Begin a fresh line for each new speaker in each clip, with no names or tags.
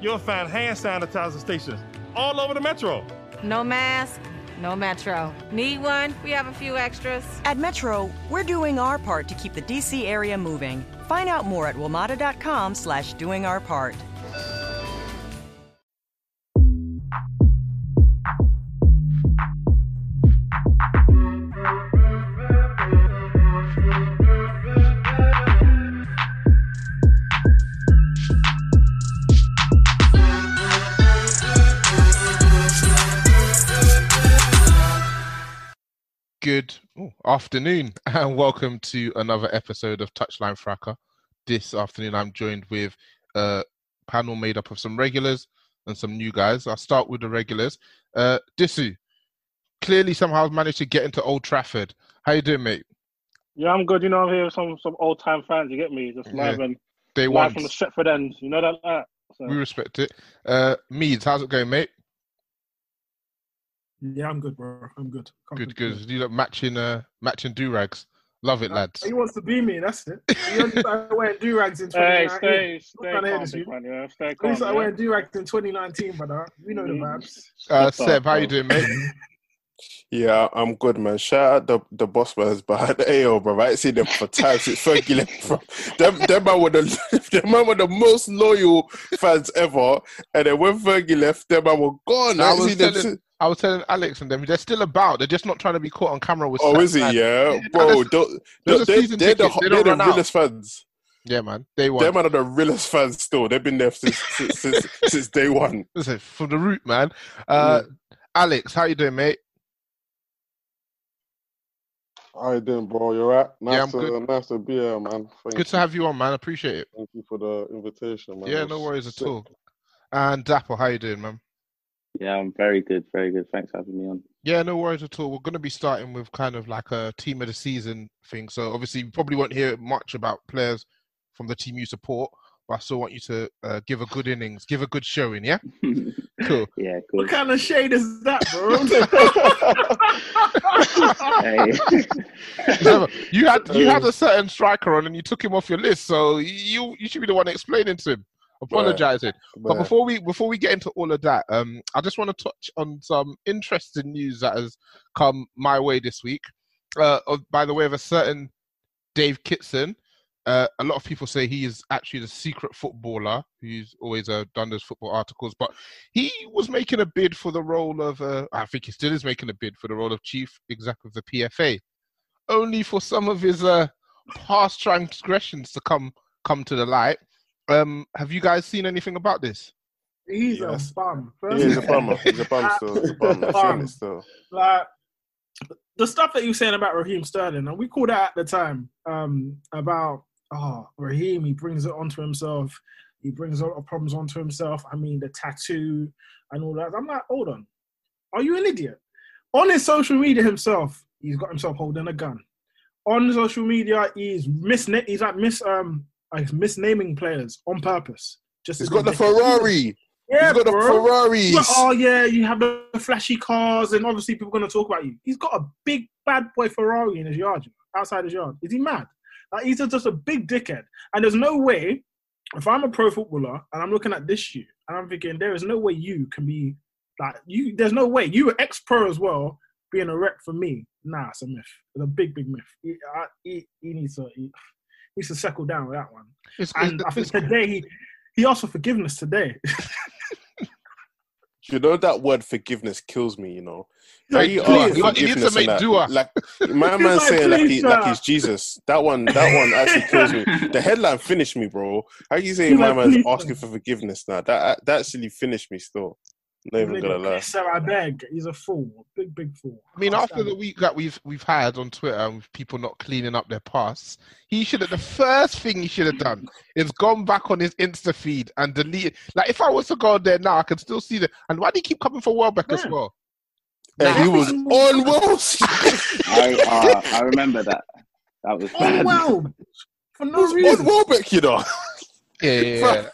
You'll find hand sanitizer stations all over the metro.
No mask, no metro. Need one? We have a few extras.
At Metro, we're doing our part to keep the DC area moving. Find out more at WMATA.com slash doing our part.
Good ooh, afternoon, and welcome to another episode of Touchline Fracker. This afternoon, I'm joined with a panel made up of some regulars and some new guys. I'll start with the regulars. Uh, Disu, clearly somehow managed to get into Old Trafford. How you doing, mate?
Yeah, I'm good. You know, I'm here with some some old time fans. You get me? Just
Yeah.
live and
Day
live
one.
from the Stretford end. You know that. that. So,
We respect it. Uh, Meads, how's it going, mate?
Yeah, I'm good, bro. I'm good. Can't
Good,
complain.
good. You look matching, uh, matching do rags. Love it, lads.
He wants to be me. That's it. He only started wearing do rags in
hey,
2019.
stay, stay
trying
calm,
to hear this,
big
you.
man. Yeah, stay
He
calm.
only started
yeah.
wearing do rags in 2019, brother. We know the
Mm.
vibes.
Uh,
Stop,
Seb, how you
bro.
doing, mate?
Yeah, I'm good, man. Shout out the the boss man's behind the AO, bro. I ain't seen them for time since Fergie left. Bro. Them them man were the them man were the most loyal fans ever. And then when Fergie left, them man were gone.
Oh, I
I ain't
was
seen them.
telling-
since-
I was telling Alex and them, they're still about. They're just not trying to be caught on camera with.
Oh,
Sat
is it?
Nav.
Yeah,
Yeah,
bro.
that's-
tho-
those
tho-
are
They
season
they're the
tickets.
they're
They don't
the
run out.
realest fans.
Yeah, man. They won.
Them man are the realest fans still. They've been there since since since, since day one.
Listen, for the root, man. Uh,
Mm.
Alex, how you doing, mate?
How you doing, bro? You alright? Nice
Yeah, I'm
to
good.
nice to be here, man. Thank
Good to have you on, man. Appreciate it.
Thank you for the invitation, man.
yeah,
It
no
was
worries at
sick.
all. And Dapper, how you doing, man?
Yeah, I'm very good, very good. Thanks for having me on.
Yeah, no worries at all. We're going to be starting with kind of like a team of the season thing. So obviously, you probably won't hear much about players from the team you support, but I still want you to uh, give a good innings, give a good showing. Yeah, cool.
yeah, cool.
What kind of shade is that, bro?
Hey.
Trevor, you had you had a certain striker on and you took him off your list, so you you should be the one explaining to him, apologizing. But
Man,
before we before we get into all of that, um, I just want to touch on some interesting news that has come my way this week. Uh, of- by the way of a certain Dave Kitson, uh, a lot of people say he is actually the secret footballer who's always uh, done those football articles, but he was making a bid for the role of, uh, I think he still is making a bid for the role of chief exec of the PFA, only for some of his uh, past transgressions to come come to the light. Um, have you guys seen anything about this?
He's
Yes.
a bum. First
He's a
of all,
bummer. He's a bum still. He's a bum. I've seen it still.
like the stuff that you were saying about Raheem Sterling, and we called out at the time um, about oh Raheem, he brings it onto himself. He brings a lot of problems onto himself. I mean, the tattoo and all that. I'm like, hold on, are you an idiot? On his social media himself, he's got himself holding a gun. On social media, he's misna- he's like mis um like misnaming players on purpose. Just
He's
to
got the
be different.
Ferrari.
Yeah,
He's got the
bro.
Ferraris.
He's like, oh yeah, you have the flashy cars, and obviously people are gonna talk about you. He's got a big bad boy Ferrari in his yard, you know, outside his yard. Is he mad? Like he's just a big dickhead. And there's no way, if I'm a pro footballer and I'm looking at this year and I'm thinking there is no way you can be like you. There's no way you were ex-pro as well being a rep for me. Nah, it's a myth. It's a big, big myth. He, I, he, he needs to he, he needs to settle down with that one.
It's,
And I
it's-
think today he he asked for forgiveness today.
you know that word forgiveness kills me. You know,
Yeah,
How you
dua.
ask
You need to
forgiveness
make
and
dua.
that, like my man
He's like,
saying like, he,
"Please,
like
sir."
he's Jesus. That one, that one actually kills me. The headline finished me, bro. How you saying
He's
my
like,
man's
"Please, sir."
asking for forgiveness now? That uh, that actually finished me. Still, not even gonna lie.
Sir, I beg. He's a fool. A big, big fool.
I mean,
Can't
after
stand
the
it.
week that we've we've had on Twitter and with people not cleaning up their pasts, he should have the first thing he should have done is gone back on his Insta feed and deleted. Like if I was to go there now, I can still see that. And why do you keep coming for Welbeck as well?
And he was on Wolves.
I, uh, I remember that. That was bad.
well, Oh, for no
On
reason.
Welbeck, you know.
Yeah,
yeah,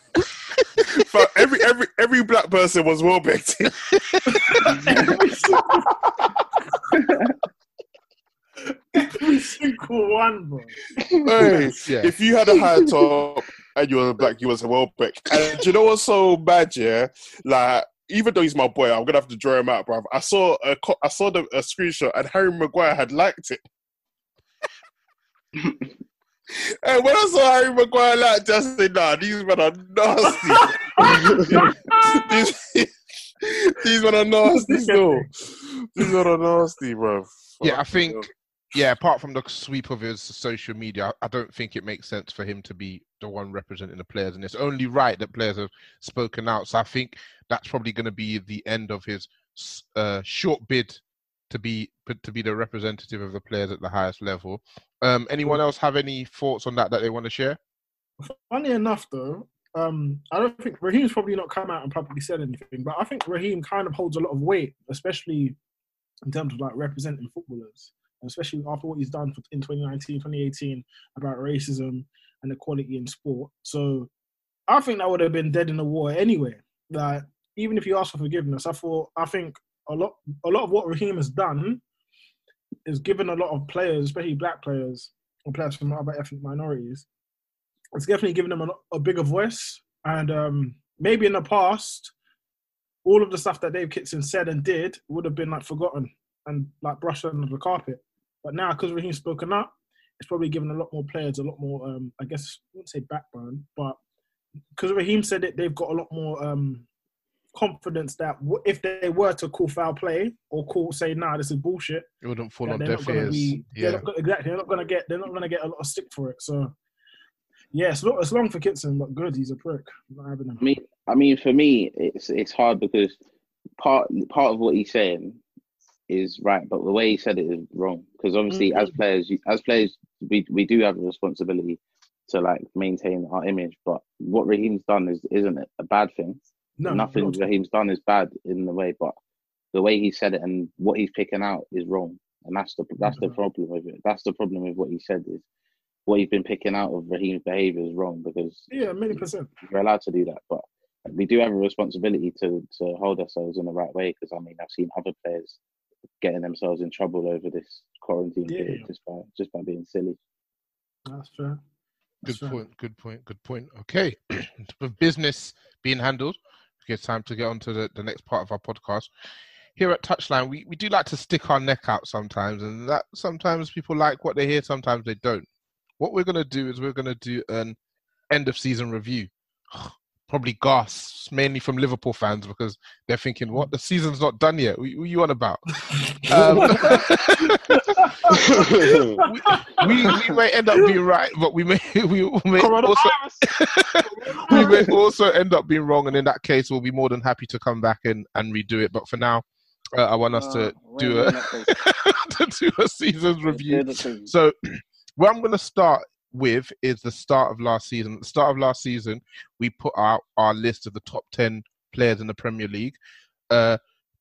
But every every every black person was Welbeck.
Every single one, bro.
Hey,
Yeah.
if you had a high top and you were black, you was a Welbeck. And do you know what's so bad, yeah? Like, even though he's my boy, I'm gonna have to draw him out, bruv. I saw a co- I saw the, a screenshot, and Harry Maguire had liked it. and when I saw Harry Maguire liked, it, I said, "Nah, these men are nasty. these, these men are nasty, still. These men are nasty, bruv."
Yeah, I think. Yeah, apart from the sweep of his social media, I don't think it makes sense for him to be the one representing the players, and it's only right that players have spoken out. So I think that's probably going to be the end of his s- uh, short bid to be to be the representative of the players at the highest level. Um, anyone else have any thoughts on that that they want to share?
Funny enough, though, um, I don't think Raheem's probably not come out and publicly said anything, but I think Raheem kind of holds a lot of weight, especially in terms of like representing footballers, and especially after what he's done for, in 2019, 2018 about racism and equality in sport. So I think that would have been dead in the water anyway. Like even if you ask for forgiveness, I thought I think a lot a lot of what Raheem has done is given a lot of players, especially black players and players from other ethnic minorities, it's definitely given them a, lo- a bigger voice. And um, maybe in the past, all of the stuff that Dave Kitson said and did would have been like forgotten and like brushed under the carpet. But now, because Raheem's spoken up, it's probably given a lot more players a lot more, um, I guess, I wouldn't say backbone, but because Raheem said it, they've got a lot more um, confidence that w- if they were to call foul play or call say, "Nah, this is bullshit,"
It wouldn't fall
that
on
they're
deaf
not gonna
ears.
be- they're
yeah,
not gonna- exactly. They're not gonna get. They're not gonna get a lot of stick for it. So, yeah, it's, lo- it's long for Kitson, but good. He's a prick. I'm not having him.
I mean, I mean, for me, it's it's hard because part part of what he's saying is right, but the way he said it is wrong. Because obviously, as players, you, as players, we we do have a responsibility to like maintain our image. But what Raheem's done is isn't it a bad thing?
No,
nothing
not at all.
Raheem's done is bad in the way, but the way he said it and what he's picking out is wrong, and that's the that's the problem with it. That's the problem with what he said is what he's been picking out of Raheem's behaviour is wrong because
Yeah, many percent.
we're allowed to do that, but we do have a responsibility to to hold ourselves in the right way. Because I mean, I've seen other players getting themselves in trouble over this quarantine
Yeah.
period just by just by being silly.
That's fair.
good point. Good point. Good point. Okay, with business being handled, it's time to get on to the, the next part of our podcast. Here at Touchline, we, we do like to stick our neck out sometimes, and that sometimes people like what they hear, sometimes they don't. What we're gonna do is we're gonna do an end of season review. Probably gasps mainly from Liverpool fans because they're thinking, "What the season's not done yet? What, what you on about?" um, we, we, we may end up being right, but we may we may also we may also end up being wrong, and in that case, we'll be more than happy to come back and, and redo it. But for now, uh, I want us to do a to do a season's review. So, what I'm going to start with is the start of last season. At the start of last season, we put out our list of the top ten players in the Premier League. Uh,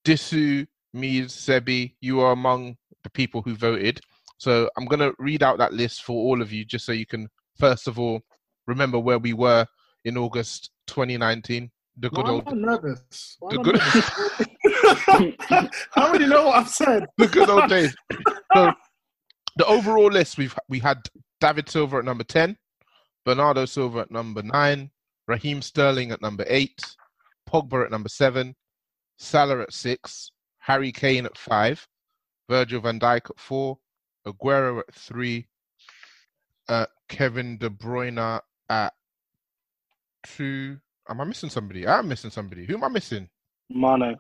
Disu, Mees, Sebi, you are among the people who voted. So I'm going to read out that list for all of you, just so you can, first of all, remember where we were in August 2019. The good
Why
old,
am I nervous? Why
the
am I
good,
nervous? I already know what I've said.
the good old days. So, the overall list we've we had David Silver at number ten, Bernardo Silva at number nine, Raheem Sterling at number eight, Pogba at number seven, Salah at six, Harry Kane at five, Virgil Van Dijk at four, Aguero at three, uh, Kevin De Bruyne at two. Am I missing somebody? I'm missing somebody. Who am I missing? Mane.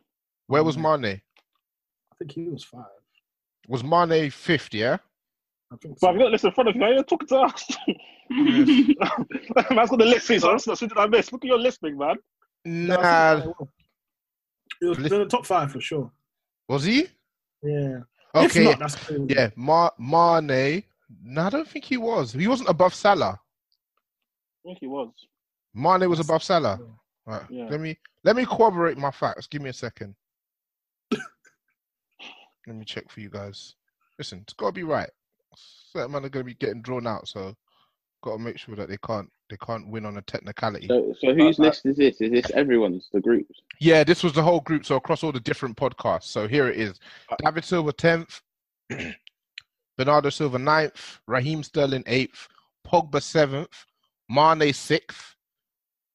Where was Mane?
I think he was five.
Was Mane fifth? Yeah.
But I've got this in front of you. You're talking to us. Man's got the list, so that's what I missed. Look at your list, big man.
Nah.
It was in the top five for sure.
Was he?
Yeah. If
Okay.
not, that's crazy.
yeah. Ma- Mane. No, I don't think he was. He wasn't above Salah.
I think he was.
Mane was above Salah. Right.
Yeah.
Let me let me corroborate my facts. Give me a second. let me check for you guys. Listen, it's gotta be right. Certain men are gonna be getting drawn out, so gotta make sure that they can't they can't win on a technicality.
So, so whose
Like
list
that.
is this? Is this everyone's? The groups?
Yeah, this was the whole group, so across all the different podcasts. So here it is: David Silva tenth, Bernardo Silva ninth, Raheem Sterling eighth, Pogba seventh, Mane sixth,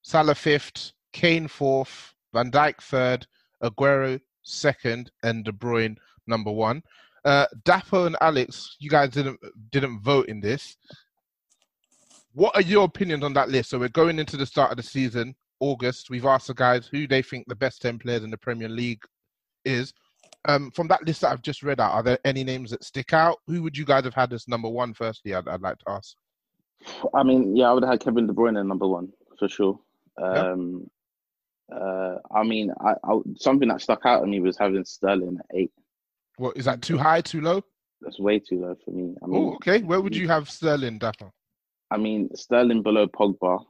Salah fifth, Kane fourth, Van Dijk third, Aguero second, and De Bruyne number one. Uh, Dapo and Alex, you guys didn't didn't vote in this. What are your opinions on that list? So we're going into the start of the season, August. We've asked the guys who they think the best ten players in the Premier League is. Um, from that list that I've just read out, are there any names that stick out? Who would you guys have had as number one? Firstly, I'd, I'd like to ask.
I mean, yeah, I would have had Kevin De Bruyne at number one for sure. Um, uh, I mean, I, I something that stuck out to me was having Sterling at eight.
What is that? Too high? Too low?
That's way too low for me. I mean,
Oh, okay. Where would you have Sterling, Dapper?
I mean, Sterling below Pogba.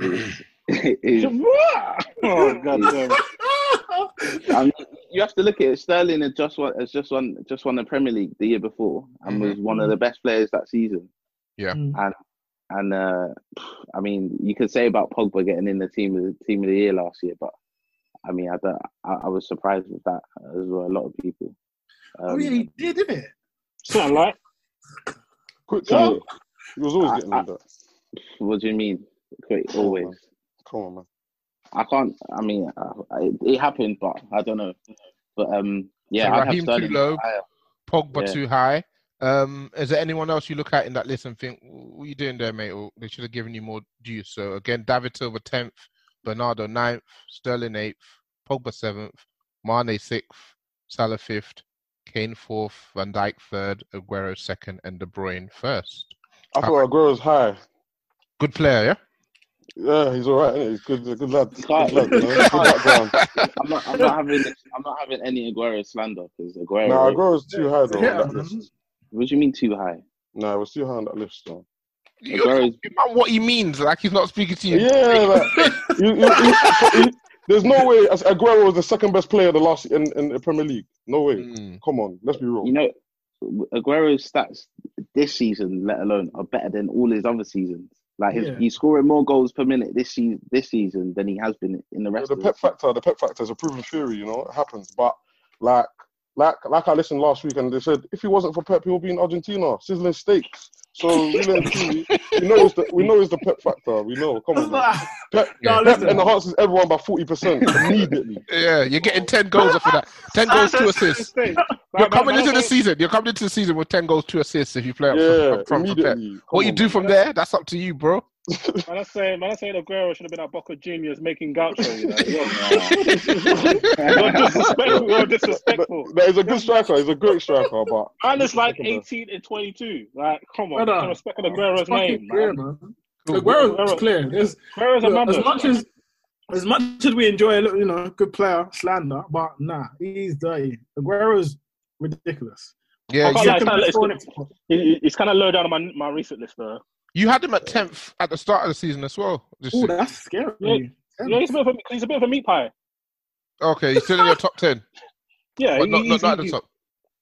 is- is-
oh god damn.
I mean, you have to look at it. Sterling had just won, has just won, just won the Premier League the year before, and was
Mm-hmm.
Mhm.
one of the best players that season.
Yeah.
and and uh, I mean, you could say about Pogba getting in the team of the team of the year last year, but I mean, I don't, I, I was surprised with that as were a lot of people.
oh yeah, he did, didn't it?
Sound like
quick.
So-
Kanye. He was always getting like that.
What do you mean? Quick, always.
Come on, man.
I can't. I mean, uh, it, it happened, but I don't know. But um, yeah,
So
I'd have
Raheem too
Sterling
low,
higher.
Pogba
Yeah.
too high. Um, is there anyone else you look at in that list and think, what are you doing there, mate? Or they should have given you more juice. So again, David Silva tenth, Bernardo 9th, Sterling eighth, Pogba seventh, Mane sixth, Salah fifth, Kane fourth, Van Dijk third, Aguero second, and De Bruyne first.
I thought Aguero's high.
Uh, Good player, yeah.
Yeah, he's all right. Isn't he? He's good, good lad. Good
Can't-
lad. man. Good background.
I'm not, I'm not having I'm not having any Aguero slander because Aguero.
Nah, Aguero's too high though.
Yeah,
on that list.
What do you mean too high?
Nah, it was too high on that list though.
You about what he means, like he's not speaking to you.
Yeah, like, you, you, you, you- there's no way as Aguero was the second best player the last in, in the Premier League. No way.
Hmm.
Come on, let's be real.
You know, Aguero's stats this season, let alone, are better than all his other seasons. Like his,
Yeah.
he's scoring more goals per minute this season, this season than he has been in the rest.
the
of
pep factor, the pep factor is a proven theory. You know, it happens. But like, like, like I listened last week, and they said if he wasn't for Pep, he would be in Argentina sizzling steaks. So really and truly, we know it's the we know it's the pep factor. We know. Come on, man. Pep,
No,
Pep
listen.
enhances everyone by forty percent immediately.
Yeah, you're getting ten goals off of that. Ten goals, two assists. You're coming into the season. You're coming into the season with ten goals, two assists. If you play up
Yeah,
from, from, from Pep,
immediately.
what
Come
you
on,
do from there, that's up to you, bro.
Man, I'm saying, man, I'm saying Aguero should have been at Boca Juniors making Gaucho. You know? You're disrespectful. You're disrespectful.
But he's a good striker. He's a great striker, but
Man is like 18 and 22. Like, come on,
Brother,
I'm respecting Aguero's
it's fucking
name.
clear,
man.
man. Aguero is clear. There's-
Aguero's a
look,
madman.
as much as as much as we enjoy a little, you know, good player slander, but nah, he's dirty. Aguero's ridiculous.
Yeah,
I can't
you
lie, it's
can-
kinda- it's- it- it's kind of low down on my my recent list though.
You had him at tenth at the start of the season as well. Just-
Ooh,
that's scary.
Yeah, yeah, he's a bit of a, he's a bit of a meat pie.
Okay, he's still in your top ten.
Yeah,
But not-
he-
not- not at the
he-
top.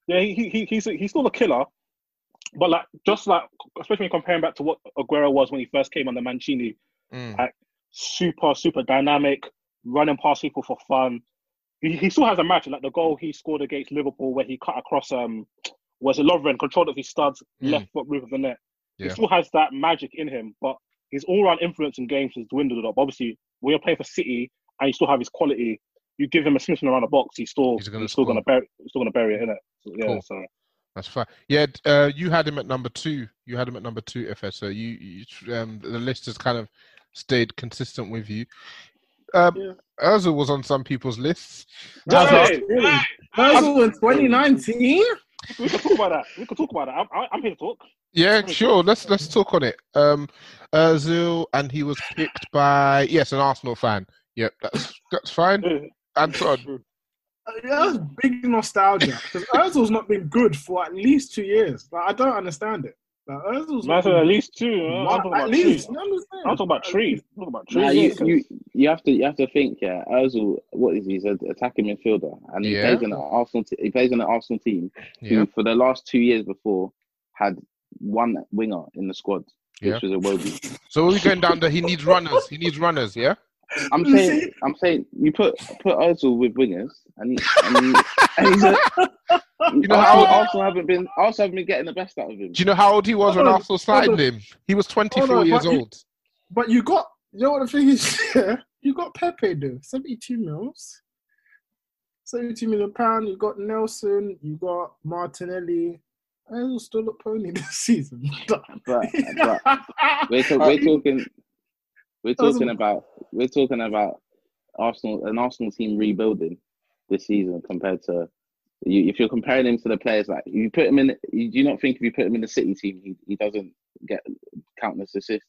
Yeah, he, he- he he's he's still a killer, but like just like especially when comparing back to what Aguero was when he first came on the Mancini,
Mm.
like super super dynamic, running past people for fun. He, he still has a match like the goal he scored against Liverpool where he cut across um was it Lovren controlled it with his studs
Mm.
left foot roof of the net. He
Yeah.
still has that magic in him, but his all round influence in games has dwindled up. Obviously, when you're playing for City and you still have his quality, you give him a Smithson around the box, he's still he's, still gonna bury he's still gonna bury it in it. yeah,
Cool.
so
That's fine. Yeah, d- uh, you had him at number two. You had him at number two, FS. So you, you um, the list has kind of stayed consistent with you. Um, Ozil was on some people's lists.
Right, right. Ozil in 2019?
We could talk about that. We could talk about that. I'm, I- I'm here to talk.
Yeah, sure. Let's let's talk on it. Um, Ozil, and he was picked by yes, an Arsenal fan. Yep, that's that's fine. Anton,
Uh, yeah, That's big nostalgia because Ozil's not been good for at least two years. Like, I don't understand it. Like, Ozil's
Man
not
said
been-
at least two. uh, I'm
Nah,
talking about
at
three.
least. You understand?
I'm talking about three. I'm talking about three.
Nah, you,
years.
you you have to you have to think. Yeah, Ozil, what is he? He's an attacking midfielder, and he
Yeah.
plays in an Arsenal. T- he plays in an Arsenal team
Yeah.
who, for the last two years before, had one winger in the squad,
Yeah.
which was a Wobie.
So we're going down there. He needs runners. He needs runners. Yeah.
I'm saying, I'm saying, you put put Ozil with wingers, and, he, and, he, and he's a, you know,
know how-
Arsenal, Arsenal haven't been Arsenal haven't been getting the best out of him.
Do you know how old he was when
Hold on,
Arsenal
hold
signed
on.
him? He was
Hold
24
on,
years
but you-
old.
But you got, you know what the thing is? Yeah, you got Pepe though, seventy-two mils, seventy-two million pound. You got Nelson. You got Martinelli. Ozil still look pony this season.
but, but we're,
Uh,
ta- we're talking we're talking
Doesn't-
about we're talking about Arsenal an Arsenal team rebuilding this season compared to you, if you're comparing him to the players like you put him in you do not think if you put him in the City team he, he doesn't get countless assists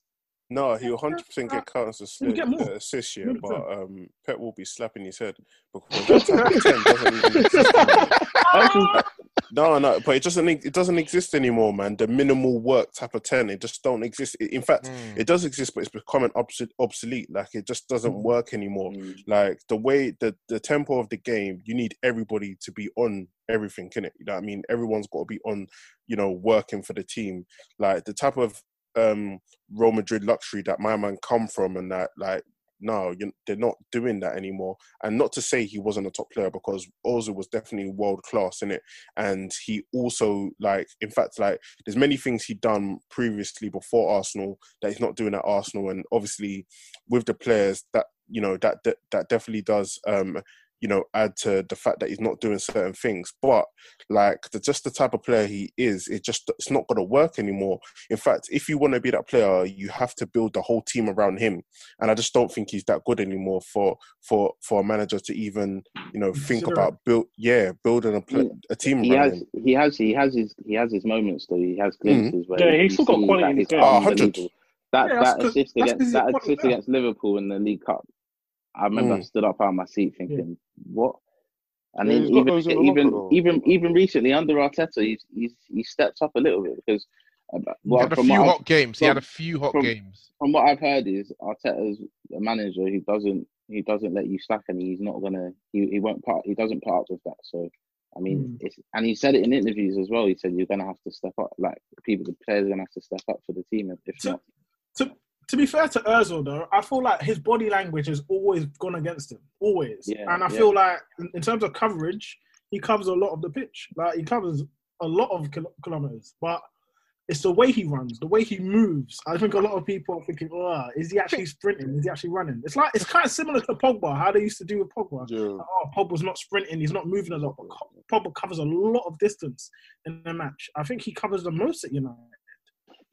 No, he'll hundred percent get counts as
He'll get more.
uh, assists here, but
100%.
um, Pep will be slapping his head because that type of ten doesn't even exist. no, no, but it doesn't it doesn't exist anymore, man. The minimal work type of ten, it just don't exist. It- In fact, it does exist, but it's becoming obs- obsolete. Like it just doesn't work anymore. Like the way the the tempo of the game, you need everybody to be on everything, can it? You know what I mean? Everyone's got to be on, you know, working for the team. Like the type of um Real Madrid luxury that my man come from, and that like no, you, they're not doing that anymore. And not to say he wasn't a top player because Ozil was definitely world class in it, and he also like in fact like there's many things he done previously before Arsenal that he's not doing at Arsenal, and obviously with the players that you know that that, that definitely does. um you know, add to the fact that he's not doing certain things, but like the, just the type of player he is, it just it's not going to work anymore. In fact, if you want to be that player, you have to build the whole team around him. And I just don't think he's that good anymore for for for a manager to even you know think
Consider it.
about build yeah building a pla a team
he
around
has
him. Mm.
he has he has his he has his moments though he has glimpses where
Yeah, he's still
you
got
see
quality
that
in his
he's
game. Oh, 100.
unbelievable. that
Yeah, that's
that
'cause-
assist
that's
against
'cause he's
that
got
assist
that.
against Liverpool in the League Cup I remember I
Mm.
stood up out of my seat thinking what and
Yeah,
then
he's got
even
those in the locker
even
though.
even even recently under Arteta he's he's he steps up a little bit because uh, well,
he had a
from
few
what I've-
hot games. he had a
from-
few hot
from-
games.
From what I've heard is Arteta's a manager who doesn't he doesn't let you slack and he's not gonna he, he won't part he doesn't part up with that. So I mean
Mm.
it's and he said it in interviews as well. He said you're gonna have to step up like people the players are gonna have to step up for the team if, if not.
to be fair to Özil though, I feel like his body language has always gone against him, always.
Yeah,
and I
yeah.
feel like in- in terms of coverage, he covers a lot of the pitch. Like he covers a lot of kil- kilometers, but it's the way he runs, the way he moves. I think a lot of people are thinking, "Oh, is he actually sprinting? Is he actually running?" It's like it's kind of similar to Pogba, how they used to do with Pogba. Like, oh, Pogba's not sprinting, he's not moving a lot, but Co- Pogba covers a lot of distance in the match. I think he covers the most at United.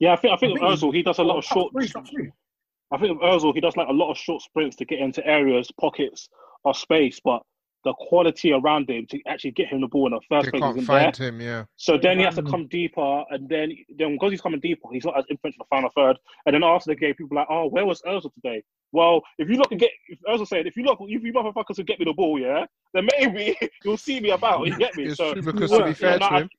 Yeah, I think I think
I
with
think-
Ozil he does a lot of
Oh,
short. I think with Ozil he does like a lot of short sprints to get into areas, pockets, or space, but the quality around him to actually get him the ball in the first
They
place
can't
isn't
find
there.
him. Yeah.
So then he has to come deeper, and then then because he's coming deeper, he's not as influential in the final third. And then after the game, people are like, "Oh, where was Ozil today?" Well, if you look and get, if Ozil said, "If you look, if you motherfuckers will get me the ball, yeah, then maybe you'll see me about. You get me?"
It's
so,
true because
yeah,
to be fair
no,
to
I-
him,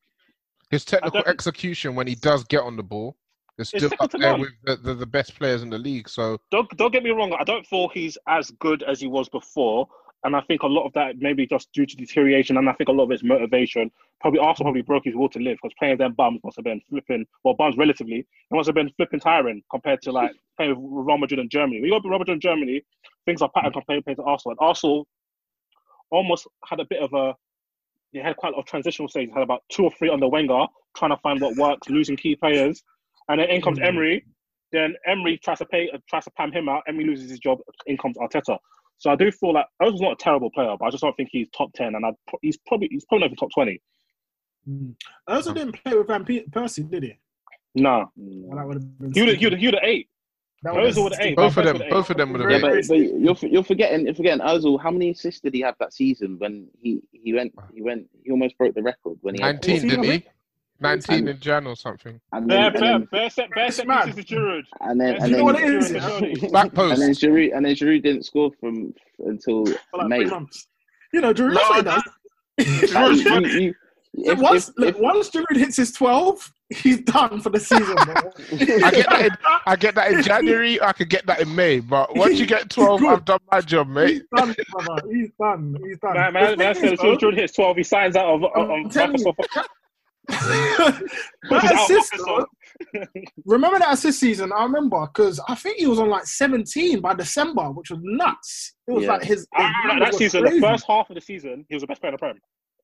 his technical execution when he does get on the ball is
It's
still
second
up
to
there
none.
with the, the, the best players in the league. So
don't don't get me wrong. I don't feel he's as good as he was before, and I think a lot of that maybe just due to deterioration, and I think a lot of it's motivation. Probably Arsenal probably broke his will to live because playing them bums must have been flipping well bums relatively, it must have been flipping tiring compared to like playing with Real Madrid and Germany. When you go to Real Madrid and Germany, things are patterned compared to playing to Arsenal, and Arsenal almost had a bit of a they had quite a lot of transitional stages. Had about two or three under Wenger, trying to find what works, losing key players, and then in comes
Hmm.
Emery. Then Emery tries to pay, tries to pam him out. Emery loses his job. In comes Arteta. So I do feel like Ozil's not a terrible player, but I just don't think he's top ten, and I, pro- he's probably he's probably not even top twenty.
Hmm.
Mm. Ozil didn't play with Van Pe- Persie, did he?
No,
Well, that would have been.
you the you the you the eight.
That was-
Ozil with an eight.
Both of
Van Persie
them-
with an eight.
both of them with an
Yeah, but, but you're, for- you're forgetting you're forgetting Ozil. How many assists did he have that season when he, he went he went he almost broke the record when he had
19, didn't he? 19 in Jan or something.
And
Bare,
then,
bare,
and then,
bare set, bare set pieces to Giroud.
and then,
Do
and
you know
then,
what it is?
Back post.
And then Giroud and then Giroud didn't score from until
like
May.
three months. You know, Giroud. No, that,
Like, you- you- if-
once,
if-
look,
if-
once Giroud hits his twelve, he's done for the season. bro.
I get that. In, I get that in January. I could get that in May. But once you get twelve, I've done my job, mate.
he's done, brother. He's done. He's done.
Man, man,
The
man
thing is,
said as soon as
bro,
Jordan hits 12, he signs out of. of, of
telling you,
Microsoft.
that
He's out of
assist,
office,
though,
though.
remember that assist season? I remember because I think he was on like 17 by December, which was nuts. It was
Yeah.
like his. his
I remember
numbers
that
were
season,
crazy.
the first half of the season, he was the best player in the Prem.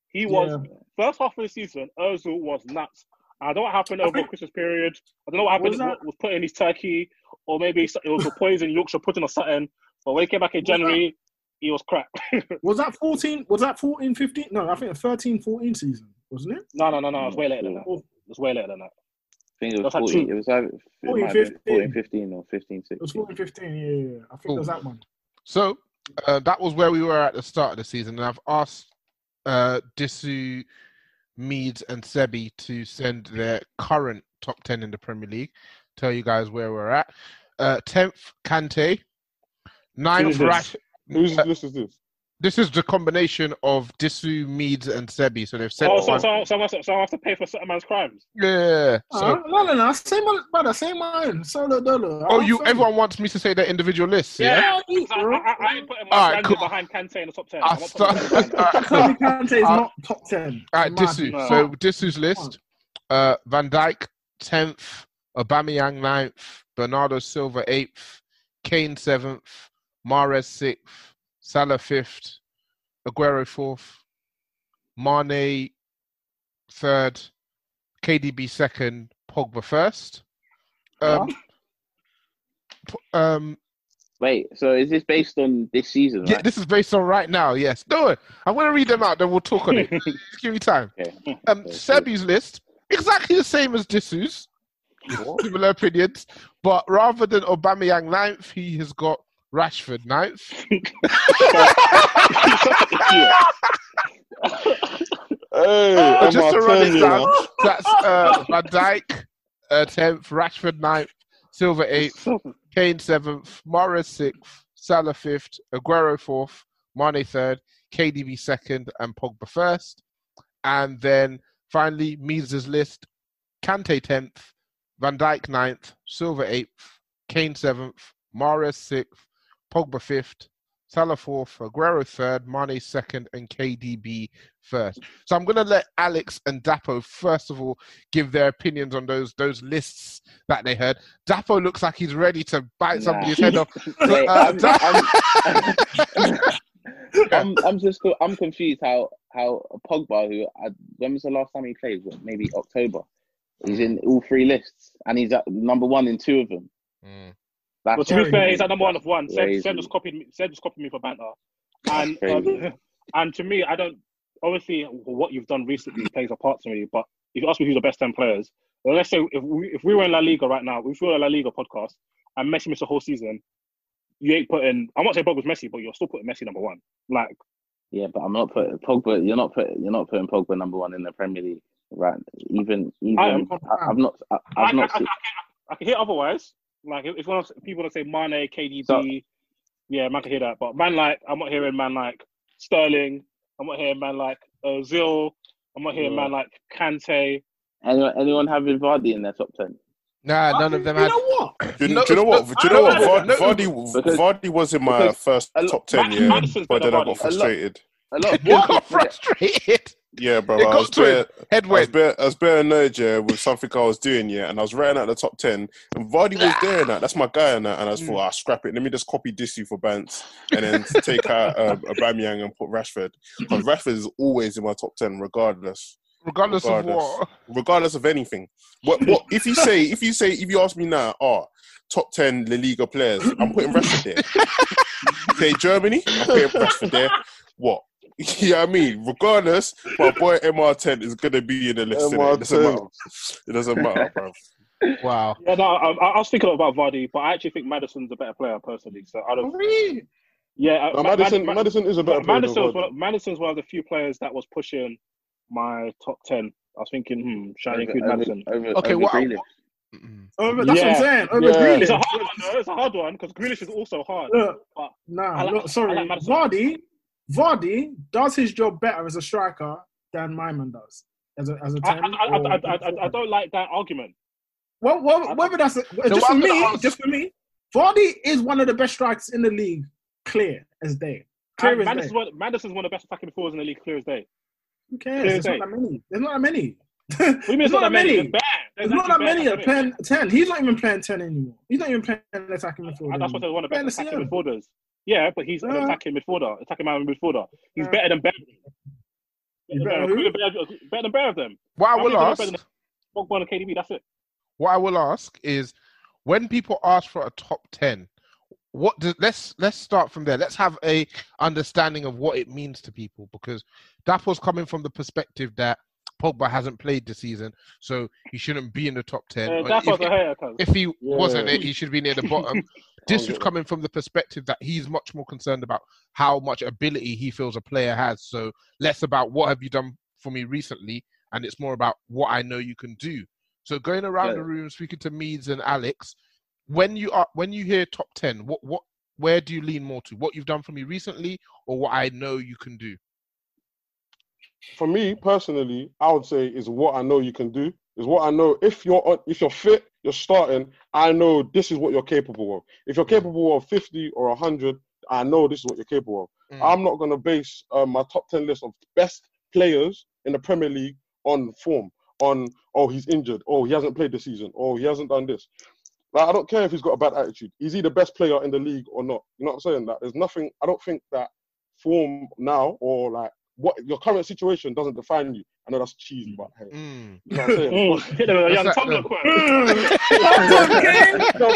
He was first half of the season. Özil was nuts. I don't know what happened over Christmas period. I don't know what happened.
Was
Was,
that-
was put in his turkey, or maybe it was a poison Yorkshire pudding or something. But when he came back in
Was
January, he was crap.
Was that 14? Was that 14, 15? No, I think a 13, 14 season, wasn't it?
no, no, no, no. It was Oh,
Hmm.
way later than that. It was way later than that.
I think it was
That's like
14.
two-
It was either it
14,
might have been
15.
14, 15 or 15,
It was
16.
14, 15. Yeah, yeah, yeah. I think it was that one.
So uh, that was where we were at the start of the season, and I've asked uh, Disu, Meads, and Sebi to send their current top ten in the Premier League. Tell you guys where we're at. Uh, tenth, Kante. Ninth,
Who's this?
Rash.
Who's
uh,
this? Is this?
this is the combination of Disu, Meads, and Sebi. So they've sent.
Oh, so,
one-
so, so, so, so I have to pay for certain man's crimes.
yeah. So,
Uh, no, no, no. Same one, brother. Same one. Solo dolo.
oh, you. Everyone wants me to say their individual lists. Yeah.
Yeah, because I, I, I, I ain't putting my
All right,
standing
cool.
behind Kante in the top ten.
I'll
I'm not putting
start-
Kante behind
Tommy
him.
Kante is
Uh,
not top 10.
All right,
Mad.
Disu.
no.
So Disu's list: uh, Van Dyke tenth, Aubameyang ninth, Bernardo Silva eighth, Kane seventh, Mares sixth, Salah fifth, Aguero fourth, Mane third, KDB second, Pogba first. Um, p- um,
Wait, so is this based on this season?
yeah,
right?
this is based on right now. Yes, do it. I'm going to read them out, then we'll talk on it. Just give me time.
Okay.
Um, Sebi's list exactly the same as Disu's. Similar opinions, but rather than Aubameyang ninth, he has got Rashford ninth.
Hey,
Uh,
on
just
my
to run it
turn, you
down,
know.
that's uh, Van Dyke uh, tenth, Rashford ninth, Silver eighth, Kane seventh, Morris sixth, Salah fifth, Aguero fourth, Mane third, KDB second, and Pogba first. And then finally, Mises' list: Kante tenth, Van Dyke ninth, Silver eighth, Kane seventh, Morris sixth, Pogba fifth, Salah fourth, Aguero third, Mane second, and KDB first. So I'm going to let Alex and Dapo first of all give their opinions on those those lists that they heard. Dapo looks like he's ready to bite
Nah.
somebody's head off.
Wait,
Uh,
I'm,
Da-
I'm, I'm, I'm just co- I'm confused how how Pogba who I, when was the last time he played? What, maybe October. He's in all three lists and he's at number one in two of them.
Mm.
That's
Well, to be fair, he's at number one of one.
Crazy.
Said Seb just copied me. Seb just copied me for banter, and um,
Crazy.
and to me, I don't. Obviously, what you've done recently plays a part to me. But if you ask me who's the best ten players, well, let's say if we if we were in La Liga right now, if we were in La Liga podcast and Messi missed the whole season, you ain't putting. I'm not saying Pogba's Messi, but you're still putting Messi number one. Like
Yeah, but I'm not putting Pogba. You're not putting. You're not putting Pogba number one in the Premier League, right? Even even I,
am-
I've not. I,
I, I,
I've
I,
not.
I,
seen,
I can hear otherwise. Like if, if one of people want to say Mane, KDB, yeah, man can hear that. But man like I'm not hearing man like Sterling. I'm not hearing man like Ozil. I'm not hearing
Yeah.
man like Kante.
anyone, anyone having Vardy in their top ten?
nah, none of them
You
had.
know what?
Do you,
No,
do you know
no,
what? Do you
no,
know what?
no,
Vard-
no,
Vardy,
Because-
Vardy was in my
because
first
a lo-
top ten,
Max
yeah,
Madison's
but
better
then I got
Vardy. A
lot-
frustrated.
A lot of
You
people
got
forget-
frustrated.
Yeah, bro.
It
I
got
was
to him.
bare,
Head
I was
went.
bare, I was bare annoyed yeah, with something I was doing, yeah, and I was writing out the top ten, and Vardy was there, and that. that's my guy, and that, and I just
Mm.
thought, ah, scrap it. Let me just copy Dissy for Bants, and then take out um, Aubameyang and put Rashford, because Rashford is always in my top ten, regardless,
Regardless, of
Regardless.
what.
regardless of anything. What, what if you say, if you say, if you ask me now, ah, top ten La Liga players, I'm putting Rashford there. okay, Germany, I'm putting Rashford there. What? Yeah, I mean, regardless, my boy MR10 is gonna be in the list. innit? It doesn't
MR10.
matter. It doesn't matter, bro.
Wow.
Yeah, no, I, I I was thinking about Vardy, but I actually think Madison's a better player personally. So I don't.
Really?
Yeah, uh,
No, Madison- Madison is a better player than
Madison was
Vardy.
one of, Madison's one of the few players that was pushing my top ten. I was thinking, hmm, should I
Over-
include
over-
Madison?
over- Okay, over what- Grealish.
Over- that's what I'm saying, over Grealish.
It's a hard one, though. It's a hard one because Grealish is also hard.
Look,
but
Nah,
I like-
Ah, look, sorry.
I like Maddison.
Vardy, Vardy does his job better as a striker than Myman does as a as a
I,
ten.
I, I,
or-
I, I, I- I don't like that argument.
well, well, whether that's a, just for
one that
me,
I was-
just for me, Vardy is one of the best strikers in the league, clear as day. Clear
And
as day.
Madison's one, Madison's one of the best attacking forwards in the league, clear as day.
Who
clear
cares?
as
There's not
day.
that many. There's not that many.
What do you mean it's not that many? There's bad.
There's
There's
not that
actually
many.
bad
At
at
pen, ten. He's not even playing ten anymore. He's not even playing attacking midfield.
And that's what I
anymore.
want about
He's playing
attacking
the CM.
midfielders. Yeah, but he's an
Uh,
attacking midfielder, attacking man midfielder. He's
uh,
better than better.
He's
Better,
better who?
than better, better than better of them.
What I
How
will
many
ask-
better than Pogba and KDB. That's it.
What I will ask is, when people ask for a top ten, what do, let's let's start from there. Let's have a understanding of what it means to people because that was coming from the perspective that Pogba hasn't played this season, so he shouldn't be in the top ten.
Uh,
Or
that was
if,
a hair, cuz.
if he
Yeah. Oh,
wasn't it, he should be near the bottom. this
I'll
was
get that.
coming from the perspective that he's much more concerned about how much ability he feels a player has. So less about what have you done for me recently, and it's more about what I know you can do. So going around
Yeah.
the room, speaking to Meads and Alex, when you are when you hear top ten, what what where do you lean more to? What you've done for me recently, or what I know you can do?
for me personally, I would say is what I know you can do. Is what I know. If you're on, if you're fit, you're starting. I know this is what you're capable of. If you're capable of fifty or hundred, I know this is what you're capable of.
Mm.
I'm not gonna base uh, my top ten list of best players in the Premier League on form. On oh he's injured. Oh he hasn't played this season. Oh he hasn't done this. Like I don't care if he's got a bad attitude. He's either best player in the league or not. You know what I'm saying? Like there's nothing. I don't think that form now or like what your current situation doesn't define you. I know that's cheesy, but hey. You know what I'm saying?
Mm. Hit him with a young
That's
Tumblr
that-
quote.
Think think about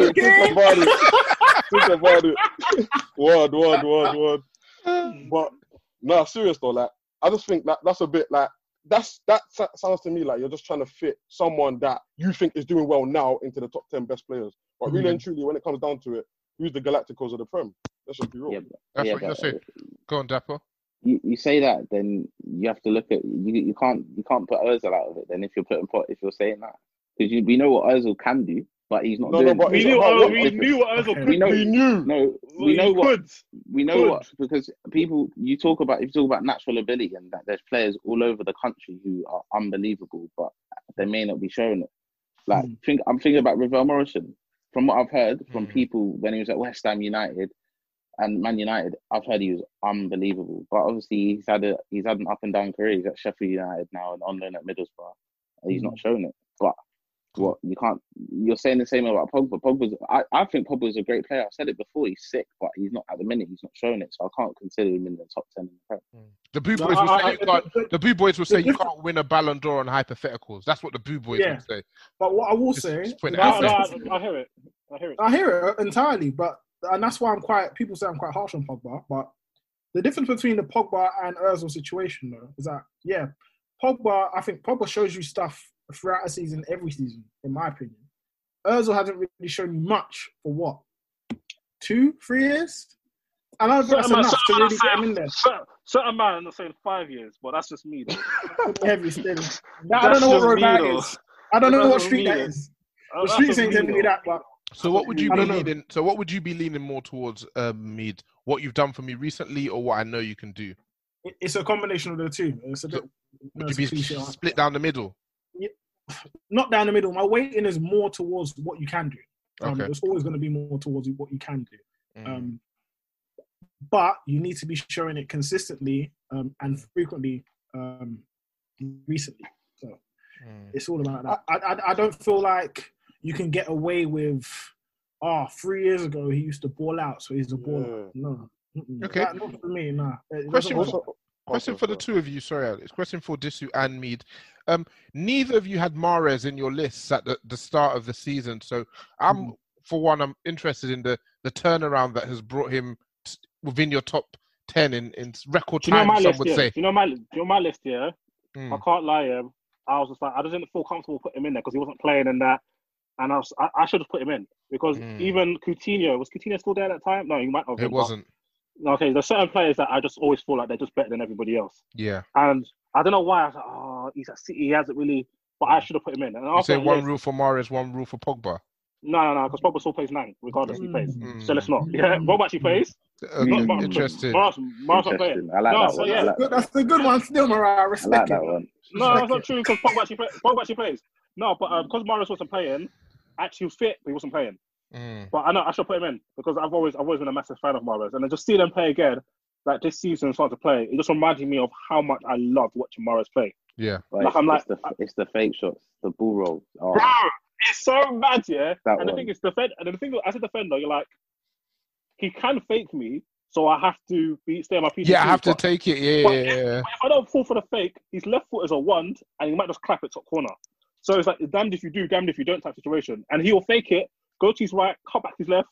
it. Think about it. Think about it. Word, word, word, word. But no, serious though. Like I just think that that's a bit like that's that sa- sounds to me like you're just trying to fit someone that you think is doing well now into the top ten best players. But
Mm-hmm.
really and truly, when it comes down to it, who's the Galacticos of the Prem? Let's just be real.
That's Yeah, what you're but- saying.
Go on, Dapper.
You, you say that, then you have to look at you. You can't you can't put Özil out of it. Then if you're putting pot, if you're saying that, because we know what Özil can do, but he's not
No, no,
doing.
but
it.
We knew about Ozil- what- we
knew what Ozil
We
could
know.
do. We
knew.
No, we
Well,
know
he
what
could.
we know
Could.
what because people you talk about if you talk about natural ability and that there's players all over the country who are unbelievable, but they may not be showing it. Like think I'm thinking about Ravel Morrison. From what I've heard from
Hmm.
people when he was at West Ham United and Man United, I've heard he was unbelievable. But obviously he's had a he's had an up and down career. He's at Sheffield United now and on loan at Middlesbrough. And he's
Hmm.
not showing it. But what you can't you're saying the same about Pogba. Pogba's I, I think Pogba's a great player. I said it before, he's sick, but he's not at the minute, he's not showing it, so I can't consider him in the top ten in the Prem.
Hmm. The boo
No,
boys will
I-
say
I-
you can't, the boo boys will say you
difference-
can't win a Ballon d'Or on hypotheticals. That's what the boo boys
Yeah.
will say.
But what I will say,
put it
the
out
difference-
I, I hear it. I hear it.
I hear it entirely, but and that's why I'm quite. People say I'm quite harsh on Pogba, but the difference between the Pogba and Özil situation though is that yeah, Pogba. I think Pogba shows you stuff throughout a season, every season, in my opinion. Özil hasn't really shown you much for what two, three years, and I don't think that's
Certain man-
enough to
certain man
really get him in
saying-
there.
cer- Certain man are saying five years, but that's just me. though.
Every step. I don't know what
just
road
me,
that
though.
is. I don't know
That's
what
just
street
me,
that
though.
is.
Oh,
The
that's
street
just
ain't
me,
telling me
though.
that, but
So what would you
I
be
don't know.
leaning? So what would you be leaning more towards, um, Mead? What you've done for me recently, or what I know you can do?
It- it's a combination of the two. It's a bit. no,
Would
it's a
you be
cliche answer.
split down the middle?
not down the middle. My weighting is more towards what you can do. Um,
Okay. Mm.
It's always going to be more towards what you can do. Um, but you need to be showing it consistently um, and frequently um, recently. So
Mm.
it's all about that. I, I, I don't feel like you can get away with, ah, three years ago he used to ball out, so he's a baller. No. Mm-mm.
Okay.
That- not for me, nah. It doesn't
Question,
work.
for, question for the two of you. Sorry, Alex. Question for Disu and Mead. Um, neither of you had Mares in your lists at the, the start of the season, so I'm for one, I'm interested in the the turnaround that has brought him t- within your top ten in in record
Do you know
time.
my
Some
list?
would
Yeah?
say. Hmm.
Do you know my? Do you know my list? Yeah. I can't lie. Yeah. I was just like, I just didn't feel comfortable putting him in there because he wasn't playing in that. And I, was, I, I should have put him in because even Coutinho was Coutinho still there at that time? No, he might not. have
Hmm. It
been, but-
wasn't.
Okay, there's certain players that I just always feel like they're just better than everybody else,
Yeah.
and I don't know why. I was like, oh, he's at City, he hasn't really, but I should have put him in. And
Mm. You
after
say
that
one
list-
rule for Mares, one rule for Pogba.
No, no, no, because Pogba still plays nine, regardless if he plays.
Mm.
So let's not. Yeah, Bob actually plays.
Okay,
Mar-
Mm. Uh, interesting.
Mars, Mars not playing.
Interesting. I like
no,
that
so
one, I
yeah.
like that
That's the good one still, Mariah. I
I
respect
like
it.
that one.
No, that's not true because Pogba actually, play, Pogba actually plays. No, but uh, because Morris wasn't playing, actually he was fit, but he wasn't playing.
Mm.
But I know I should put him in because I've always I've always been a massive fan of Morris, and I just seeing him play again, like this season start to play, it just reminded me of how much I loved watching Morris play.
Yeah.
But
Like,
it's,
I'm like-
it's, the, it's the fake shots, the ball rolls. Oh,
Bro, it's so mad, yeah.
That
and the
one.
thing is, defend. And the thing as a defender, you're like, he can fake me, so I have to be stay on my feet.
Yeah, I have to take it. Yeah,
But
yeah, yeah.
If I don't fall for the fake, his left foot is a wand, and he might just clap it top corner. So it's like damned if you do, damned if you don't type situation. And he'll fake it, go to his right, cut back to his left,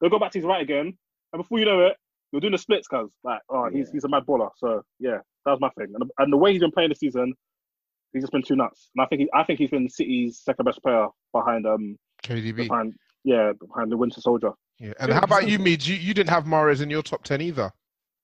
then go back to his right again, and before you know it, you're doing the splits, cause like, oh, he's he's a mad baller. So yeah, that was my thing. And, and the way he's been playing this season, he's just been too nuts. And I think he, I think he's been City's second best player behind um
KDB.
behind yeah behind the Winter Soldier.
Yeah. And how about you, Mead? You, you didn't have Mares in your top 10 either.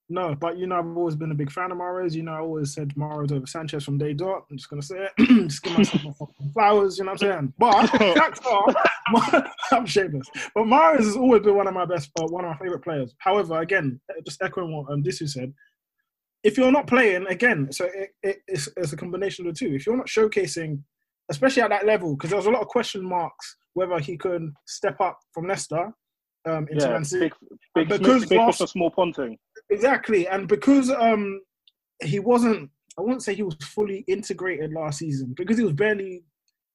No, but you know, I've always been a big fan of Mares. You know, I always said Mares over Sanchez from day dot. I'm just going to say it. just give myself my fucking flowers, you know what I'm saying? But facts are, Mar- I'm shameless. But Mares has always been one of my best, uh, one of my favorite players. However, again, just echoing what um, Disu said, if you're not playing, again, so it, it, it's, it's a combination of the two. If you're not showcasing, especially at that level, because there was a lot of question marks whether he could step up from Leicester um, into
Yeah,
Man City.
big big
And
because big,
last-
for small ponting.
Exactly, and because um, he wasn't, I wouldn't say he was fully integrated last season because he was barely,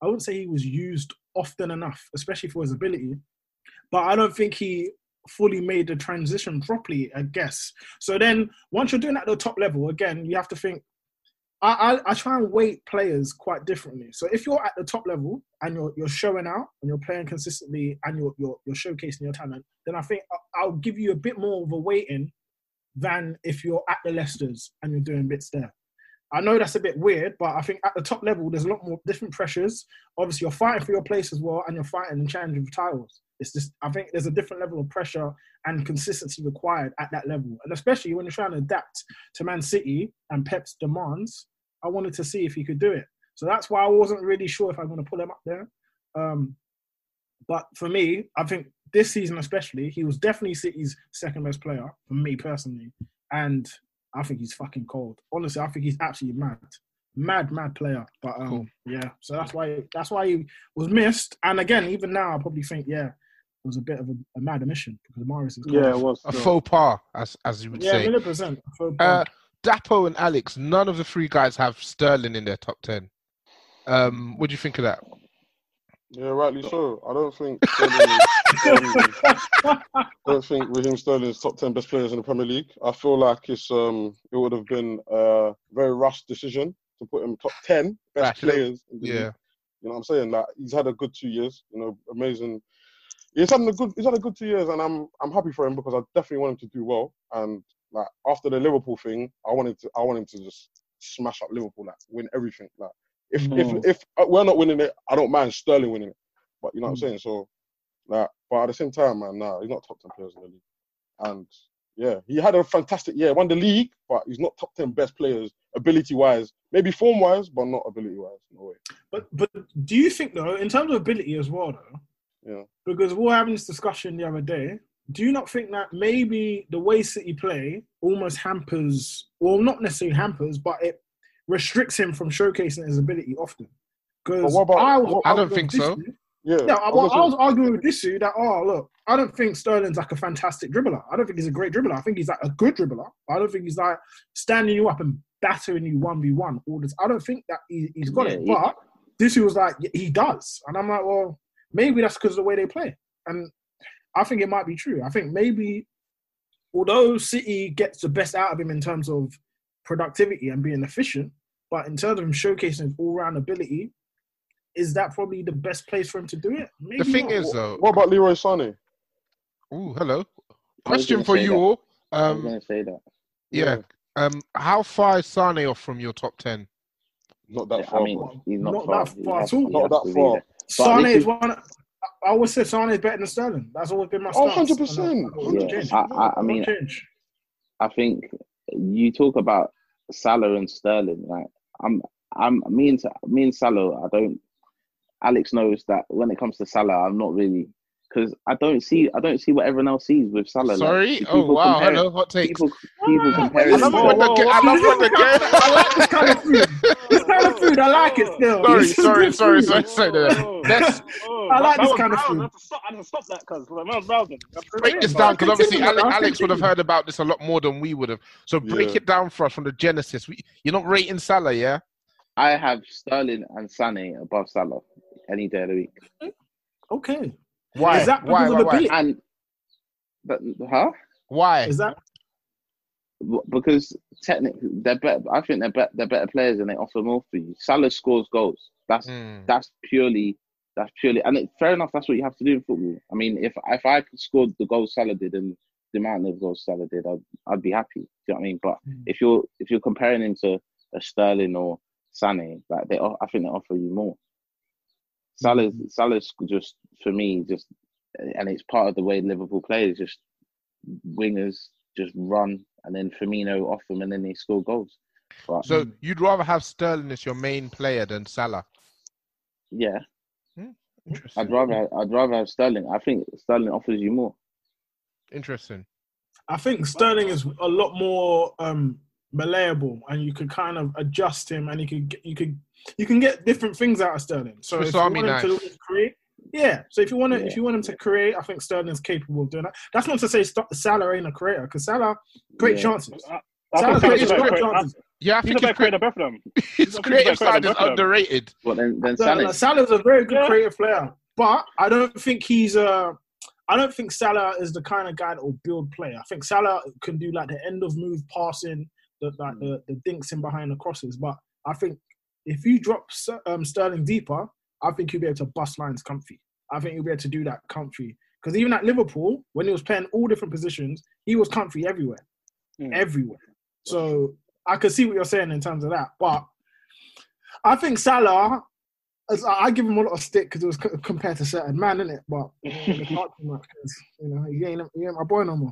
I wouldn't say he was used often enough, especially for his ability. But I don't think he fully made the transition properly. I guess so. Then once you're doing it at the top level, again, you have to think. I, I, I try and weight players quite differently. So if you're at the top level and you're, you're showing out and you're playing consistently and you're, you're, you're showcasing your talent, then I think I- I'll give you a bit more of a weighting than if you're at the Leicesters and you're doing bits there. I know that's a bit weird, but I think at the top level, there's a lot more different pressures. Obviously, you're fighting for your place as well, and you're fighting and challenging for titles. It's just, I think there's a different level of pressure and consistency required at that level. And especially when you're trying to adapt to Man City and Pep's demands, I wanted to see if he could do it. So that's why I wasn't really sure if I'm going to pull him up there. Um, but for me, I think this season especially, he was definitely City's second best player for me personally, and I think he's fucking cold. Honestly, I think he's absolutely mad, mad, mad player. But um, yeah, so that's why that's why he was missed. And again, even now, I probably think yeah, it was a bit of a, a mad omission because Morris is cold.
A faux pas, as, as you would
yeah,
say.
hundred percent.
Uh, Dapo and Alex, none of the three guys have Sterling in their top 10. Um, what do you think of that?
Yeah, rightly so. I don't think Sterling is, um, I don't think Raheem Sterling is top ten best players in the Premier League. I feel like it's um it would have been a very rushed decision to put him top ten best
Rash.
players. In the
Yeah.
league. you know what I'm saying. Like he's had a good two years. You know, amazing. He's had a good he's had a good two years, and I'm I'm happy for him because I definitely want him to do well. And like after the Liverpool thing, I wanted to I wanted to just smash up Liverpool, like win everything, like. If,
Mm.
if if uh, we're not winning it, I don't mind Sterling winning it. But you know what
Mm.
I'm saying? So, like, but at the same time, man, nah, he's not top 10 players in the league. And yeah, he had a fantastic year, won the league, but he's not top 10 best players ability wise, maybe form wise, but not ability wise. No way.
But but do you think though, in terms of ability as well though?
Yeah.
because we were having this discussion the other day. Do you not think that maybe the way City play almost hampers, well, not necessarily hampers, but it restricts him from showcasing his ability often?
But
Because
what about-
I, was
what- I don't
arguing
think
with
so.
Dissu-
Yeah.
Yeah, I,
I'm
well,
not sure.
I was arguing with this that oh look, I don't think Sterling's like a fantastic dribbler. I don't think he's a great dribbler. I think he's like a good dribbler. I don't think he's like standing you up and battering you one v one all this. I don't think that he, he's got
Yeah,
it.
he-
But this was like "Yeah, he does, and I'm like, well, maybe that's because of the way they play, and I think it might be true. I think maybe although City gets the best out of him in terms of productivity and being efficient, but in terms of him showcasing his all round ability, is that probably the best place for him to do it? Maybe
the thing
not.
is, though.
What about Leroy Sané?
Ooh, hello.
I was
Question
gonna
for
say
you
that.
all.
I was
Um,
gonna say that.
yeah. Um, how far is Sane off from your top 10?
Not that
I
far.
mean, he's not,
Not
far.
that
He
far
has-
at all.
he
Not
has
that
to be
far.
there. But
Sane
this
is one. I always said Sane is better than Sterling. That's always been my
Oh,
stance.
100%,
And I- I won't
Yeah,
change.
I, I, I
won't
mean,
change.
I think you talk about Salah and Sterling. Like, I'm, I'm, me and me and Salah. I don't. Alex knows that when it comes to Salah, I'm not really because I don't see, I don't see what everyone else sees with Salah. Like,
Sorry?
people
Oh, wow.
compare-
Hello. Hot takes.
People, people compare.
I love it when the, ga- I love when the game.
This kind of food. This kind of food. I like it still.
Sorry,
This is
sorry,
good
sorry,
food.
sorry, sorry. no, no. Let's
Oh,
I like this kind of food.
I had to stop that because like, I was browsing.
break this down because obviously
Continue,
Alex,
man,
Alex would have
continue.
heard about this a lot more than we would have. So break
Yeah.
it down for us from the genesis. We, you're not rating Salah, yeah?
I have Sterling and Sane above Salah any day of the week.
Okay.
Why?
Is that because
why?
of
Why?
the
Why?
beat?
And, but, huh?
Why?
Is that
W- because technically they're better. I think they're better. They're better players, and they offer more for you. Salah scores goals. That's
Mm.
that's purely that's purely. And it, fair enough, that's what you have to do in football. I mean, if if I could score the goals Salah did and the amount of goals Salah did, I'd, I'd be happy. Do you know what I mean? But
Hmm.
if you're if you're comparing him to a Sterling or Sane, like they, o- I think they offer you more. Salah's
Hmm.
Salah's just for me just, and it's part of the way Liverpool play is just wingers just run and then Firmino off them and then they score goals. But
So you'd rather have Sterling as your main player than Salah?
yeah, I'd
Hmm, Interesting.
rather I'd rather have Sterling. I think Sterling offers you more.
Interesting.
I think Sterling is a lot more um, malleable, and you could kind of adjust him, and you could get, you could you can get different things out of Sterling. So
Swiss
if you
Army
want him to
knife.
create, yeah. So if you want to,
Yeah.
if you want him to create, I think Sterling's capable of doing that. That's not to say St- Salah ain't a creator, because Salah great
Yeah.
chances.
I
Salah's
think
great,
Salah's
great
great.
chances.
Yeah, I
He's a
think
better
his, cre-
creator than both of them.
his
he's a
creative
better player
side
than
is
both of them.
underrated.
But then then
No,
Salah,
no, Salah's a very good
Yeah.
creative player, but I don't think he's a. I don't think Salah is the kind of guy that will build play. I think Salah can do like the end of move passing, the like the, the dinks in behind the crosses. But I think if you drop S- um, Sterling deeper, I think you'll be able to bust lines comfy. I think you'll be able to do that comfy. Because even at Liverpool, when he was playing all different positions, he was comfy everywhere everywhere. So I could see what you're saying in terms of that, but I think Salah, as I I give him a lot of stick because it was co- compared to certain man, innit? But you know, it's not too much 'cause, you know, he ain't he ain't my boy no more.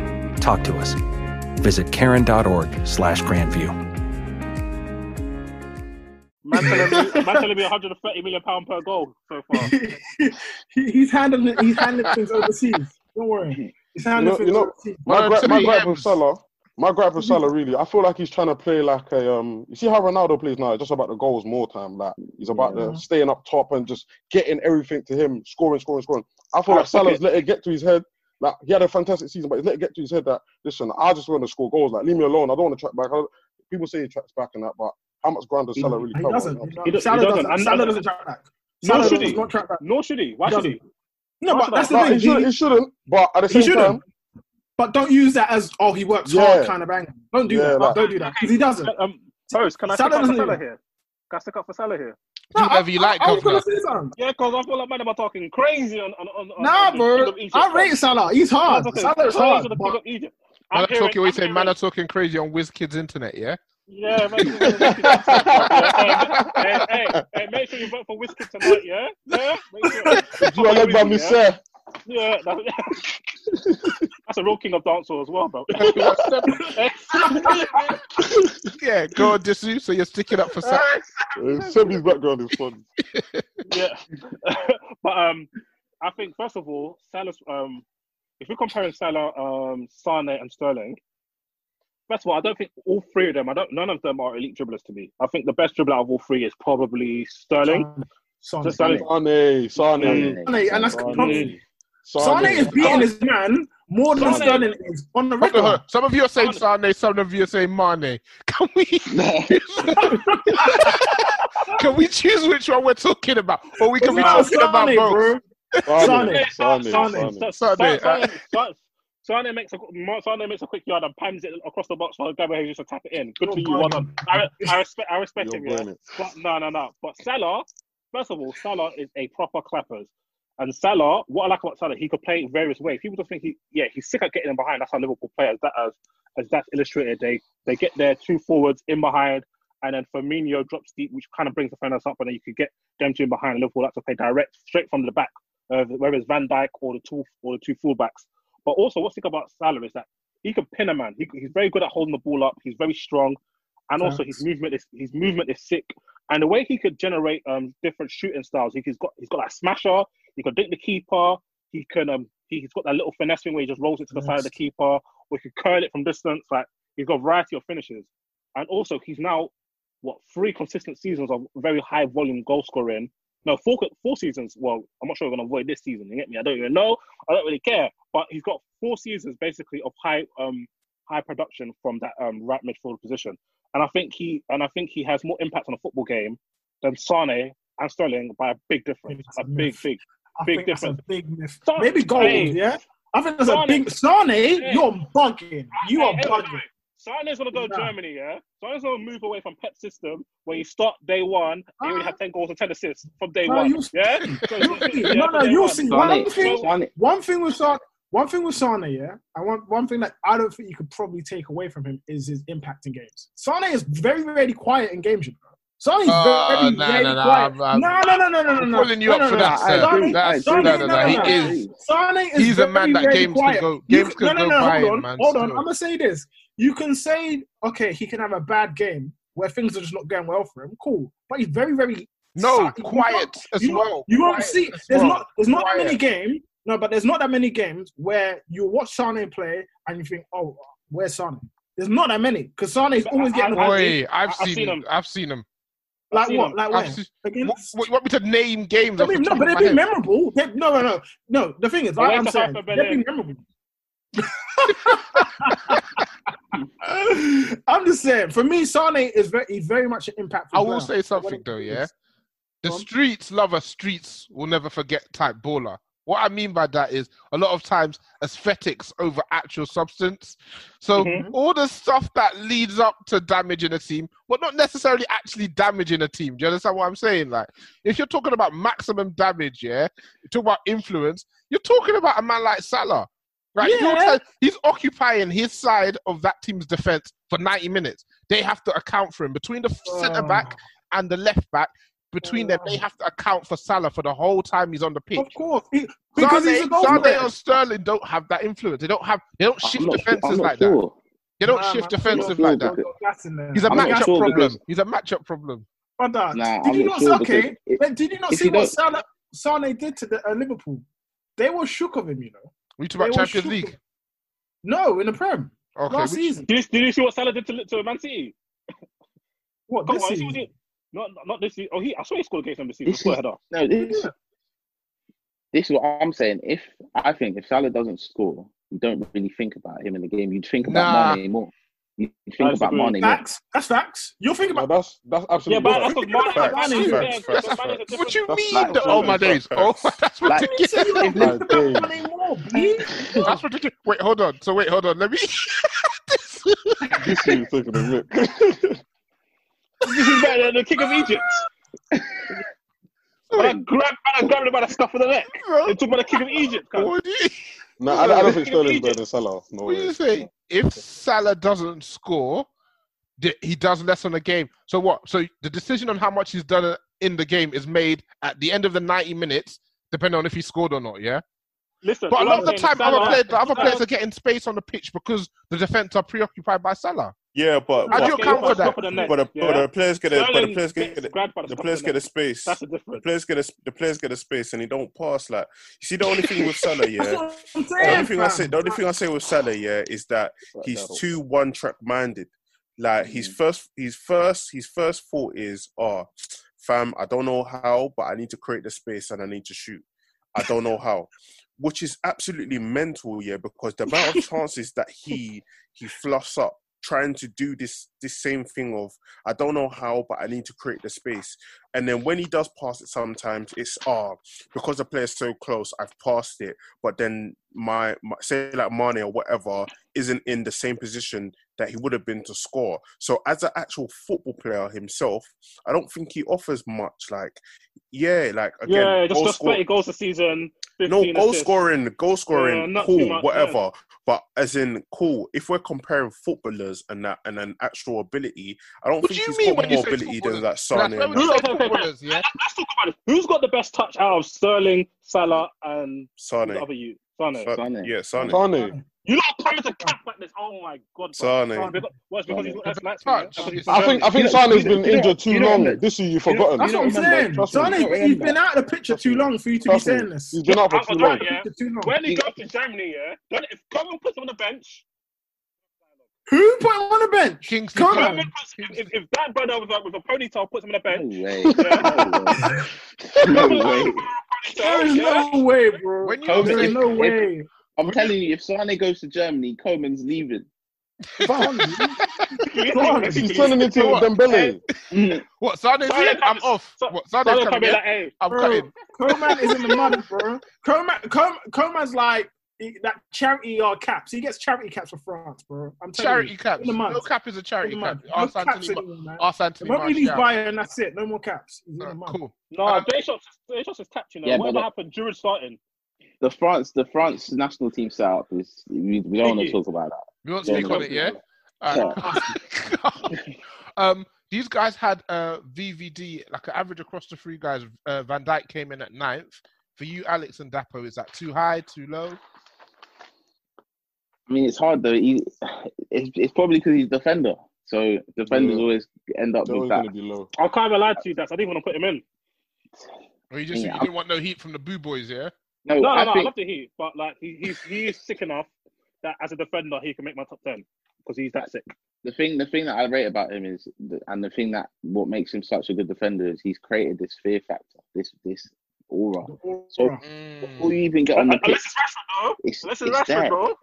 Talk to us. Visit karen.org slash grandview.
Man telling me, man telling me 130 million pound per goal so far.
He- he's handling he's handling things overseas. Don't worry, he's
You
handling
know, you
things
know
overseas.
my,
Well,
gripe,
to
my
the
gripe with
M's.
Salah, my gripe with Salah, really, I feel like he's trying to play like a um. You see how Ronaldo plays now? It's just about the goals more time. Like he's about the staying up top and just getting everything to him, scoring, scoring, scoring. I feel
Ah,
like
fuck
Salah's
it.
let it get to his head. Like he had a fantastic season, but he's let it get to his head that listen, I just want to score goals. Like leave me alone. I don't want to track back. I- people say he tracks back and that, but how much ground does
He-
Salah really
He
cover?
doesn't.
You know?
You
He
know,
do-
Salah
he doesn't.
doesn't.
And-
Salah doesn't track back.
Nor
Salah
should
does
he.
not track back.
Nor should he. Why should he?
No, but
After
that's
that,
the
Nah,
thing.
he shouldn't,
He-
he shouldn't. But at the
He
same time,
shouldn't. But don't use that as oh he works
Yeah.
hard kind of angle. Don't do
Yeah,
that.
like-
Don't do that because he doesn't.
Uh, Um, Boris, can I
Salah
stick up for
doesn't do
Salah
that.
here? Can I stick up for Salah here?
Do whatever you like,
I, I was
governor.
gonna say something.
Yeah, because I feel like man, am talking crazy on on on. on-
Nah,
on
bro.
Kingdom Egypt,
I rate
fam.
Salah. He's hard.
Man's talking
Salah is
crazy
hard.
on the
But
Kingdom Egypt.
Man
I'm
are talking,
hearing,
what you
I'm
say? Man
hearing-
are talking crazy on WizKids internet, yeah?
Yeah, man. you know, Wizkid, I'm sorry, man. hey, hey, hey, hey, make sure you vote for Whiskey tonight, yeah? Yeah? Make sure.
you are led by me,
Yeah?
sir.
Yeah, that's, that's a real king of dancehall as well, bro.
yeah, go on, Disu. So you're sticking up for Salah.
Uh, Semi's background is fun.
yeah. but um, I think first of all, Salah's um, if we're comparing Salah, um, Sane, and Sterling, first of all, I don't think all three of them. I don't. None of them are elite dribblers to me. I think the best dribbler of all three is probably Sterling.
Son,
Just Sterling.
Sane, Sane.
Hey, and that's
Sane.
comfy. Sane is beating his man more than
Sane-
Sterling is on the
Hold on, hold on.
record.
Some of you are saying Sane, some of you are saying Mane. Can we Can we choose which one we're talking about? Or we can be
No,
talking about
Sane,
both.
Sane, Sane, Sane,
Sane,
Sane,
uh,
Sane, Sane makes a Sane makes a quick yard and pans it across the box while Gabriel just to tap it in. Good for you, well done. I, re- I respect, I respect
You're
him, yeah.
brilliant.
But no, no, no. But Salah, first of all, Salah is a proper clappers. And Salah, what I like about Salah, he could play in various ways. People just think he, yeah, he's sick at getting in behind. That's how Liverpool play, as that as, as that's illustrated. They they get their two forwards in behind, and then Firmino drops deep, which kind of brings the finance up, and then you could get them two in behind. And Liverpool like to play direct, straight from the back, uh, whether it's Van Dijk or the two or the two fullbacks. But also, what's sick about Salah is that he can pin a man. He, he's very good at holding the ball up. He's very strong, and also his movement is his movement is sick. And the way he could generate um different shooting styles, he- he's got he's got that smasher. He can dink the keeper. He can um he, he's got that little finesse thing where he just rolls it to the side of the keeper, or he can curl it from distance. Like he's got a variety of finishes, and also he's now what three consistent seasons of very high volume goal scoring. No, four four seasons. Well, I'm not sure we're gonna avoid this season. You get me? I don't even know. I don't really care. But he's got four seasons basically of high um high production from that um right midfield position. And I think he and I think he has more impact on a football game than Sane and Sterling by a big difference. A big, big,
I
big
think that's a
difference.
big myth.
Sane-
Maybe gold,
Hey.
yeah? I think that's
Sane-
a big. Sane,
Yeah.
you're bugging. You are
Hey, hey,
bugging.
Sane's gonna go
Nah.
Germany, yeah. Sane's gonna move away from Pep's system where you start day one and you already have ten goals and ten assists from day
Nah,
one.
you-
yeah,
no, no, you'll see. One thing,
Sane,
one thing with Sane, one thing with Sane, yeah, and one one thing that I don't think you could probably take away from him is his impact in games. Sane is very rarely quiet in games, you know. Sane is
Uh,
very
nah,
rarely
nah, nah,
quiet.
I'm- I'm-
No, no, no, no, no, no,
I'm
no.
pulling you
No,
up
no,
for
no,
that,
no.
sir.
Sane-
Dude, that-
Sane-
no, no, no, he
no.
is-
Sane is
he's a man
very
that
rarely
games could
quiet.
go-
You
games
could-
could
no, no,
go
no,
by
hold
him,
on,
man,
Hold on,
still.
I'm gonna say this. You can say, okay, he can have a bad game where things are just not going well for him. Cool, but he's very, very
No,
si-
quiet as
you, won't-
well.
You won't
Quiet
see.
as
There's
well.
not. There's not that many
Quiet.
games. No, but there's not that many games where you watch Sane play and you think, oh, where's Sane? There's not that many because Sane is always getting. the
Boy,
ball.
I've seen him. I've seen him.
Like what? Like when?
I've seen-
Against-
What- You want me to name games?
I
off the
mean, no,
top
but they'd
of my
be
head?
memorable. They- no, no, no, no. The thing is, like
Away
I'm
to
saying,
Harper
they'd be
Berlin.
memorable. I'm just saying. For me, Sane is very, he's very much an impactful.
I will
player.
say something though, yeah. The streets love a streets will never forget type baller. What I mean by that is a lot of times aesthetics over actual substance. So
Mhm.
all the stuff that leads up to damaging a team, but not necessarily actually damaging a team. Do you understand what I'm saying? Like if you're talking about maximum damage, yeah, you talk about influence, you're talking about a man like Salah. Right? You're
Yeah.
tell- he's occupying his side of that team's defense for 90 minutes. They have to account for him between the
Oh.
centre back and the left back. Between them, they have to account for Salah for the whole time he's on the pitch. Of
course,
because he's a
Sane,
goal
Sane
threat.
or Sterling don't have that influence. They don't have. They don't shift
not su- I'm
defenses
not
like
sure.
that. They don't
Nah,
shift
man,
defensive
you're-
like
you're-
that.
you're gassing there.
He's a
I'm not
matchup
sure
problem.
because-
He's a matchup problem.
But uh, did
Nah, I'm
you
not
not
sure
okay?
because it-
but did you not
if
see
you
what
don't-
Salah, Sane did to the, uh, Liverpool? They were shook of him, you know.
We
talking
They
about
were
Champions
shook
League?
of- No, in the Prem.
Okay,
last
which-
season.
Did you, did you see what Salah did to, to Man City?
What
Come
this
on, he
season?
did- Not not this season. Oh, he I saw he scored against them this season.
This
Scored a
is-
header.
no, this- this is what I'm saying. If I think if Salah doesn't score, you don't really think about him in the game. You think
Nah.
about Mane more. You think about Mane more.
Facts. That's facts. You're thinking about
that's that's absolutely
Yeah, but that's what Mane-
facts.
Mane-
Facts,
Mane-
facts, facts.
What you
That's
mean?
like-
the- oh my days! Oh, that's
Like-
ridiculous.
If my days.
that's ridiculous. Wait, hold on. So wait, hold on. Let me.
This is taking a rip.
This is better than the King of Egypt. and I grabbed and I grabbed him by the scuff of the neck. They took by the King of Egypt.
What do you,
No, I, I don't think Sterling's better than Salah. No
What do you
way.
say? If Salah doesn't score, th- he does less on the game. So what? So the decision on how much he's done in the game is made at the end of the 90 minutes, depending on if he scored or not. Yeah.
Listen,
But a
all
lot
I'm
of the
saying is
time, other
Salah-
players, the other
Salah-
players are getting space on the pitch because the defense are preoccupied by Salah.
Yeah, but
How do
but,
you account for that?
But the, but the players get a, but the players get a,
by the
the players get a space. That's
the difference.
The players get a, the players get a space, and he don't pass. Like you see, the only thing with Salah, yeah.
That's what I'm
the only
saying,
thing I
fam.
say, the only thing I say with Salah, yeah, is that he's too one track minded. Like his first, his first, his first thought is, "Oh, fam, I don't know how, but I need to create the space and I need to shoot." I don't know how, which is absolutely mental, yeah, because the amount of chances that he he fluffs up trying to do this this same thing of I don't know how, but I need to create the space. And then when he does pass it, sometimes it's ah because the player's so close, I've passed it, but then my, my say like Mane or whatever isn't in the same position that he would have been to score. So as an actual football player himself, I don't think he offers much. Like yeah, like again,
yeah, just,
goal
just
score-
30 goals a season.
no
15
goal
assists.
scoring, goal
Yeah,
scoring,
not too
cool,
much,
whatever.
yeah.
But as in cool, if we're comparing footballers and that and an actual ability, I don't think he's got more ability than like Sane. and
Who-
that.
okay, okay, Let's talk about it. Who's got the best touch out of Sterling, Salah, and
Sane.
the other you? Sane.
Sa- Yeah, Sane.
Sane.
You lot come into camp like this. Oh my god. bro.
Sane.
Sane. Because- Well, it's because he's got less touch.
I think I think Sane's been injured too long. This is you forgotten.
That's what I'm saying. Sane, he's been out of the picture too long for you to be
Trust me.
saying this.
He's been out for
Out of
too long.
the picture too long.
When he goes to Germany, yeah, then if Coleman puts him on the bench,
Who put him on the bench?
Kingsley
Come on.
Coleman puts, if, if that brother with a, with a ponytail puts him on the bench,
way.
No
way.
There is no way, bro.
When
you there is no way.
I'm telling you, if Sane goes to Germany, Coleman's leaving.
He's turning into
What?
Dembele.
What? Sane's
Sane
in? I'm off. What? Sane's
Sane
coming
come in
in?
like, hey,
I'm
Bro,
cutting.
Coman is in the mud, bro. Coman, Com, Coman's like he- that charity yard caps. He gets charity caps for France, bro. I'm telling
Charity
you,
caps.
In the mud.
No cap is a charity
In the
cap.
mud.
Arse
No caps
Anthony
anymore, man.
Ma- Arse
The
Anthony
moment we leave
Martial.
Bayern, that's it. No more caps. He's in the mud.
Cool.
no,
Uh,
Um,
Jay Shots, Jay Shots is tapped, you know.
Yeah, but
Whatever
the-
happened, Giroud's starting.
The France, the France national team setup is we, we don't
Thank
want to
you.
talk about that.
We won't
Don't
speak on
wanna
it, yeah?
talk
Alright.
about that.
um, these guys had uh, VVD, like an average across the three guys. Uh, Van Dyke came in at ninth. For you, Alex and Dapo, is that too high, too low?
I mean, it's hard though. He, it's, it's probably because he's defender. So defenders
Yeah.
always end up
They're
with
always
that.
gonna be low.
I can't even lie to you, that's I didn't want to put him in.
Or you just
Yeah.
you didn't want no heat from the Boo Boys, yeah?
No,
No, no,
I
no, I
think
love the Heat, but like he, he's he is sick enough that as a defender he can make my top ten because he's that sick.
the thing, the thing that I rate about him is, the, and the thing that what makes him such a good defender is he's created this fear factor, this this aura. So before you even get on the pitch,
Unless it's Rashford, though. Unless
It's-
it's,
it's
Rashford,
there.
bro.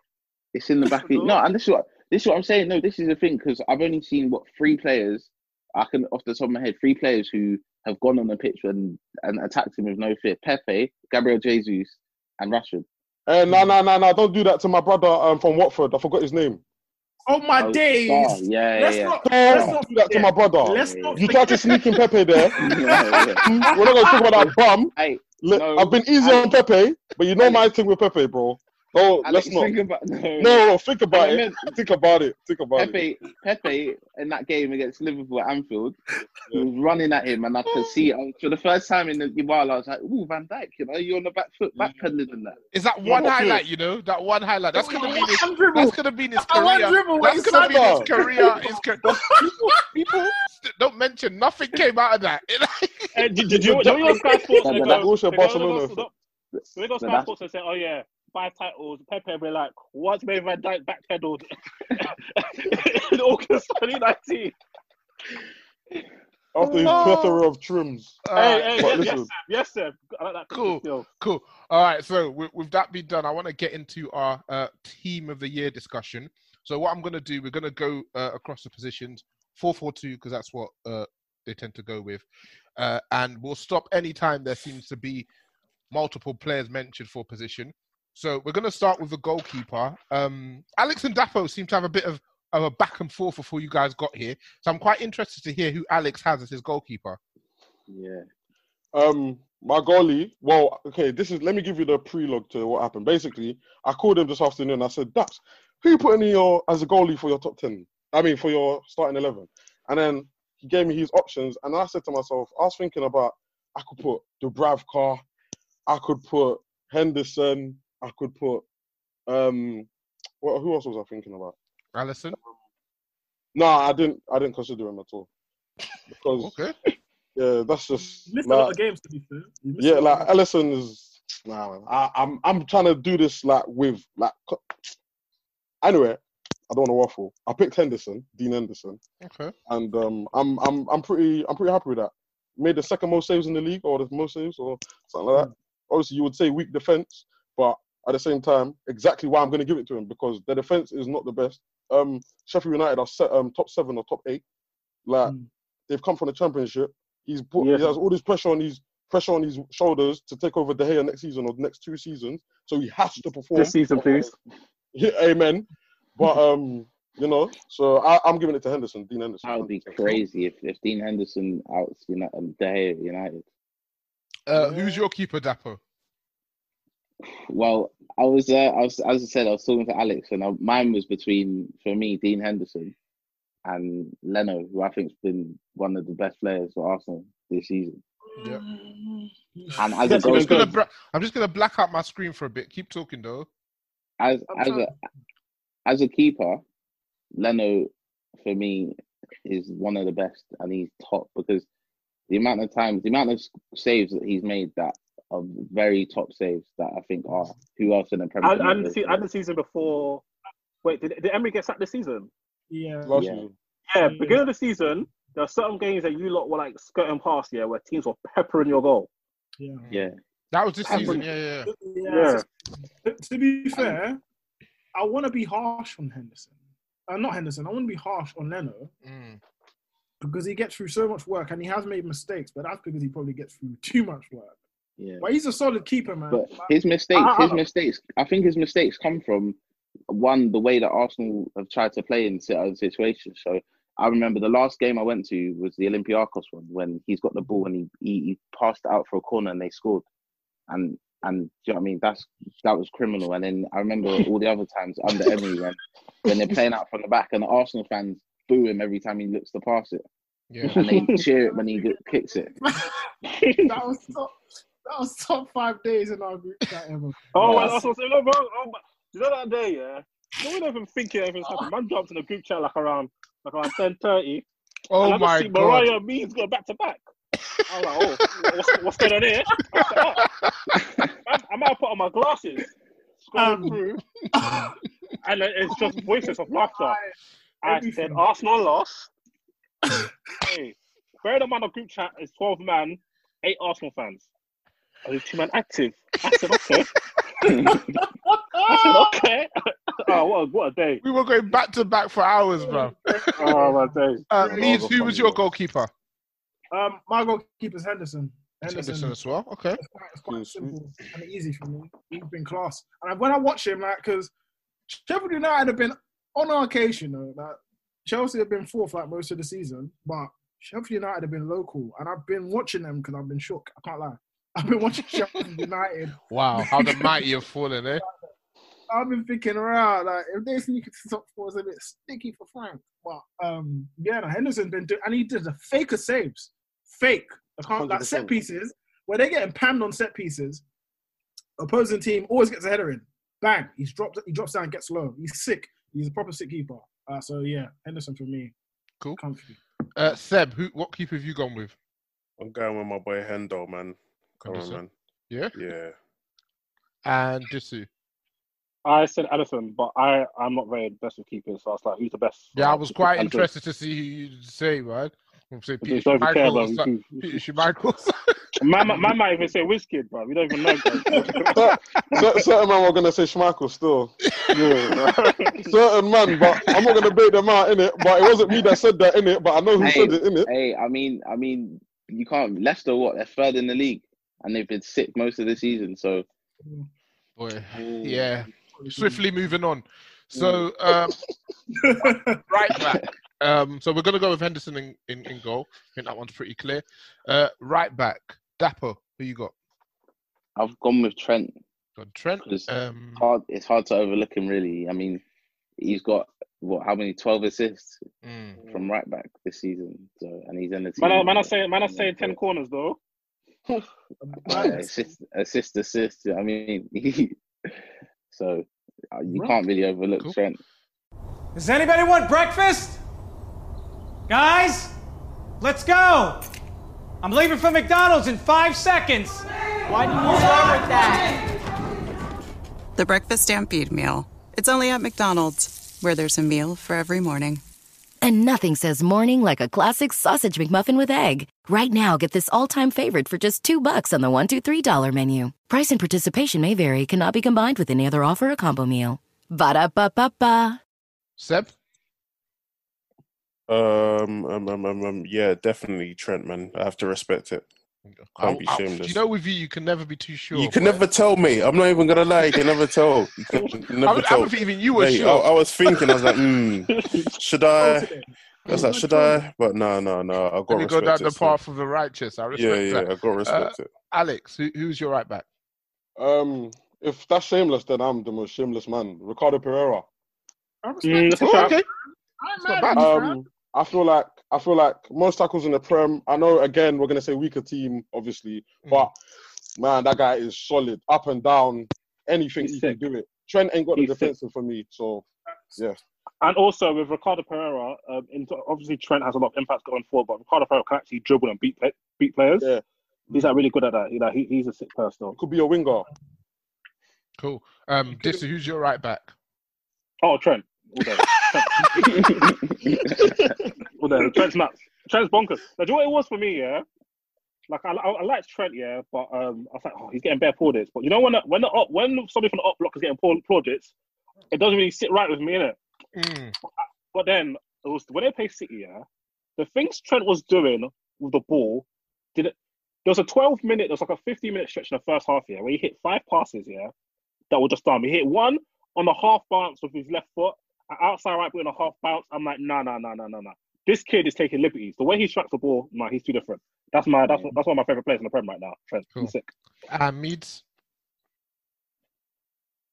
It's in the back. Of, no, and this is what this is what I'm saying. No, this is the thing because I've only seen what three players I can off the top of my head three players who have gone on the pitch and and attacked him with no fear: Pepe, Gabriel Jesus, and Rashford.
Hey, no, no, no, no! Don't do that to my brother um, from Watford. I forgot his name.
Oh my
Oh,
days.
Star, yeah,
let's
yeah,
not.
Don't
Let's not
do that to my brother.
Let's not.
You tried to sneak in Pepe there.
yeah. yeah, yeah.
We're not gonna talk about that bum.
Hey,
Look,
no,
I've been easy on Pepe, but you know my thing with Pepe, bro. No,
Alex,
let's not.
think about- no,
No, no, think about
I
it.
meant-
Think about it. Think about it.
Pepe, Pepe in that game against Liverpool at Anfield he was running at him, and I could see I, for the first time in the while I was like, "Ooh, Van Dijk, you know, you're on the back foot,
Mm.
backpedaling and that."
Is that
Yeah,
one
that's
highlight,
it.
you know? That one highlight. That's going to be his,
One dribble.
that's gonna be in his
I want
career.
dribble when
That's
he's
going to be in his
up.
career. His career. people, people don't mention nothing came out of that.
Hey, did, did you know your Sky Sports?
That-
they
that-
go-
also a
they go- they go-
Barcelona
they go- They go
But
Sky
that's-
Sports and say, "Oh yeah, five titles." Pepe be like, "What's made Van Dijk backpedaled in August 2019?"
After his
No.
plethora of trims.
Hey,
Alright,
hey, yes, yes,
but listen.
sir. Yes, sir. I like that.
Cool.
Yo.
cool. All right. So with, with that being done, I want to get into our uh, team of the year discussion. So what I'm going to do, we're going to go uh, across the positions, four four two, because that's what uh, they tend to go with, uh, and we'll stop any time there seems to be multiple players mentioned for position. So we're going to start with the goalkeeper. Um, Alex and Dapo seem to have a bit of, of a back and forth before you guys got here. So I'm quite interested to hear who Alex has as his goalkeeper.
Yeah,
Um, my goalie. Well, okay. This is. Let me give you the prelogue to what happened. Basically, I called him this afternoon. I said, "Daps, who you putting in your as a goalie for your top ten? I mean, for your starting eleven? And then he gave me his options, and I said to myself, I was thinking about I could put Dubravka, I could put Henderson, I could put um, what, who else was I thinking about?
Allison.
No, I didn't. I didn't consider him at all because
Okay.
yeah, that's just
You missed a
like-
lot of games to be fair. You missed
yeah,
a lot
like
of-
Ellison is. Nah, man. I, I'm I'm trying to do this like with like. co- Anyway, I don't want to waffle. I picked Henderson, Dean Henderson,
Okay.
and um, I'm
Hmm.
I'm I'm pretty I'm pretty happy with that. Made the second most saves in the league, or the most saves, or something like that. obviously you would say weak defense, but at the same time, exactly why I'm going to give it to him because the defense is not the best. Um, Sheffield United are set, um, top seven or top eight. Like they've come from the championship. He's put, he
Hmm. Yeah.
has all this pressure on his pressure on his shoulders to take over De Gea next season or the next two seasons. So he has to perform
This season, please.
Yeah, amen. But um, you know, so I, I'm giving it to Henderson, Dean Henderson.
That would be crazy if, if Dean Henderson out United, um, De Gea at United.
Uh, who's your keeper, Dapper?
Well, I was, uh, I was, as I said, I was talking to Alex, and I, mine was between for me Dean Henderson and Leno, who I think's been one of the best players for Arsenal this season.
Yeah.
And as a
I'm just gonna
goalkeeper,
bra- I'm just gonna black out my screen for a bit. Keep talking though.
as as a as a keeper, Leno for me is one of the best, and he's top because the amount of times, the amount of s- saves that he's made that are very top saves that I think are who else in the Premier
I,
League
I, didn't
is-
see, I didn't season before. Wait, did, did Emery get sacked this season?
Yeah.
Last season.
Yeah, beginning of the season, there are certain games that you lot were like skirting past, yeah, where teams were peppering your goal.
Yeah.
Yeah.
That was this
That
season.
was-
Yeah, yeah.
Yeah. To, to be fair, I want to be harsh on Henderson. Uh, not Henderson. I want to be harsh on Leno
Mm.
because he gets through so much work and he has made mistakes, but that's because he probably gets through too much work.
Yeah.
But he's a solid keeper, man. Uh-uh.
But
Like,
his mistakes,
I- I-
his mistakes. I think his mistakes come from one the way that Arsenal have tried to play in certain situations. So I remember the last game I went to was the Olympiacos one when he's got the ball and he he, he passed it out for a corner and they scored. And and do you know what I mean? That's that was criminal. And then I remember all the other times under Emery when when they're playing out from the back and the Arsenal fans boo him every time he looks to pass it.
Yeah.
And they cheer it when he go- kicks it.
that was top. That was top five days in our group chat ever.
Oh, well, that's what's no, bro. Oh, my. You know that day, yeah? No one even thinking anything's happened. Man jumped in the group chat like around like around ten thirty.
Oh
and I just
my
see
God.
Mariah and me's go back to back. I'm like, oh, what's, what's going on here? I said, oh. Man, I might put on my glasses, scrolling
Um,
through, and then it's just voices of laughter. I said, Arsenal lost. hey, bear the man of group chat is 12 man, 8 Arsenal fans. Are the two man active? I said, okay. I said, okay. oh, what a, what a day.
We were going back to back for hours, bro.
Oh, my days.
Uh, Leeds, who was your goalkeeper?
Um, my goalkeeper's Henderson. Henderson.
Henderson as well. Okay.
It's quite simple and easy for me. He's been class. And when I watch him, like, because Sheffield United have been on our case, you know, like, Chelsea have been fourth like most of the season, but Sheffield United have been local, and I've been watching them because I've been shook. I can't lie. I've been watching Sheffield United.
Wow, how the mighty have fallen, eh?
I've been thinking around like if they sneak into the top four, it's a bit sticky for Frank. But um, yeah, no, Henderson's been doing, and he did the faker saves, fake. I can't like set
100%.
pieces where they're getting panned on set pieces. Opposing team always gets a header in. Bang! He's dropped. He drops down, gets low. He's sick. He's a proper sick keeper. Uh, so yeah, Henderson for me.
Cool.
Comfy.
Uh, Seb, who, what keeper have you gone with?
I'm going with my boy Hendo, man. Come on,
Henderson.
man.
Yeah.
Yeah.
And Disu.
I said Edison, but I, I'm not very best with keepers, so I was like, who's the best?
Yeah, I was quite
I'm good.
interested to see who you'd say, man. I'm saying
We
Peter
don't even care
Schmeichel or
about
so-
who-
Peter Schmeichel.
My, my, my might even say Wizkid, bro. We don't even know. Bro.
Cer- certain man were gonna say Schmeichel still. Yeah. certain man, but I'm not gonna bait them out in it. But it wasn't me that said that in it. But I know who
hey,
said it in it.
hey, I mean, I mean, you can't. Leicester, what? They're third in the league, and they've been sick most of the season. So,
Boy, yeah.
Mm.
Swiftly moving on. So, um,
Mm.
right back. Um, so we're going to go with Henderson in, in, in goal. I think that one's pretty clear. Uh, right back. Dapper, who you got?
I've gone with Trent.
Got Trent.
It's
um,
hard. It's hard to overlook him, really. I mean, he's got what? How many? Twelve assists
Mm.
from right back this season. So, and he's in the team.
man, I- man, I say, man, I say ten corners though.
Uh, assist, assist, assist. I mean, so uh, you can't really overlook Trent.
Does anybody want breakfast? Guys, let's go. I'm leaving for McDonald's in five seconds. Why do you start with that?
The breakfast stampede meal. It's only at McDonald's, where there's a meal for every morning.
And nothing says morning like a classic sausage McMuffin with egg. Right now, get this all-time favorite for just two bucks on the one, two, three dollar menu. Price and participation may vary. Cannot be combined with any other offer or combo meal. Ba da ba ba ba.
Seb.
Um, um, um, um, um, yeah, definitely Trent, man. I have to respect it. Can't be
Ow, ow.
shameless.
You know, with you, you can never be too sure.
You can
but-
never tell me. I'm not even gonna lie. You can never tell. You can never
I, would, I
tell.
would think even you were
Mate,
sure.
I, I was thinking. I was like, mm, should I? I was like, should I? But no, no, no. I got
Let me go
respect
down
it,
the
so-
path of the righteous. I respect
Yeah, yeah.
that.
I got respect
Uh,
it.
Alex, who, who's your right back?
Um, if that's shameless, then I'm the most shameless man. Ricardo Pereira.
Mm, that's a shout.
Not bad. Um, I feel like I feel like most tackles in the prem. I know again we're gonna say weaker team, obviously,
Hmm.
but man, that guy is solid up and down. Anything he can do it. Trent ain't got the
He's sick.
defensive for me, so yeah.
And also with Ricardo Pereira, um, in, obviously Trent has a lot of impact going forward, but Ricardo Pereira can actually dribble and beat play, beat players.
Yeah.
He's like really good at that. You know, he, he's a sick person.
Could be a winger.
Cool. Um, Dixie, who's your right back?
Oh, Trent. All day. All day. Trent's nuts. Trent's bonkers. Now, do you know what it was for me? Yeah. Like I, I, I liked Trent, yeah, but um, I was like, oh, he's getting better plaudits. But you know when the, when the up, when somebody from the up block is getting poor plaudits, it doesn't really sit right with me, innit?
Mm.
But then it was when they play City, yeah, the things Trent was doing with the ball did it. There was a 12 minute, there was like a 15 minute stretch in the first half, yeah, where he hit five passes, yeah, that were just dumb. He hit one on the half bounce with his left foot, an outside right foot on a half bounce. I'm like, nah, nah, nah, nah, nah, nah. This kid is taking liberties. The way he strikes the ball, nah, he's too different. That's my that's that's one of my favorite players in the Prem right now. Trent, he's sick.
Uh, Meads.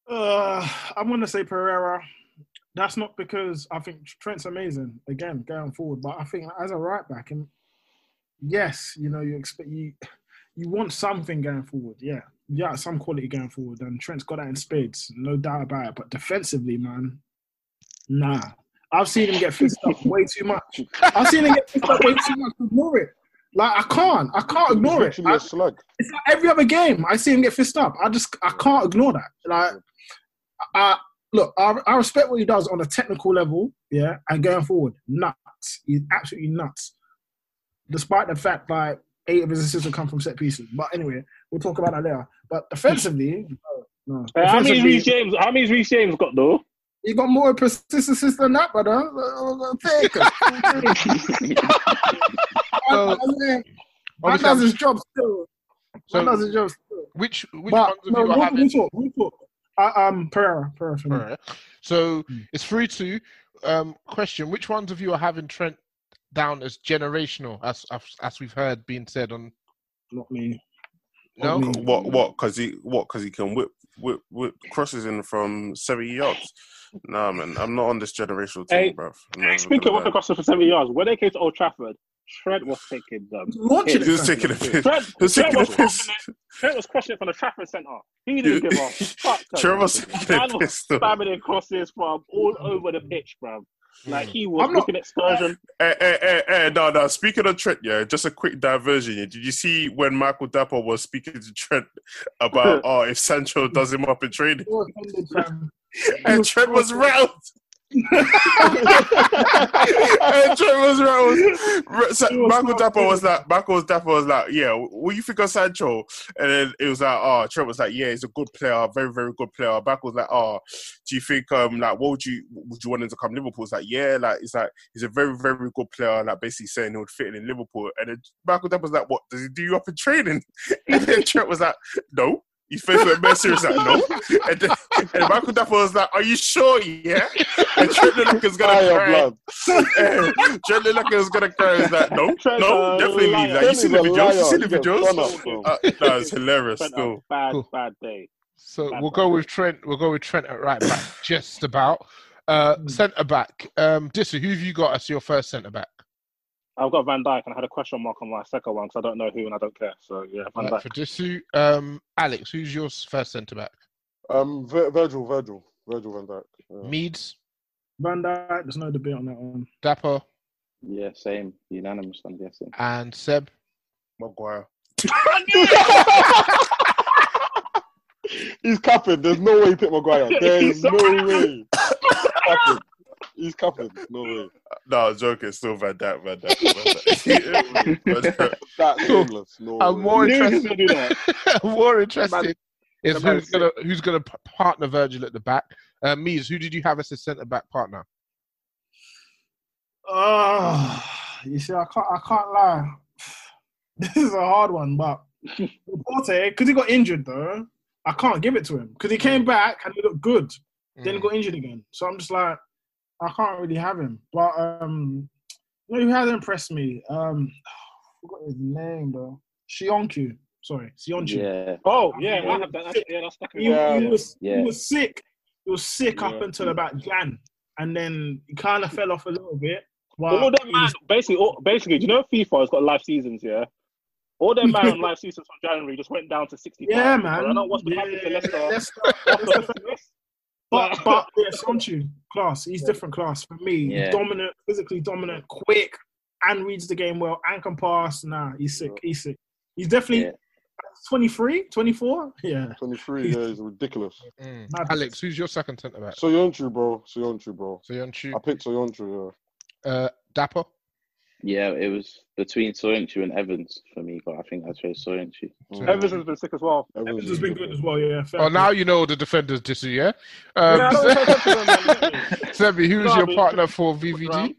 Uh, I'm gonna say Pereira. That's not because I think Trent's amazing again going forward, but I think as a right back, and yes, you know you expect you you want something going forward. Yeah, yeah, some quality going forward, and Trent's got that in spades, no doubt about it. But defensively, man, nah. I've seen him get fist up way too much. I've seen him get fist up way too much. Ignore it. Like I can't, I can't ignore it.
literally a
I-
slug.
it's like every other game I see him get fist up. I just I can't ignore that. Like I look, I, I respect what he does on a technical level, yeah, and going forward, nuts. He's absolutely nuts. Despite the fact like eight of his assists will come from set pieces. But anyway, we'll talk about that later. But defensively, no, no.
Hey, Uh, how many
Defensively,
Reece James? How many Reece James got though?
he got more persistence than that, brother. Uh, Take it. Man man does his job still.
So-
Man does his job still.
Which which
But,
ones of
no,
you are
we'll-
having?
we'll talk, we'll talk. Uh, um, Pereira, Pereira. for me.
Pereira. So it's three two. Um, question: Which ones of you are having Trent down as generational, as as, as we've heard being said on?
Not me.
No.
What? What? Because he what? Because he can whip whip whip crosses in from seventy yards. Nah, man, I'm not on this generational team,
Hey,
bruv. I'm
Hey,
not
Speaking
gonna
of
lie.
what across for 70 yards, when they came to Old Trafford, Trent was taking them.
Launching it. He was taking a piss.
Trent,
He was
Trent
taking a
was
piss.
crushing it. Trent was crushing it from the Trafford Centre. He didn't
Yeah.
give a fuck.
Trent was taking a
Man was
piss, though.
Spamming in crosses from all over the pitch, bruv. Like he was
I'm not-
looking at excursion.
Eh, eh, eh, eh, no, no. Speaking of Trent, yeah, just a quick diversion. Yeah. Did you see when Michael Dapper was speaking to Trent about, oh, if Sancho does him up in training? and Trent was rattled. and Trent was rattled. Re- Sa- Michael Dapper was like, Michael Dapper was like, yeah, what do you think of Sancho? And then it was like, oh, Trent was like, yeah, he's a good player, very, very good player. Michael was like, oh, do you think um like what would you would you want him to come to Liverpool? It's like yeah, like it's like he's a very very good player. Like basically saying he would fit in in Liverpool. And then Michael Dapper was like, what does he do you up in training? And then Trent was like, no. His face went messy. He was like, no. And, then, and Michael Dapper was like, are you sure? Yeah. And Trent looked like he was gonna cry. And Trent looked like he was gonna cry. He was like, no,
Trent's
no,
a
definitely.
liar.
Like, you see the
Trent is a
videos? You see the
liar. He's a
videos?
gun-up,
Uh, no, it's hilarious.
Trent,
Still.
a bad, bad day.
So we'll go with Trent. We'll go with Trent at right back, just about. Uh,
Hmm.
centre back. Um, Dissa, who've you got as your first centre back?
I've got Van Dyke and I had a question mark on my second one because I don't know who and I don't care. So yeah, Van
Right,
Dyke.
for Dissou, um, Alex, who's your s- first centre back?
Um, Vir- Virgil, Virgil, Virgil Van Dijk. uh,
Meads.
Van Dijk. There's no debate on that one.
Dapper
Yeah, same. Unanimous, I'm guessing.
and Seb.
Maguire.
He's capping. There's no way he picked Maguire. There is no way. He's cupping. No way.
Uh, No, I'm joking. Still Van Dyke, Van Dyke. Van Dyke.
That's England. No
I'm
way.
more
Knew he was
interested.
gonna do that.
I'm more
That man-
interested is
that man
who's
is
gonna who's gonna p- partner Virgil at the back. Uh, Mies, who did you have as a centre back partner?
Uh, you see, I can't, I can't lie. This is a hard one, but Porte, because he got injured though, I can't give it to him because he
Mm.
came back and he looked good, then he got injured again. So I'm just like, I can't really have him. But um, you know who has impressed me? Um, forgot his name though. Shionku. Sorry, Sionchu.
Yeah.
Oh
yeah, I have that. That's- yeah, that's stuck in
He,
my
he
head.
was
Yeah.
he was sick. He was sick up
Yeah.
until about Jan, and then he kind of fell off a little bit.
Well, all
But
that man, basically, all, basically, do you know FIFA has got live seasons, yeah? All that man on live seasons from January just went down to 60.
Yeah, man.
I don't know what's been happening to Leicester.
but but yeah, Sonchu class. He's different class for me.
Yeah.
Dominant, physically dominant, quick, and reads the game well and can pass. Nah, he's sick. He's sick. He's definitely
Yeah.
23, 24. Yeah.
23, yeah, it's ridiculous.
Mm. Alex, who's your second centre back?
So Yontru, bro. So Yontru, bro.
So Yontru.
I picked Soyontru,
yeah. Uh, Dapper?
Yeah, it was between Soyuncu and Evans for me, but I think I chose Soyuncu.
Evans has been sick as well.
Evans has been good as well. Yeah. fair
Oh,
play.
now you know the defenders this year. Um, Sebi, who's
No,
your
but-
partner for VVD?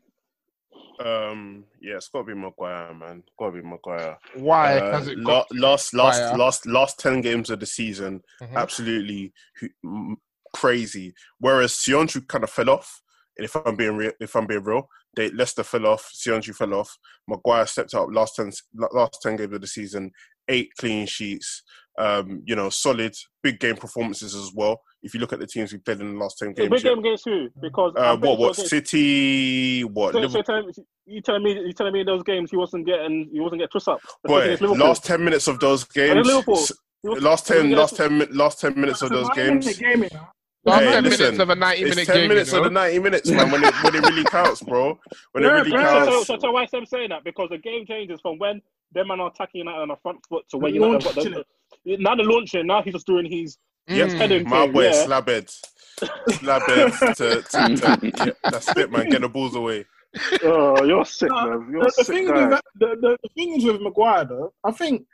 Um, yeah, it's got to be Maguire, man. Got to be Maguire. Uh,
Why has it
lo-
got to be
last last
Maguire?
last last ten games of the season?
Mhm.
Absolutely hu- m- crazy. Whereas Sionchu kind of fell off. And if I'm being re- if I'm being real, they Leicester fell off. Sionchu fell off. Maguire stepped up last ten s- la- last ten games of the season. Eight clean sheets. Um, you know, solid big game performances as well. If you look at the teams we played in the last ten
The
games,
big
yeah.
game against who? Because I
uh,
bet
what
those
what
games-
City? What
So, so
Liverpool?
tell me, you telling me you telling me in those games he wasn't getting he wasn't getting truss up. Especially
Boy,
against Liverpool.
last ten minutes of those games.
Liverpool.
s-
Liverpool.
Last ten,
Yeah.
last ten, mi- last ten minutes of
It's a
those
nine-minute
games.
game, you know.
Last
Hey,
10 minutes
listen,
of a 90-minute
it's 10
game,
minutes
you
of
know?
the 90 minutes, man, when it, when it really counts, bro. When it really
so,
counts.
so, so why is Sam saying that? Because the game changes from when them man are attacking United on the front foot to when
They're
United have got
launching
the, now they're launching. Now he's just doing his
Yep,
his heading
Mm. my
thing,
boy,
yeah.
slab it. Slab it to, to, to, yeah, that's it, man. Get the balls away.
Oh, you're sick, man.
the, the thing with the, the, the thing is with Maguire though, I think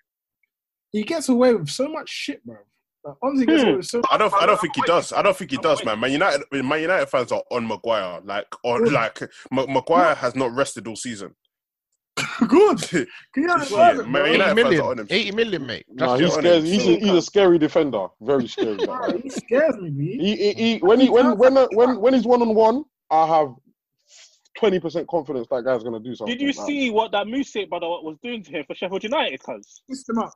he gets away with so much shit, bro. Like, honestly, he
Hmm.
gets away with so.
I don't. I don't think he does. I don't think he does, man. Man United. Man United fans are on Maguire. Like on. Like Ma- Maguire has not rested all season.
Good.
Yeah, Man United
80
million. fans
million,
are on him.
80 million, mate.
Nah,
That's
he's,
your
scares,
honest.
he's, a, he's a scary defender. Very scary. that guy.
He scares me, B.
he, he, he, when, he, when, when, when, when he's one on one, I have 20% confidence that guy's going to do something.
Did you
man.
see what that Musa brother was doing to him for Sheffield United? Cause
fist him up.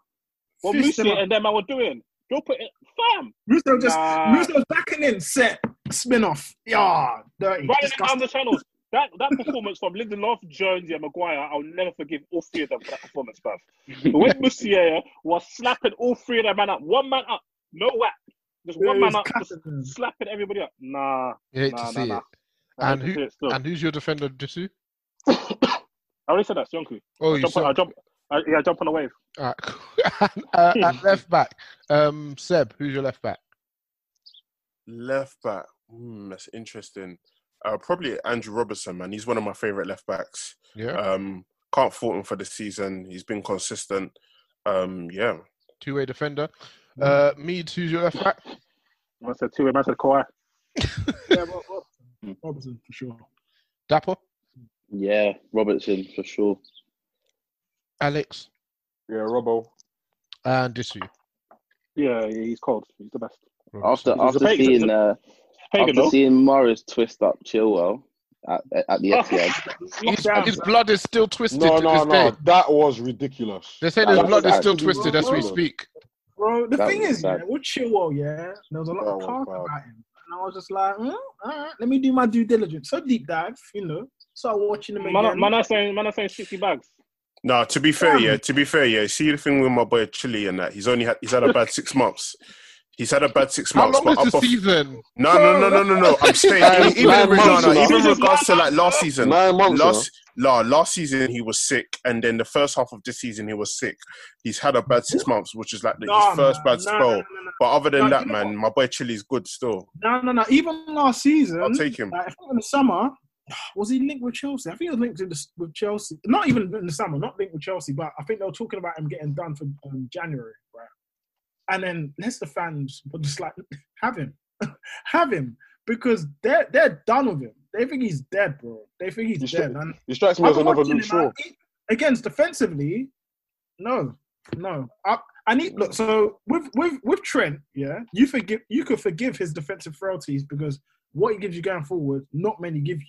What
Fist him
Musa
up.
and them man were doing? You're putting fam.
Russo just
Nah.
Russo's backing in, set, spin off. Yeah, dirty.
Running down
disgusting.
the channels. That that performance from Lindelof, Jones, and Maguire, I'll never forgive all three of them for that performance, bruv. When Musiala was slapping all three of them man up, one man up, no whack, just
Yeah,
one
it
man
was
up, just slapping everybody up. Nah,
You hate
nah,
to
nah,
see
nah.
it.
I
And,
hate to see
who,
it still.
and who's your defender, Dusu?
I already said that, Sionku.
Oh,
I
you
jump, on,
said-
I jump, I, yeah, I jump on the wave.
All right, cool. and, uh, at left back, um, Seb, who's your left back?
Left back. Hmm, that's interesting. Uh, probably Andrew Robertson, man. He's one of my favorite left backs.
Yeah.
Um, can't fault him for the season. He's been consistent. Um, yeah.
Two-way defender. Uh, Meads, who's your left back?
Mm. I said two, I said Kawhi. Hmm.
Robertson for sure.
Dapper,
Yeah, Robertson for sure.
Alex,
Yeah, Robbo.
and Dusu.
Yeah, yeah, he's cold. He's the best.
Oh,
After
He's a
after
pagan-
seeing uh,
pagan,
after
though.
seeing Morris twist up Chilwell at, at the Etihad.
His, his blood is still twisted
No,
to
no,
this
no.
day.
That was ridiculous.
They say
That
his
was
blood is still
actually
twisted as we
ridiculous.
speak.
Bro, the
That
thing
was
is, yeah,
bad.
with Chilwell, yeah, there was a lot
That
of
was
talk
bad.
about him, and I was just like, mm, all right, let me do my due diligence. So deep dive, you know, start watching him
Man,
again.
man, I'm saying, man, I'm saying 60 bags.
No, to be fair, yeah. To be fair, yeah. See the thing with my boy Chile and that he's only had he's had a bad six months. He's had a bad six
How
months.
long was the
up a-
season?
No, no, no, no, no, no. I'm saying
Nine-
even
nine
in regard,
months,
no,
you know.
even in regards to like last season.
Nine months,
last La, last season he was sick, and then the first half of this season he was sick. He's had a bad six months, which is like the,
Nah,
his first
man,
bad
nah,
spell.
nah,
But other than
Nah,
that,
you
man, my boy Chili's good still.
No, no, no. Even last season,
I'll take him.
like, I think in the summer, was he linked with Chelsea? I think he was linked with, the, with Chelsea. Not even in the summer, not linked with Chelsea, but I think they were talking about him getting done for um, January, right? And then Leicester fans were just like, have him, have him, because they're they're done with him. They think he's dead, bro. They think he's dead. and
He strikes me
I've
as
been
another
watching
Luke
him,
Shaw.
man. against defensively, no, no. I, I need look. So with with with Trent, yeah, you forgive you could forgive his defensive frailties because what he gives you going forward, not many give you.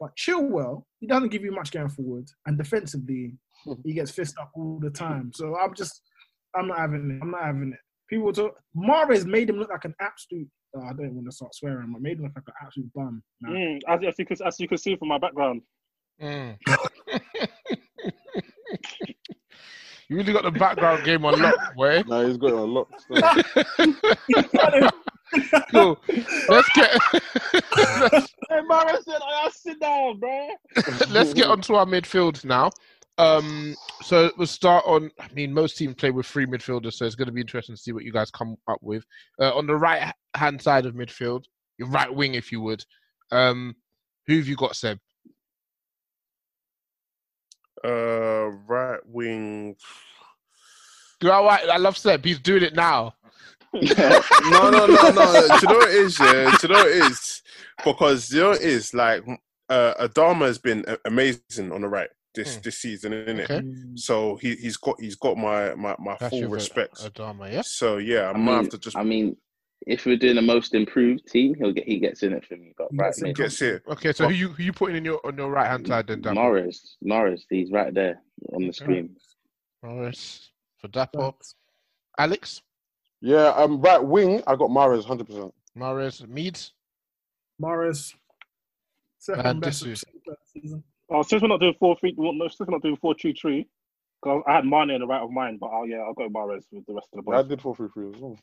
But Chilwell, he doesn't give you much going forward, and defensively,
Hmm.
he gets fist up all the time. So I'm just, I'm not having it. I'm not having it. People talk. Mares made him look like an absolute. oh, I don't want to start swearing, but made him look like an absolute bum. man.
Mm, as, as, you could, as you could see from my background.
You really got the background game on lock, boy.
No, he's got it on lock.
cool. Let's get
Hey, Mario said, I gotta sit down, bro.
let's
Mm-hmm.
get onto our midfield now. Um, so we'll start on. I mean, most teams play with three midfielders, so it's going to be interesting to see what you guys come up with. Uh, on the right hand side of midfield, your right wing, if you would. Um, who have you got, Seb?
Uh, right wing.
Do I, I love Seb. He's doing it now.
no, no, no, no. Do you know what it is? Yeah, do you know what it is? Because you know what it is like uh, Adama has been a- amazing on the right this this season, isn't it?
Hmm. Okay.
So he he's got he's got my my, my
That's
full
your vote,
respect.
Adama, yeah.
So yeah, I, might have to just
I mean, if we're doing a most improved team, he'll get he gets in it for me. But right, mid.
Okay, so who you who you putting in your on your right hand side then? Dapper?
Morris, Morris, he's right there on the screen.
Morris for Dapper. Alex,
Yeah, um, right wing, I got Mares 100%.
Morris, Meads.
Morris. Second
And
best
this is-
receiver of the season.
Oh, since we're not doing four three, well, no, since we're not doing four two three, 'cause I had Mane in the right of mine, but oh yeah, I'll go Mares with the rest of the
Yeah, I
boys.
did 4 3 3 as well.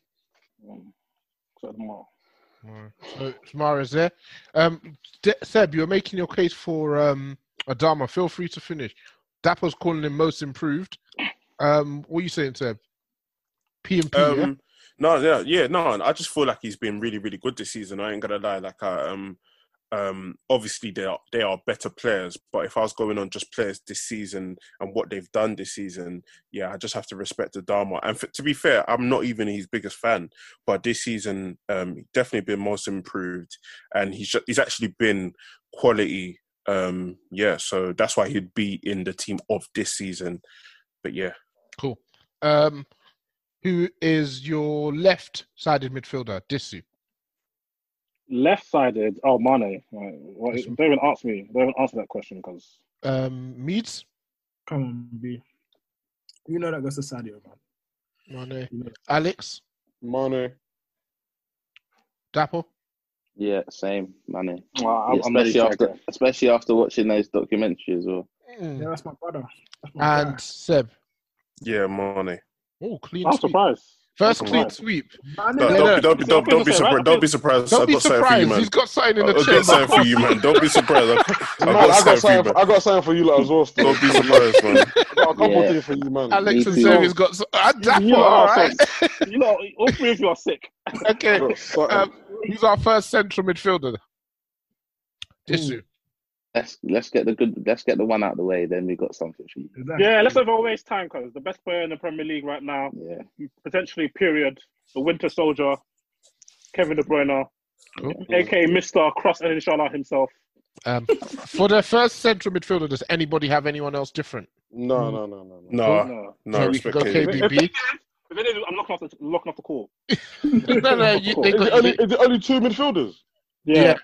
Um, so tomorrow.
So it's Mahrez there. Um, De- Seb, you're making your case for um, Adama. Feel free to finish. Dapper's calling him most improved. Um, what are you saying, Seb? P and P. yeah?
Um, no, yeah, yeah, no. I just feel like he's been really, really good this season. I ain't gonna lie. Like, I, um, um, obviously they are they are better players, but if I was going on just players this season and what they've done this season, yeah, I just have to respect Adama. And f to be fair, I'm not even his biggest fan, but this season, um, he's definitely been most improved, and he's ju- he's actually been quality. Um, yeah, so that's why he'd be in the team of this season. But yeah.
Cool. Um, who is your left-sided midfielder? Disu.
Left sided. Oh, Mane. Right. Well, they don't even ask me. They don't answer that question because
Um, Meads.
Come on, B. You know that goes to Sadio, man.
Mane. Alex.
Mane.
Dapper.
Yeah, same money.
Well, I'm- I'm really
especially after,
sorry.
especially after watching those documentaries as well.
Mm.
Yeah, that's my brother.
And Seb.
Yeah, Mane.
Oh, clean.
I'm
sweep.
surprised.
First
I'm
clean
surprised.
sweep.
Don't, don't, don't, don't, don't, be surprised. Don't be surprised.
Don't
I've
be
got something for you,
surprised.
man.
He's got something in the
I've got
chest.
something for you, man. Don't be surprised. I've, I've
Man, I
got
got
something for you,
something.
man.
For, I got something for you, like, as well. Still.
Don't be surprised, man.
I got a couple
Yeah.
things for you, man.
Alex and Seb has got. So- uh, Dapper.
you lot are
all right.
you know all three of you are sick.
Okay. Um, who's our first central midfielder? Disu.
Let's let's get the good. Let's get the one out of the way. Then we got something for you.
Yeah, let's not waste time because the best player in the Premier League right now, potentially period, the Winter Soldier, Kevin De Bruyne,
Oh,
aka Mister Cross and Inshallah himself.
Um, for their first central midfielder, does anybody have anyone else different?
No, no, no, no.
No,
Cool.
no,
So we
respect
can go
it.
KDB.
If it is, I'm locking off the locking off the call.
no, no, you, they
is, it
got,
only, is it only two midfielders?
Yeah.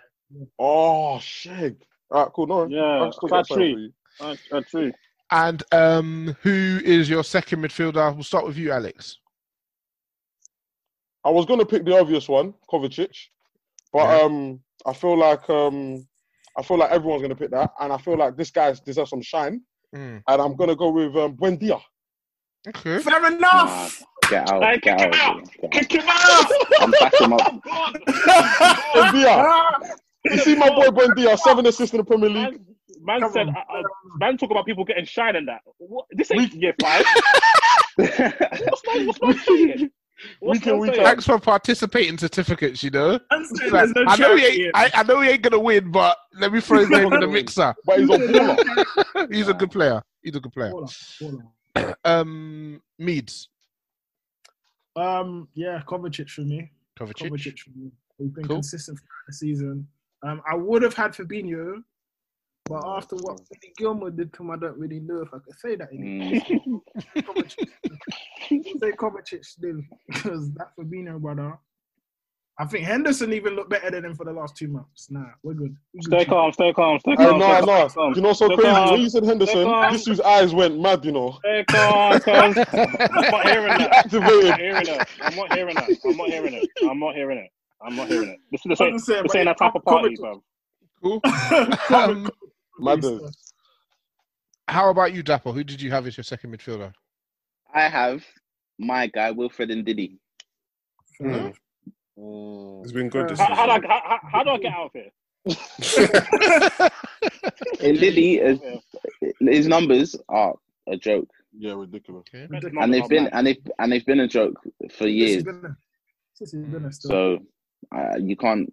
Oh, shit. All right, cool. No,
Yeah,
I've still got
that's
something for
true.
you.
That's true.
and um, who is your second midfielder? We'll start with you, Alex.
I was going to pick the obvious one, Kovacic, but
Yeah.
um, I feel like um, I feel like everyone's going to pick that, and I feel like this guy deserves some shine,
Mm.
and I'm going to go with um, Buendia.
Okay.
Fair enough.
Get out.
Hey,
get
kick
out.
him
Kick him out. I'm back him up.
Buendia. You see my boy Buendia, seven assists in the Premier League.
Man said, uh, uh, man talk about people getting shine and that. What? This ain't year five. what's my, what's my saying?
We
What's
can,
man
we
saying?
can. Thanks for participating certificates, you know.
I'm saying
Like,
there's no
I know he
charity
ain't, I, I know he ain't gonna win, but let me throw his name in the mixer. But he's a baller. he's a good player. He's a good player. Um, Meads.
Um, yeah, Kovacic for me.
Kovacic.
for me. We've been
Cool.
consistent throughout the season. Um, I would have had Fabinho, but after what Billy Gilmore did to him, I don't really know if I could say that anymore. Kovacic. say Kovacic still, because that Fabinho brother. I think Henderson even looked better than him for the last two months. Nah, we're good. We're
Stay
good.
calm, stay calm, stay
I
calm. stay
know, I
calm,
know.
stay calm,
Uh, You know, so
stay
crazy.
calm,
When you said
stay
Henderson,
calm,
this dude's eyes went mad. You know,
stay calm, cuz. I'm not hearing
He
that. I'm not
activated.
hearing it. I'm not hearing it. I'm not hearing it. I'm not hearing it. I'm not hearing it. This is the
I'm
same.
just saying,
This ain't
bro,
that type of party, bro.
Cool.
um,
How about you, Dapper? Who did you have as your second midfielder?
I have my guy Wilfred and Diddy.
Hmm.
Hmm.
It's been good. This
How, how, do I,
season.
how, how- how do I get out of here?
And Diddy, is, his numbers are a joke.
Yeah, ridiculous.
And they've been and they've and they've been a joke for years.
This is gonna still.
So uh, you can't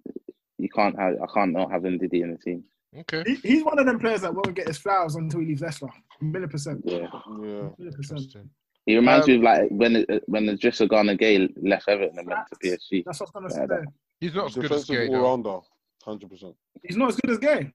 you can't have I can't not have Ndidi in the team.
Okay.
He, he's one of them players that won't get his flowers until he leaves Leicester. Million percent.
Yeah.
Yeah.
Million percent.
He reminds
Um,
me of like when uh, when the Drissa Garner Gay left Everton and went to PSG.
That's what I was
Yeah,
gonna
that-
say.
He's not
as good as Gay, though. rounder, hundred percent.
He's not as good as Gay.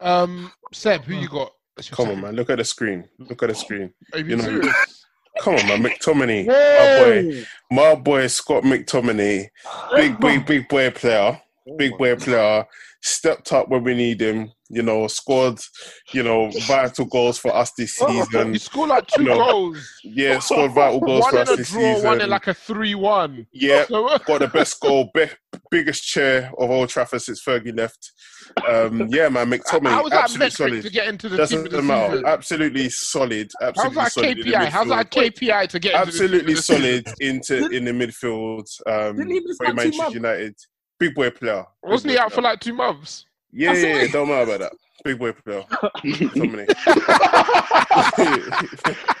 Um, Seb, who you got?
Come on, man. Look at the screen. Look at the screen.
Are you
You know-
serious?
Come on, man. McTominay.
Whoa.
My boy. My boy, Scott McTominay. Big, big, big boy player. Big boy player. Stepped up when we need him. You know, scored, you know, vital goals for us this season.
He scored like two
You know,
goals.
Yeah, scored vital goals
one
for
in
us
a
this
draw,
season.
one in like a three-one.
Yeah,
So-
got the best goal, be- biggest chair of Old Trafford since Fergie left. Um, yeah, man, McTominay,
How is that
absolutely
metric
solid.
to get into the
Doesn't
team of the
matter.
season?
Absolutely solid.
How's
Absolutely
our
solid in the
KPI? How's our
midfield.
KPI to get into the team
absolutely
of the
solid
season?
into in the midfield. Um,
Didn't he miss
for
like two
Manchester
months?
United, big boy player. Big
Wasn't he
boy
out for
player.
like two months?
Yeah,
That's
yeah, yeah,
amazing.
don't matter about that. Big boy player. McTominay.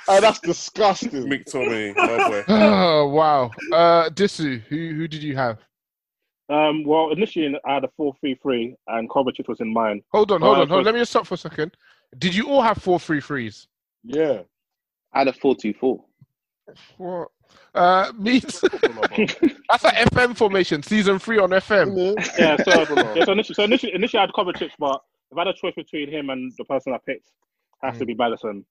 Oh, that's disgusting.
McTominay, my boy.
oh wow. Uh, Disu, who who did you have?
Um, well, initially I had a 4 3 3 and Kovacic was in mine. Uh,
Hold on,
But
hold
I
on, hold on.
thought-
Let me just stop for a second. Did you all have four free threes?
Yeah.
I had a four two four.
What? Uh, me. That's an FM formation, season three on FM.
Yeah, so, yeah, so, initially, so initially, initially I had Kovacic, but if I had a choice between him and the person I picked, it has to be Madison.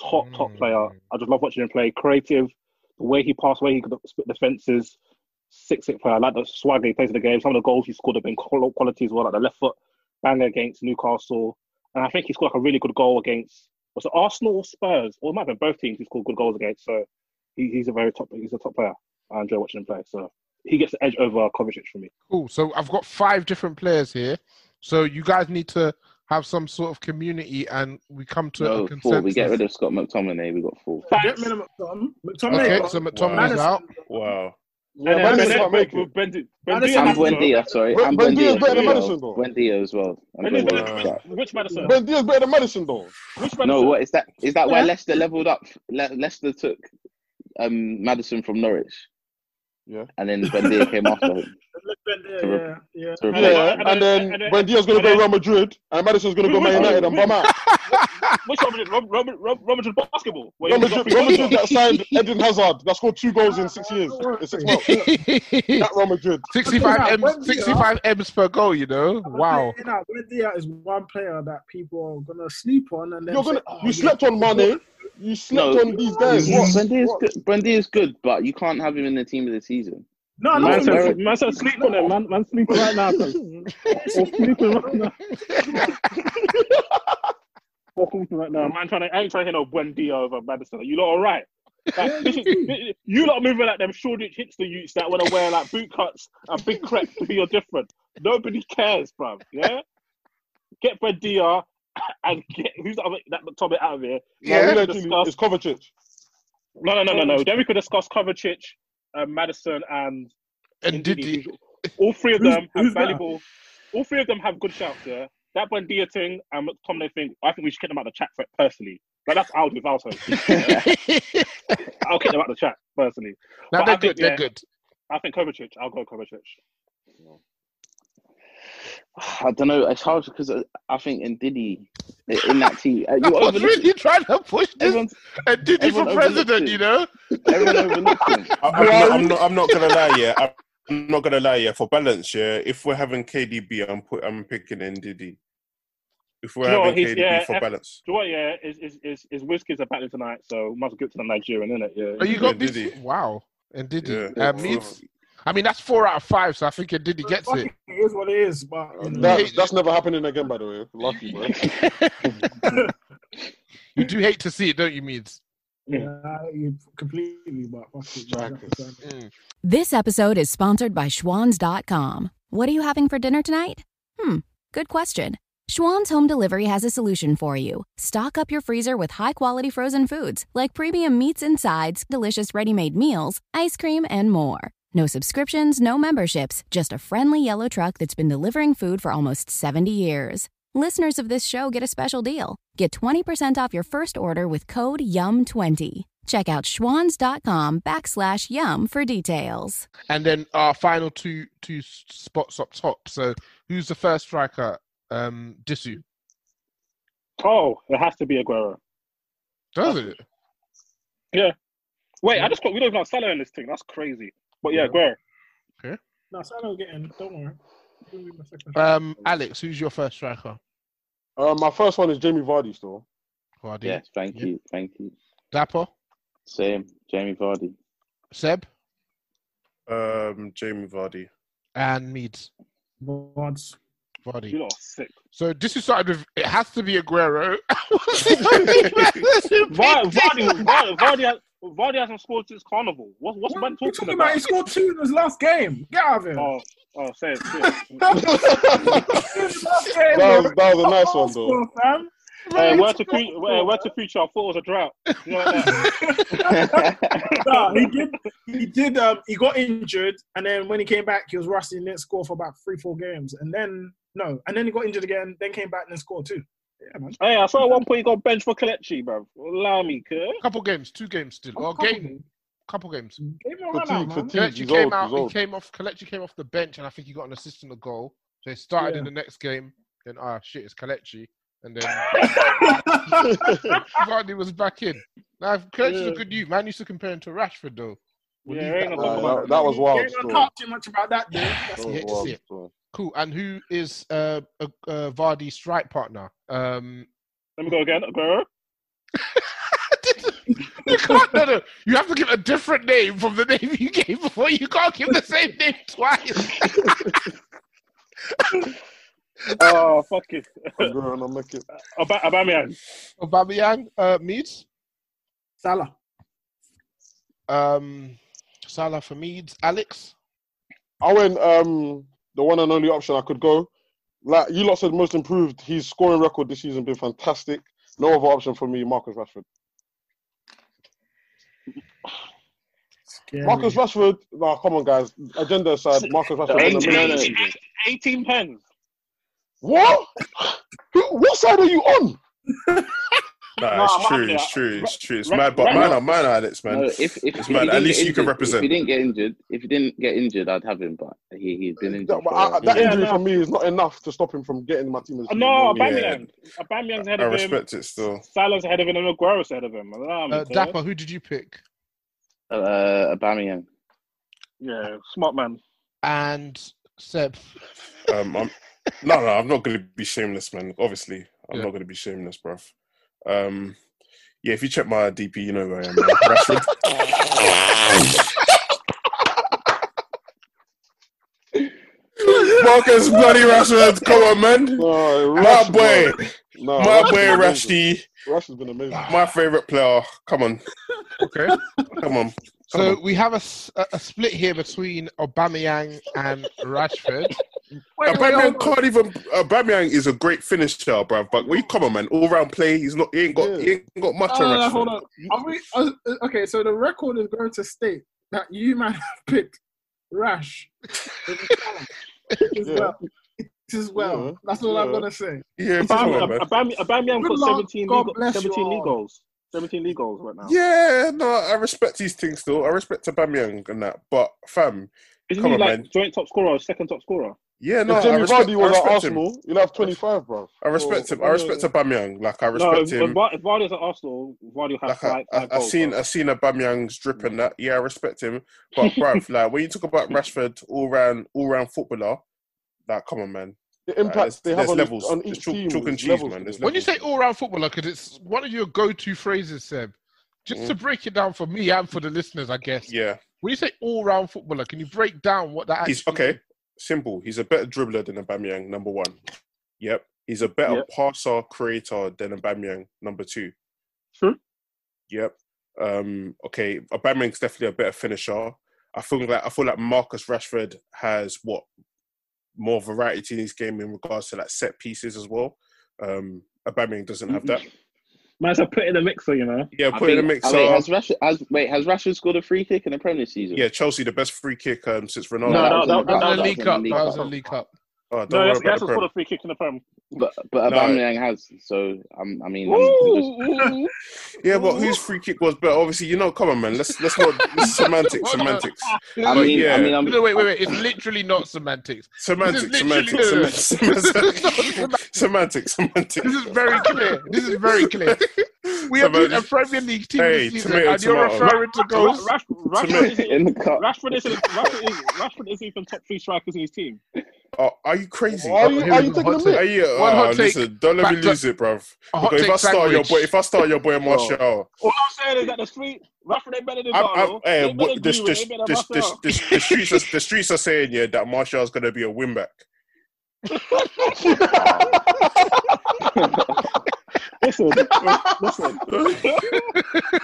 Top, top player. I just love watching him play. Creative, the way he passed, the way he could split the fences. Six, six player. I like the swagger he plays in the game. Some of the goals he scored have been qual- quality as well, like the left foot banger against Newcastle. And I think he scored like a really good goal against was it Arsenal or Spurs, or it might have been both teams he scored good goals against. So he, he's a very top, he's a top player. I enjoy watching him play. So he gets the edge over Kovacic for me.
Cool. So I've got five different players here. So you guys need to have some sort of community, and we come to
No,
a
four.
consensus.
We get rid of Scott McTominay. We got four.
Uh, Get rid of McTominay. McTominay
Okay,
got-
so McTominay's
Madison-
out.
Wow.
Yeah,
Yeah,
and
Madison
then
can't make
Ben- Ben- Ben- Ben-
I'm Buendia, sorry. I'm
Ben Dia's
Buendia.
better than
as
Madison,
well. Buendia as well. I'm
Ben Dia's
Buendia.
better than
Yeah.
Which Madison?
Ben Diaz better than Madison though.
No, what is that? Is that why
Yeah.
Leicester leveled up? Le- Leicester took um, Madison from Norwich.
Yeah.
And then Bendia came after him. To re-
yeah.
to replace
Yeah,
him.
and then Ben Diaz gonna go Real Madrid, and Madison's gonna go Man United, and bum out.
Which Robert, Robert, Robert, Robert, Robert basketball? Where
Real
he was
Madrid,
up-
Real Madrid that signed Eden Hazard, that scored two goals in six years, in six months. that Real Madrid.
65
When's
M's,
he out?
65 M's per goal, you know? Wow.
You know, Wendia is one player that people are gonna sleep on, and then "Oh,
You're gonna, you slept on Mane, you slept
No.
on these guys.
No,
What?
Buendia's good. Buendia's good, but you can't have him in the team of the season.
No,
Man
Man,
said,
Barrett-
man said sleep on it, man. Man sleep right now. fam. Or sleeping right now. Or sleeping right now. Man trying to, I ain't trying to hear no Buendia over Madison. You lot all right? Like, this is, you lot moving like them Shoreditch hipster youths that want to wear like boot cuts and big crepe to you're different. Nobody cares, bruv. Yeah? Get Buendia and get who's the other, that McTominay out of here.
Yeah.
Now we can
It's
discuss-
Kovacic.
No, no, no, no, no. Then we could discuss Kovacic, uh, Madison, and
and
Didi. All three of them have valuable. all three of them have good shouts. Yeah, that Buendia thing and McTominay thing. I think we should get them out of the chat for personally. Like that's out with Alto. I'll get them out of the chat personally.
No,
But
they're
I think,
good, they're
yeah,
good.
I think Kovacic. I'll go Kovacic.
I don't know. It's hard because I- I think in Diddy in that team, uh,
I
you
was
overlooked
really trying to push this and did you for
everyone overlooked
president, you know?
I- I'm, not, I'm not. I'm not gonna lie. Yeah, I'm not gonna lie. Yeah, for balance. Yeah, if we're having KDB, I'm put, I'm picking NDD. If we're
Do you know what,
having
he's-
KDB
yeah,
for
F-
balance,
Do you know what, yeah, is is is is Whiskey's a battling tonight, so must give it to the Nigerian, innit? Yeah.
Are Oh, you got this? Wow. And did he?
Yeah.
Uh, Meads- I mean, that's four out of five, so I think Diddy gets it.
It is what it is, but you know.
That, that's never happening again, by the way. Lucky, bro.
You do hate to see it, don't you, Meads?
Yeah, you completely, but fuck it, man.
Mm.
This episode is sponsored by Schwans.com. What are you having for dinner tonight? Hmm, good question. Schwann's Home Delivery has a solution for you. Stock up your freezer with high quality frozen foods like premium meats and sides, delicious ready made meals, ice cream, and more. No subscriptions, no memberships, just a friendly yellow truck that's been delivering food for almost 70 years. Listeners of this show get a special deal. Get 20% off your first order with code YUM20. Check out schwans.com backslash YUM for details.
And then our final two two s- spots up top. So who's the first striker? Um, Disu.
Oh, it has to be Aguero.
Does it?
Yeah. Wait, I just thought we don't even have Salah in this thing. That's crazy. But yeah,
Yeah.
Aguero.
Okay.
No, Salah will get in. Don't worry. He'll be my second.
Um, Alex, who's your first striker?
Uh, my first one is Jamie Vardy still.
Vardy.
Yes, thank you, thank you.
Dapper.
Same, Jamie Vardy.
Seb
um, Jamie Vardy.
and Meads.
Vardy.
Vardy.
You lot are sick.
So Disu started with it has to be Aguero.
Vardy, Vardy, Vardy, Vardy, has, Vardy hasn't scored since Carnival. What, what's man talking,
Talking about he scored two in his last game. Get out of here.
Oh, oh, say it. say it.
That was, that was a nice one, though.
Hey, uh, where to future? Where to future? I thought it was a drought. You know, like,
no, he did. He did. Um, he got injured, and then when he came back, he was rusty and didn't score for about three, four games, and then no, and then he got injured again, then came back and then scored two. Yeah, man.
hey, I saw at one point you got bench for Kelechi, bro. Allow me, cuz.
Couple games, two games still. Oh, game. Couple games.
Fatigue, man. fatigue,
Kelechi
he's
came
old,
out.
he's
He
old.
came off. Kelechi came off the bench, and I think he got an assist and a goal. So he started in the next game. Then ah shit, it's Kelechi, and then Vardy was back in. Now Kelechi's
Yeah.
a good youth. Man used to compare him to Rashford though. We'll
Yeah,
leave
ain't no
that one
talk
alone.
about that. That was wild Ain't gonna talk too much about that, dude. That's-
That's
That was
it, that's
wild
it.
story.
Cool. And who is uh, uh, uh, Vardy's strike partner? Um,
Let me go again. Aguero.
you can't. No, no. You have to give a different name from the name you gave before. You can't give the same name twice.
Oh, fuck it.
Aguero, and I'll make it.
Ab- Aubameyang.
Aubameyang, uh, Meads,
Salah,
um, Salah for Meads, Alex.
I went um the one and only option I could go. Like you lot said, most improved. His scoring record this season been fantastic. No other option for me, Marcus Rashford. Marcus Rashford. Nah, come on, guys. Agenda aside, Marcus Rashford. has a
Eighteen-
minimum-
eight- Eighteen pens.
What? Who- what side are you on?
Nah,
Nah,
Oh,
it's
I'm
true.
happy.
It's true. It's true. It's
Ra-
mad, but
Ra-
man, man, Alex, man.
No, if,
it's
if, if he
mad. At
didn't
least
get
you can
injured- If he
represent.
didn't get injured, if he didn't get injured, I'd have him. But he he's been injured.
That, but
for a
I-
while.
that injury for me is not enough to stop him from getting my team. As
No, Aubameyang. Aubameyang's ahead
I
of him.
respect
it still.
Salah's ahead of him. And Aguero's ahead of him. Allow me,
Uh,
cuz.
Dapper, who did you pick?
Uh, Aubameyang.
Yeah, smart man.
And Seb.
Um, I'm, no, no, I'm not going to be shameless, man. Obviously, I'm not going to be shameless, bruv. Um, yeah, if you check my DP, you know where I am. man. Rashford. Marcus bloody Rashford, come on, man. my
Rashford,
boy,
No,
my
Rashford's
boy
been
Rashdi,
Rashford's been amazing.
my favorite player. Come on,
okay,
come on.
So we have a, s- a- a split here between Aubameyang and Rashford.
Aubameyang can't even. Aubameyang is a great finisher, bruv. But we come on, man. All round play, he's not. He ain't got. He ain't got much.
No,
on
no, no,
Rashford.
hold on. Are we, uh, uh, okay, so the record is going to state that you man have picked Rash. as well. as well.
Yeah,
That's all I'm
yeah.
gonna say.
Yeah, come on, man.
Abam- Abamyang
Good
got
Lord,
17
God
league-
bless you
17 league
all.
goals. 17 league goals right now.
Yeah, no, I respect these things still. I respect Aubameyang and that, but fam,
Isn't
come
he
on,
like
man.
joint top scorer, second top scorer?
Yeah, no,
if Jamie
I respect,
Vardy
I
was at
respect
Arsenal,
him.
you'll have 25, bro.
I respect him. I respect Aubameyang. Like I
no,
respect
if,
him.
If, Var- if Vardy's at Arsenal, Vardy will have
Like
five,
I,
five
I, I
goals.
oh,
seen, I seen Aubameyang's drip and that. Yeah, I respect him. But bruv, like when you talk about Rashford, all round, all round footballer, like come on, man.
The
Like,
impact
there's-
they have
there's
on each-
levels.
on
There's
each
chalk,
team
chalk and
is
cheese,
levels
man.
to
There's
When you
levels.
say all-round footballer, because it's one of your go-to phrases, Seb. Just to
Mm.
break it down for me and for the listeners, I guess.
Yeah.
When you say all-round footballer, can you break down what that
he's
actually?
okay. Simple. He's a better dribbler than Aubameyang. Number one. Yep. He's a better
Yep.
passer creator than Aubameyang. Number two.
Sure.
Yep. Um, okay. Aubameyang's definitely a better finisher. I feel like I feel like Marcus Rashford has what more variety in his game in regards to like set pieces as well. Um, Aubameyang doesn't have that.
Mm-hmm. Might as well put it in the mixer, you know?
Yeah,
I
put it in the
think-
mixer.
oh, wait, has Rashford, has, wait, has Rashford scored a free kick in the Premier season?
Yeah, Chelsea the best free kick um, since Ronaldo.
No, no, that- that- that was in the League Cup.
up.
Oh, don't
No,
worry
that's,
about
that's
the
what's
Prem.
called a free kick in the Prem.
But, but
No.
Aubameyang has, so um, I mean, I'm- I'm just-
Ooh.
Yeah, but whose free kick was better? Obviously, you know. Come on, man. Let's let's not this is semantics. Semantics.
I
But
mean,
yeah.
I mean, I'm,
No, wait, wait, wait. It's literally not semantics.
Semantics,
This is literally-
semantics, semantics, semantics, semantics.
This is very clear. This is very clear. We have been a
Semantics.
Premier League team
Hey,
this season,
tomato,
and you're
tomato.
referring to goals.
Ra- Ra- Rashford is in the cup. Rashford is Rashford is Rashford is even top three strikers in his team.
Oh, are you crazy?
Are you- are you taking the mick?
Are you,
One hot
oh,
take,
listen, don't let me
back to-
lose it, bruv.
A hot
Because if
take
I start your
sandwich.
boy, if I start your boy Martial,
All I'm saying is that the street Rashford ain't better than
I'm, I'm,
Darlow.
hey,
They better
what, the,
agree with it, they
the,
better
the,
bust it
the,
out.
the, the streets are the streets are saying yeah that Martial's gonna be a winback.
Listen, listen,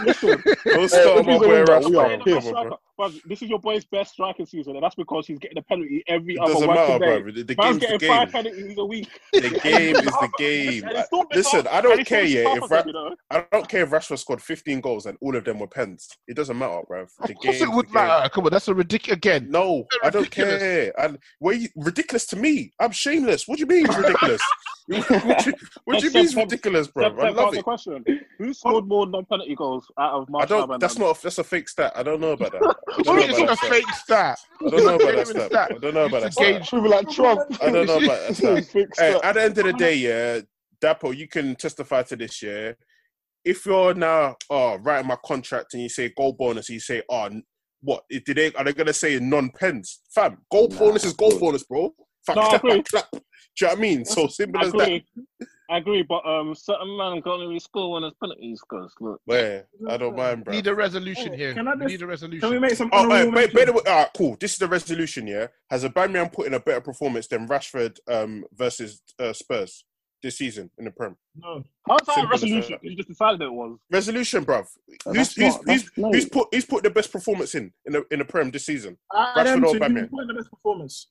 listen.
Don't start my
He's a
boy
winner. We are
Rashford. Come
the best
on,
striker.
bruv.
Bruv, This is your boy's best striking season, and that's because he's getting a penalty every
It
other
doesn't
once
matter,
a day.
bruv. The- the
Man's
game's the
getting five
game.
penalties a week.
The game is the game.
And it's still been
Listen,
tough.
I
And
don't
it's
care
still
yeah.
tough
If
for
Ra-
them, you know?
I don't care if Rashford scored 15 goals and all of them were pens. It doesn't matter, bruv. The
Of course,
game
it would matter. Come on, that's a ridiculous. Again,
no, I don't care. And where you, ridiculous to me? I'm shameless. What do you mean it's ridiculous? what do you, what do you mean it's ridiculous, bro?
Steph,
I
Steph,
love
answer the
it.
question. Who scored more non-penalty goals out of
I
Martial?
don't.
and
That's
Van
not. A, that's a fake stat. I don't know about that. I don't know
It's not a
about that.
fake stat.
I don't know about that
It's not a
stat.
stat.
I don't know about that
It's a gauge.
stat.
People like Trump.
I don't know about that stat.
Fix
uh, Hey,
that.
at the end of the day, yeah, Dapo, you can testify to this, yeah. If you're now oh, writing my contract and you say goal bonus, you say, oh, n- what did they are they gonna say non pens? Fam, goal bonus is goal bonus, bro. Fuck,
No, I
clap,
agree.
clap. Do you know what I mean? So simple
I
as that.
agree. I agree, but um, certain man can only score when there's penalties. Cause look,
Where I don't mind, bro.
Need a resolution here.
Can I just,
Need a resolution.
Can we make some
Oh,
honorable
wait, wait, by
mentions?
the way, all right, cool. This is the resolution, yeah? Has Aubameyang put in a better performance than Rashford um, versus uh, Spurs this season in the Prem?
no. How's that a
Simple as
resolution?
that.
You just decided it was.
Resolution, bruv. Who's,
that's
who's, who's,
not- that's- no.
who's put who's put the best performance in in the in the Prem this season?
Out of them
Rashford or
two, who's
Aubameyang?
putting the best performance?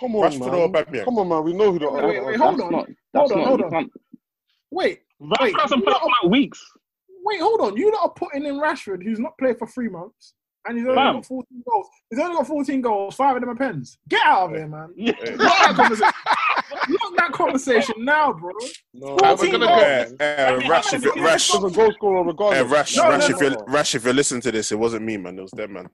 Come on,
Rashford or
man.
Aubameyang?
Come on, man. We know who the
Wait, wait, wait, hold on. Hold on, hold on. Wait, wait.
Rashford hasn't
you
played
lot
for
are-
like weeks.
Wait, hold on. You lot are putting in Rashford, who's not played for three months, and he's only
Fam.
got 14 goals. He's only got 14 goals. Five of them are pens. Get out of here, man.
Yeah.
Lock that conversation. Lock that conversation now, bro.
No,
Uh,
Fourteen
uh,
goals.
uh, Rash, if you're, Rash,
He's a goal scorer
uh,
regardless.
Rash,
No, no,
Rash,
no,
if you're,
no.
Rash, if you're listening to this, it wasn't me, man. It was them, man.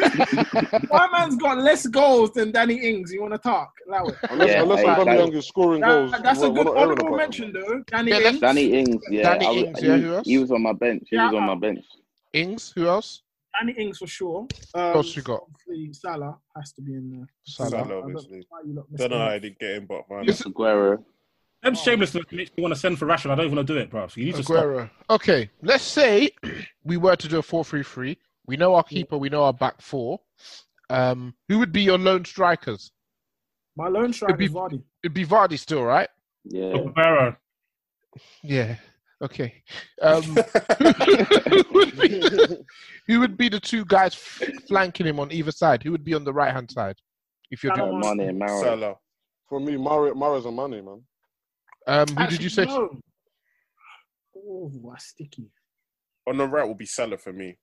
My man's got less goals than Danny Ings. You want to talk? Allow it.
Unless,
Yeah,
unless
hey,
Aubameyang
that-
is scoring
That-
goals.
that's
we're-
a
we're
good
not airing
honorable
about that.
mention, though. Danny
Yeah,
Ings.
let's-
Danny Ings, yeah,
Danny
I was-
Ings, yeah,
he,
who else?
he was on my bench. He was on my bench.
Ings, who else?
Danny Ings for sure.
Who
Um,
else you got?
obviously Salah has to be in there.
Salah.
Salah,
don't-
obviously.
why you lot
Don't
missed
know how
him.
I didn't get him, but man.
Aguero.
Them shamelessness makes me want to send for Rashford. I don't even want to do it, bro. So you need to stop.
Aguero. Okay, let's say we were to do a 4-3-3. We know our keeper, we know our back four. Um, who would be your lone strikers?
My lone striker is Vardy.
It'd be Vardy still, right?
Yeah.
Aguero.
Yeah. Okay. Um, who, would be the, who would be the two guys f- flanking him on either side? Who would be on the right hand side? If you're doing
Uh, Mane, Mara.
Salah.
For me, Mara, Mara's a money, man.
Um, who did you say?
No. Oh, what sticky.
On the right will be Salah for me.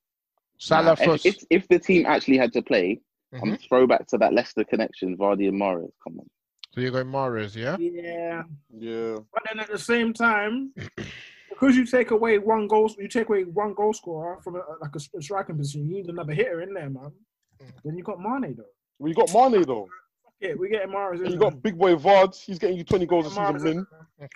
Salah
Nah,
first. Mm-hmm.
If, if if the team actually had to play, I'm throwback to that Leicester connection, Vardy and Morris. Come on.
So you're going Mares, yeah?
Yeah.
Yeah.
But then at the same time, because you take away one goal, you take away one goal scorer from a, like a, striking position. You need another hitter in there, man.
Mm.
Then you got Mane though.
We got Mane though.
Yeah, we getting Mares.
And you got big boy Vard. He's getting you 20 goals a
Mahrez
season. Min.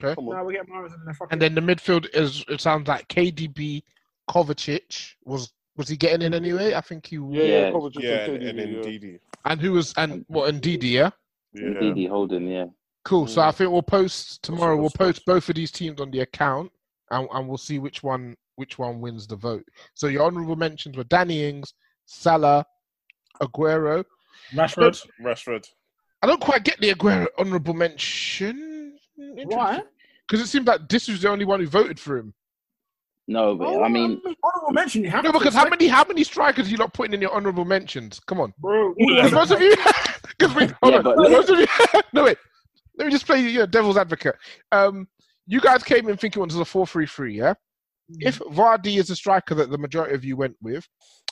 Okay.
Come
No,
on.
we get Mares in there. Fuck
And
it.
then the midfield is it sounds like KDB Kovacic was was he getting in anyway? I think he was.
yeah, Kovacic
yeah,
and
and, and
KDB, yeah.
Ndidi.
And who was and what and Didi, yeah?
DD Holden, yeah.
Cool.
Mm.
So I think we'll post tomorrow. We'll post both of these teams on the account, and, and we'll see which one which one wins the vote. So your honourable mentions were Danny Ings, Salah, Aguero,
Rashford.
Rashford.
I don't quite get the Aguero honourable mention.
Why?
Because it seemed like this was the only one who voted for him.
No, but I mean,
honourable Oh, mention. You have
no,
to
because how
expect-
many how many strikers are you not putting in your honourable mentions? Come on,
bro.
Most of you. 'Cause wait, hold on. Most of you. no wait. Let me just play you know, devil's advocate. Um, you guys came in thinking it was a four-three-three, yeah? If Vardy is the striker that the majority of you went with,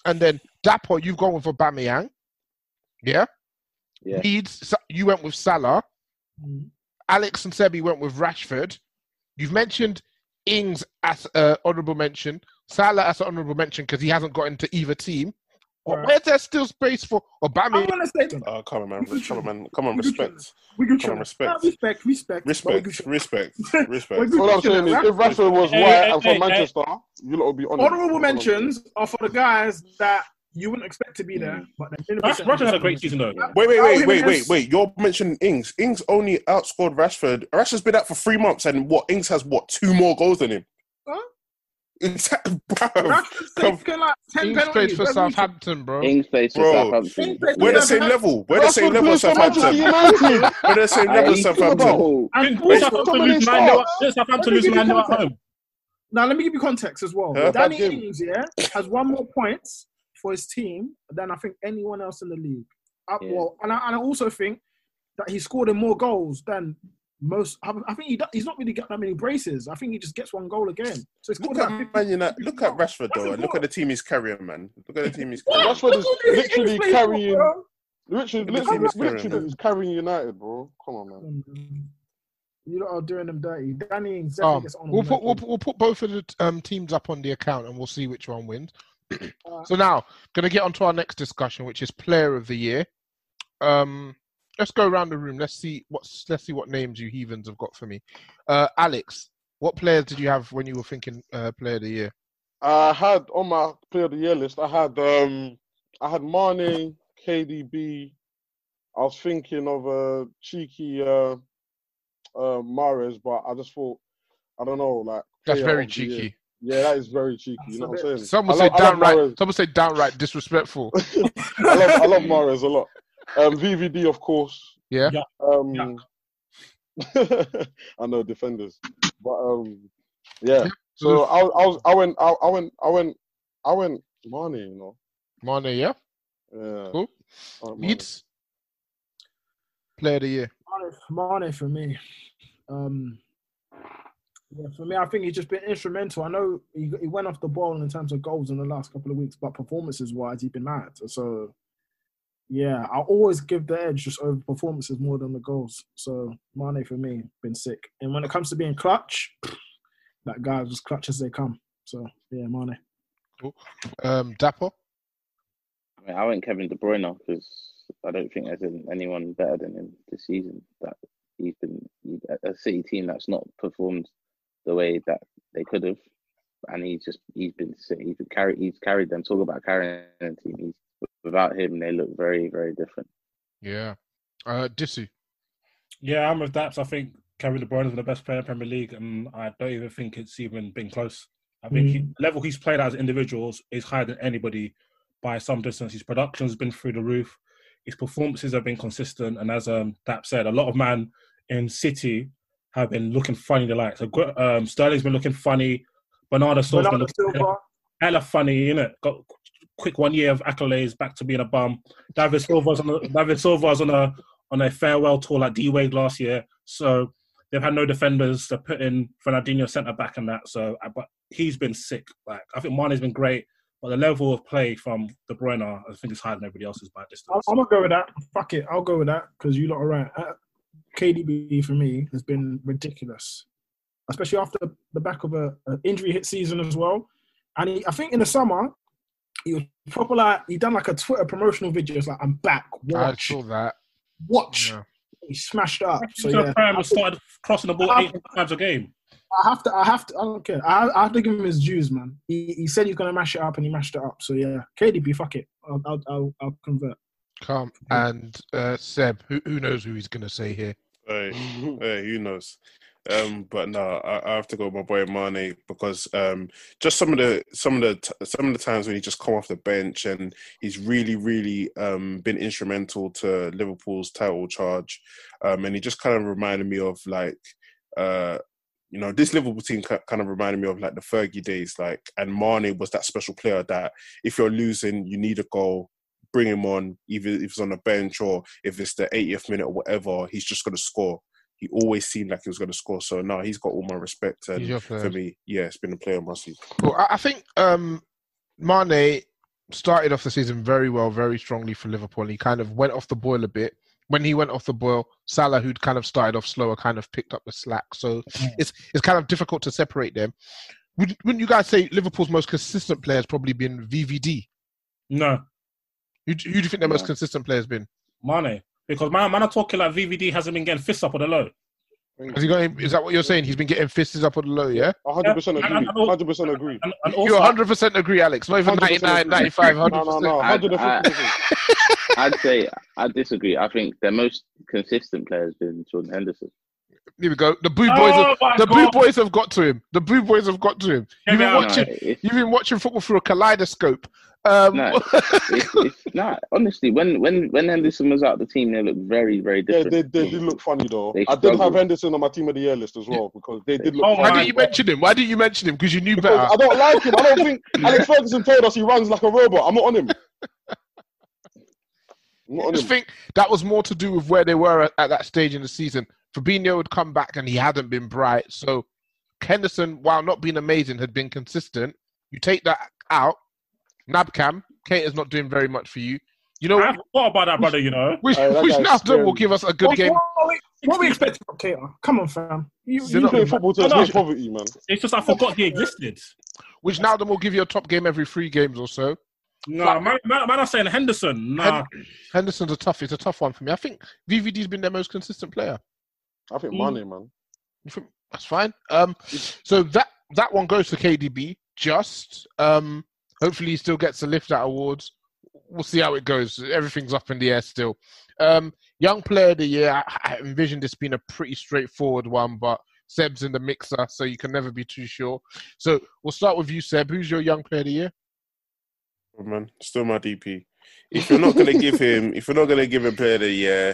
and then Dapo, you've gone with Aubameyang, yeah?
Yeah.
Leeds, Sa- you went with Salah. Alex and Sebi went with Rashford. You've mentioned Ings as uh, honourable mention, Salah as honourable mention because he hasn't got into either team. But Where's there still space for Oh, Aubameyang?
Uh, come on, man. Come on, man. Come on, respect.
We Gucci.
Come on, respect.
No, respect, respect,
Respect, respect, respect.
All I'm saying is, if Rashford was Hey, white hey, and from hey, hey. Manchester,
you lot would be on it.
Honorable mentions are for the guys that you wouldn't expect to be there, but they're
Wait, wait, wait, wait, wait, wait. You're mentioning Ings. Ings only outscored Rashford. Rashford's been out for three months, and what? Ings has what? Two more goals than him.
Huh?
Exactly.
taken like ten
Ings played
penalties.
for
every week.
Southampton, bro.
Ings plays for
Bro,
Southampton.
we're the same level. We're the same level as Southampton. We're the same level as Southampton.
And
Wait,
also-
Southampton lose
Let me
9-0
give you
Southampton lose 9-0 at
context.
home.
Now let me give you context as well.
Yeah,
Danny
bad game.
Ings, yeah, has one more point for his team than I think anyone else in the league. Uh,
Yeah.
well, and I, and I also think that he scored in more goals than most. I, I think he do- he's not really got that many braces. I think he just gets one goal again. So it's
Look at Man United. Look at Rashford though, and look at the team he's carrying, man. Look at the team he's carrying.
Rashford is literally carrying. Literally,
Look at the team
literally,
he's carrying,
literally is carrying United, bro. Come on, man.
You lot are doing them dirty. Danny Ings definitely
Um,
gets on.
we'll put we'll, put- we'll put both of the um, teams up on the account and we'll see which one wins. so now, gonna get on to our next discussion, which is Player of the Year. Um, let's go around the room. Let's see what's let's see what names you heathens have got for me. Uh, Alex, what players did you have when you were thinking uh, Player of the Year?
I had on my player of the year list. I had um, I had Mane, KDB. I was thinking of a cheeky uh, uh, Mares, but I just thought, I don't know, like
That's
player
very
of the year.
cheeky.
Yeah, that is very cheeky. you know what I'm saying?
Someone
I
say
love- I love Mahrez.
downright. Someone say downright disrespectful.
I love I love Mares a lot. Um, VVD, of course.
Yeah.
Um, I know defenders, but um, yeah. So I, was- I was I went I, I went I went I went Mane, you know.
Mane, yeah.
Yeah.
Cool.
I went Mane.
Leeds. Player of the Year.
Mane, Mane for me. Um, yeah, for me, I think he's just been instrumental. I know he, he went off the ball in terms of goals in the last couple of weeks, but performances wise, he's been mad. So, yeah, I always give the edge just over performances more than the goals. So, Mane for me, been sick. And when it comes to being clutch, that guy was clutch as they come. So, yeah, Mane.
Um, Dapper.
I, mean, I went Kevin De Bruyne because I don't think there's an- anyone better than him this season. That he's been he, a a City team that's not performed the way that they could have, and he's just he's been sick. he's been carried he's carried them. Talk about carrying a team. He's, without him, they look very very different.
Yeah. Uh, Dissy.
Yeah, I'm with Daps. I think Kevin De Bruyne is the best player in Premier League, and I don't even think it's even been close. I think he,
Mm.
level he's played at as individuals is higher than anybody by some distance. His production's been through the roof. His performances have been consistent, and as um, Dap said, a lot of man in City have been looking funny. The likes. So, Gr- um, Sterling's been looking funny. Bernardo Silva's been
Bernardo
looking
Silva.
hella funny, innit? Got quick one year of accolades back to being a bum. David Silva's on a, David Silva's on a on a farewell tour like D Wade last year, so they've had no defenders. They're putting Fernandinho centre back and that. So, uh, but he's been sick. Like I think Mane's been great, but the level of play from De Bruyne, I think, is higher than everybody else's by a distance.
I'm, I'm gonna go with that. Fuck it, I'll go with that because you lot are right. Uh, KDB for me has been ridiculous, especially after the back of a, an injury hit season as well. And he, I think in the summer, he was proper like he done like a Twitter promotional video. It's like I'm back. Watch.
I saw that.
Watch. Yeah. He smashed up. Uh, So
So
yeah,
Prime has started crossing the ball eight times a game.
I have to. I have to. I don't care. I, I have to give him his dues, man. He, he said he's gonna mash it up, and he mashed it up. So yeah, KDB, fuck it. I'll I'll, I'll, I'll convert.
Come and uh, Seb, who, who knows who he's going to say here?
Hey, hey, who knows? Um, but no, I, I have to go with my boy Mane because um, just some of the some of the t- some of the times when he just come off the bench and he's really really um, been instrumental to Liverpool's title charge, um, and he just kind of reminded me of like. Uh, you know, this Liverpool team ki- kind of reminded me of like the Fergie days, like, and Mane was that special player that if you're losing, you need a goal, bring him on, either if it's on the bench or if it's the 80th minute or whatever, he's just going to score. He always seemed like he was going to score. So now he's got all my respect.
He's your
And for
third.
me, yeah, it's been a player of my season.
Well, I, I think um, Mane started off the season very well, very strongly for Liverpool. He kind of went off the boil a bit. When he went off the boil, Salah, who'd kind of started off slower, kind of picked up the slack. So it's it's kind of difficult to separate them. Would, wouldn't you guys say Liverpool's most consistent player has probably been VVD?
No.
Who, do- who do you think their most
No.
consistent player has been?
Mane. Because man, man are talking like VVD hasn't been getting fists up on the low.
Has he got? him- Is that what you're saying? He's been getting fists up on the low, yeah?
100% agree. 100% agree.
You 100% agree, Alex. Not even 99, 95, 100%.
No, no, no.
I-
150%.
I'd say I disagree. I think the most consistent player has been Jordan Henderson.
Here we go. The Boo
Oh
Boys. have,
my
the
God.
Boo Boys have got to him. The Boo Boys have got to him. You've been
No,
watching.
it's-
You've been watching football through a kaleidoscope. Um,
No, it's, it's not. Honestly, when when when Henderson was out the team, they looked very very
Yeah,
different.
they, they did look funny though.
They
I did have
struggled.
Henderson on my team of the year list as well because they did look.
Why
funny.
did you mention him? Why did you mention him? Because you knew better.
I don't like him. I don't think Alex Ferguson told us he runs like a robot. I'm not on him.
I just think that was more to do with where they were at, at that stage in the season. Fabinho had come back and he hadn't been bright. So Henderson, while not being amazing, had been consistent. You take that out. Nabcam, Kate is not doing very much for you. You know, I
forgot about that, brother. You know,
which,
Hey, that
which
guy's
Nabcam
scary.
will give us a good
what,
game.
What, are we, what are we expecting from Keita? Come on, fam. You,
They're not-
play
to
No, no.
escape poverty, man.
It's just I forgot he existed.
Which now them will give you a top game every three games or so.
No, man, man, man are saying Henderson. Nah,
Hen- Henderson's a tough. It's a tough one for me. I think VVD's been their most consistent player.
I think
Mm.
money, man.
You think- That's fine. Um, so that that one goes to KDB. Just um, hopefully he still gets a lift at awards. We'll see how it goes. Everything's up in the air still. Um, young player of the year. I, I envisioned this being a pretty straightforward one, but Seb's in the mixer, so you can never be too sure. So we'll start with you, Seb. Who's your young player of the year?
man. Still my DP. If you're not gonna give him, if you're not gonna give him player of the year,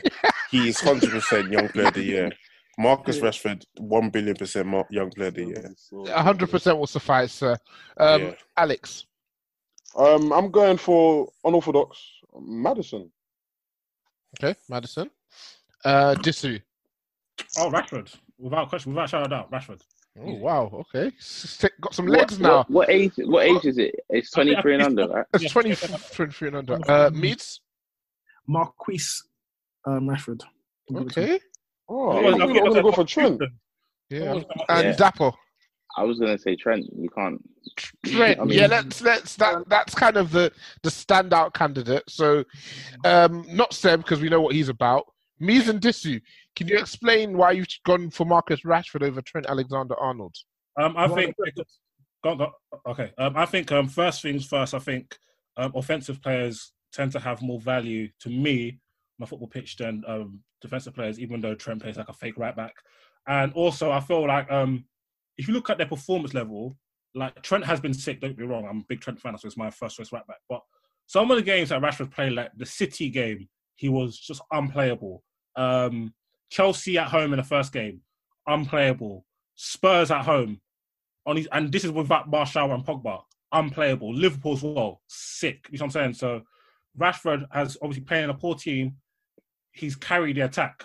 he's hundred percent young player of the year. Marcus Rashford, one billion percent mar- young player of the year.
hundred percent will suffice, sir. Um,
Yeah.
Alex.
Um, I'm going for unorthodox Madison.
Okay, Madison. Uh, Disu.
oh Rashford, without question, without shout of doubt, Rashford.
Oh wow. Okay, S- got some
What-
legs
what-
now.
What, age? What age is it? It's twenty three and under, right?
It's 20, 23 and under. Uh, Meads.
Marquise um, Rashford.
Okay.
Oh, I'm gonna- I'm gonna go for Trent.
Yeah. And Dapper.
I was gonna say Trent. You can't.
Trent.
I mean-
yeah, let's let's that that's kind of the the standout candidate. So, um, not Seb because we know what he's about. Meads and Disu. Can you explain why you've gone for Marcus Rashford over Trent Alexander Arnold?
Um, I think. Go, go, okay. Um, I think um, first things first. I think um, offensive players tend to have more value to me, my football pitch, than um, defensive players. Even though Trent plays like a fake right back, and also I feel like um, if you look at their performance level, like Trent has been sick. Don't be wrong. I'm a big Trent fan, so it's my first choice right back. But some of the games that Rashford played, like the City game, he was just unplayable. Um, Chelsea at home in the first game, unplayable. Spurs at home, on his, and this is without Marshall and Pogba, unplayable. Liverpool as well, sick. You know what I'm saying? So Rashford has obviously playing in a poor team. He's carried the attack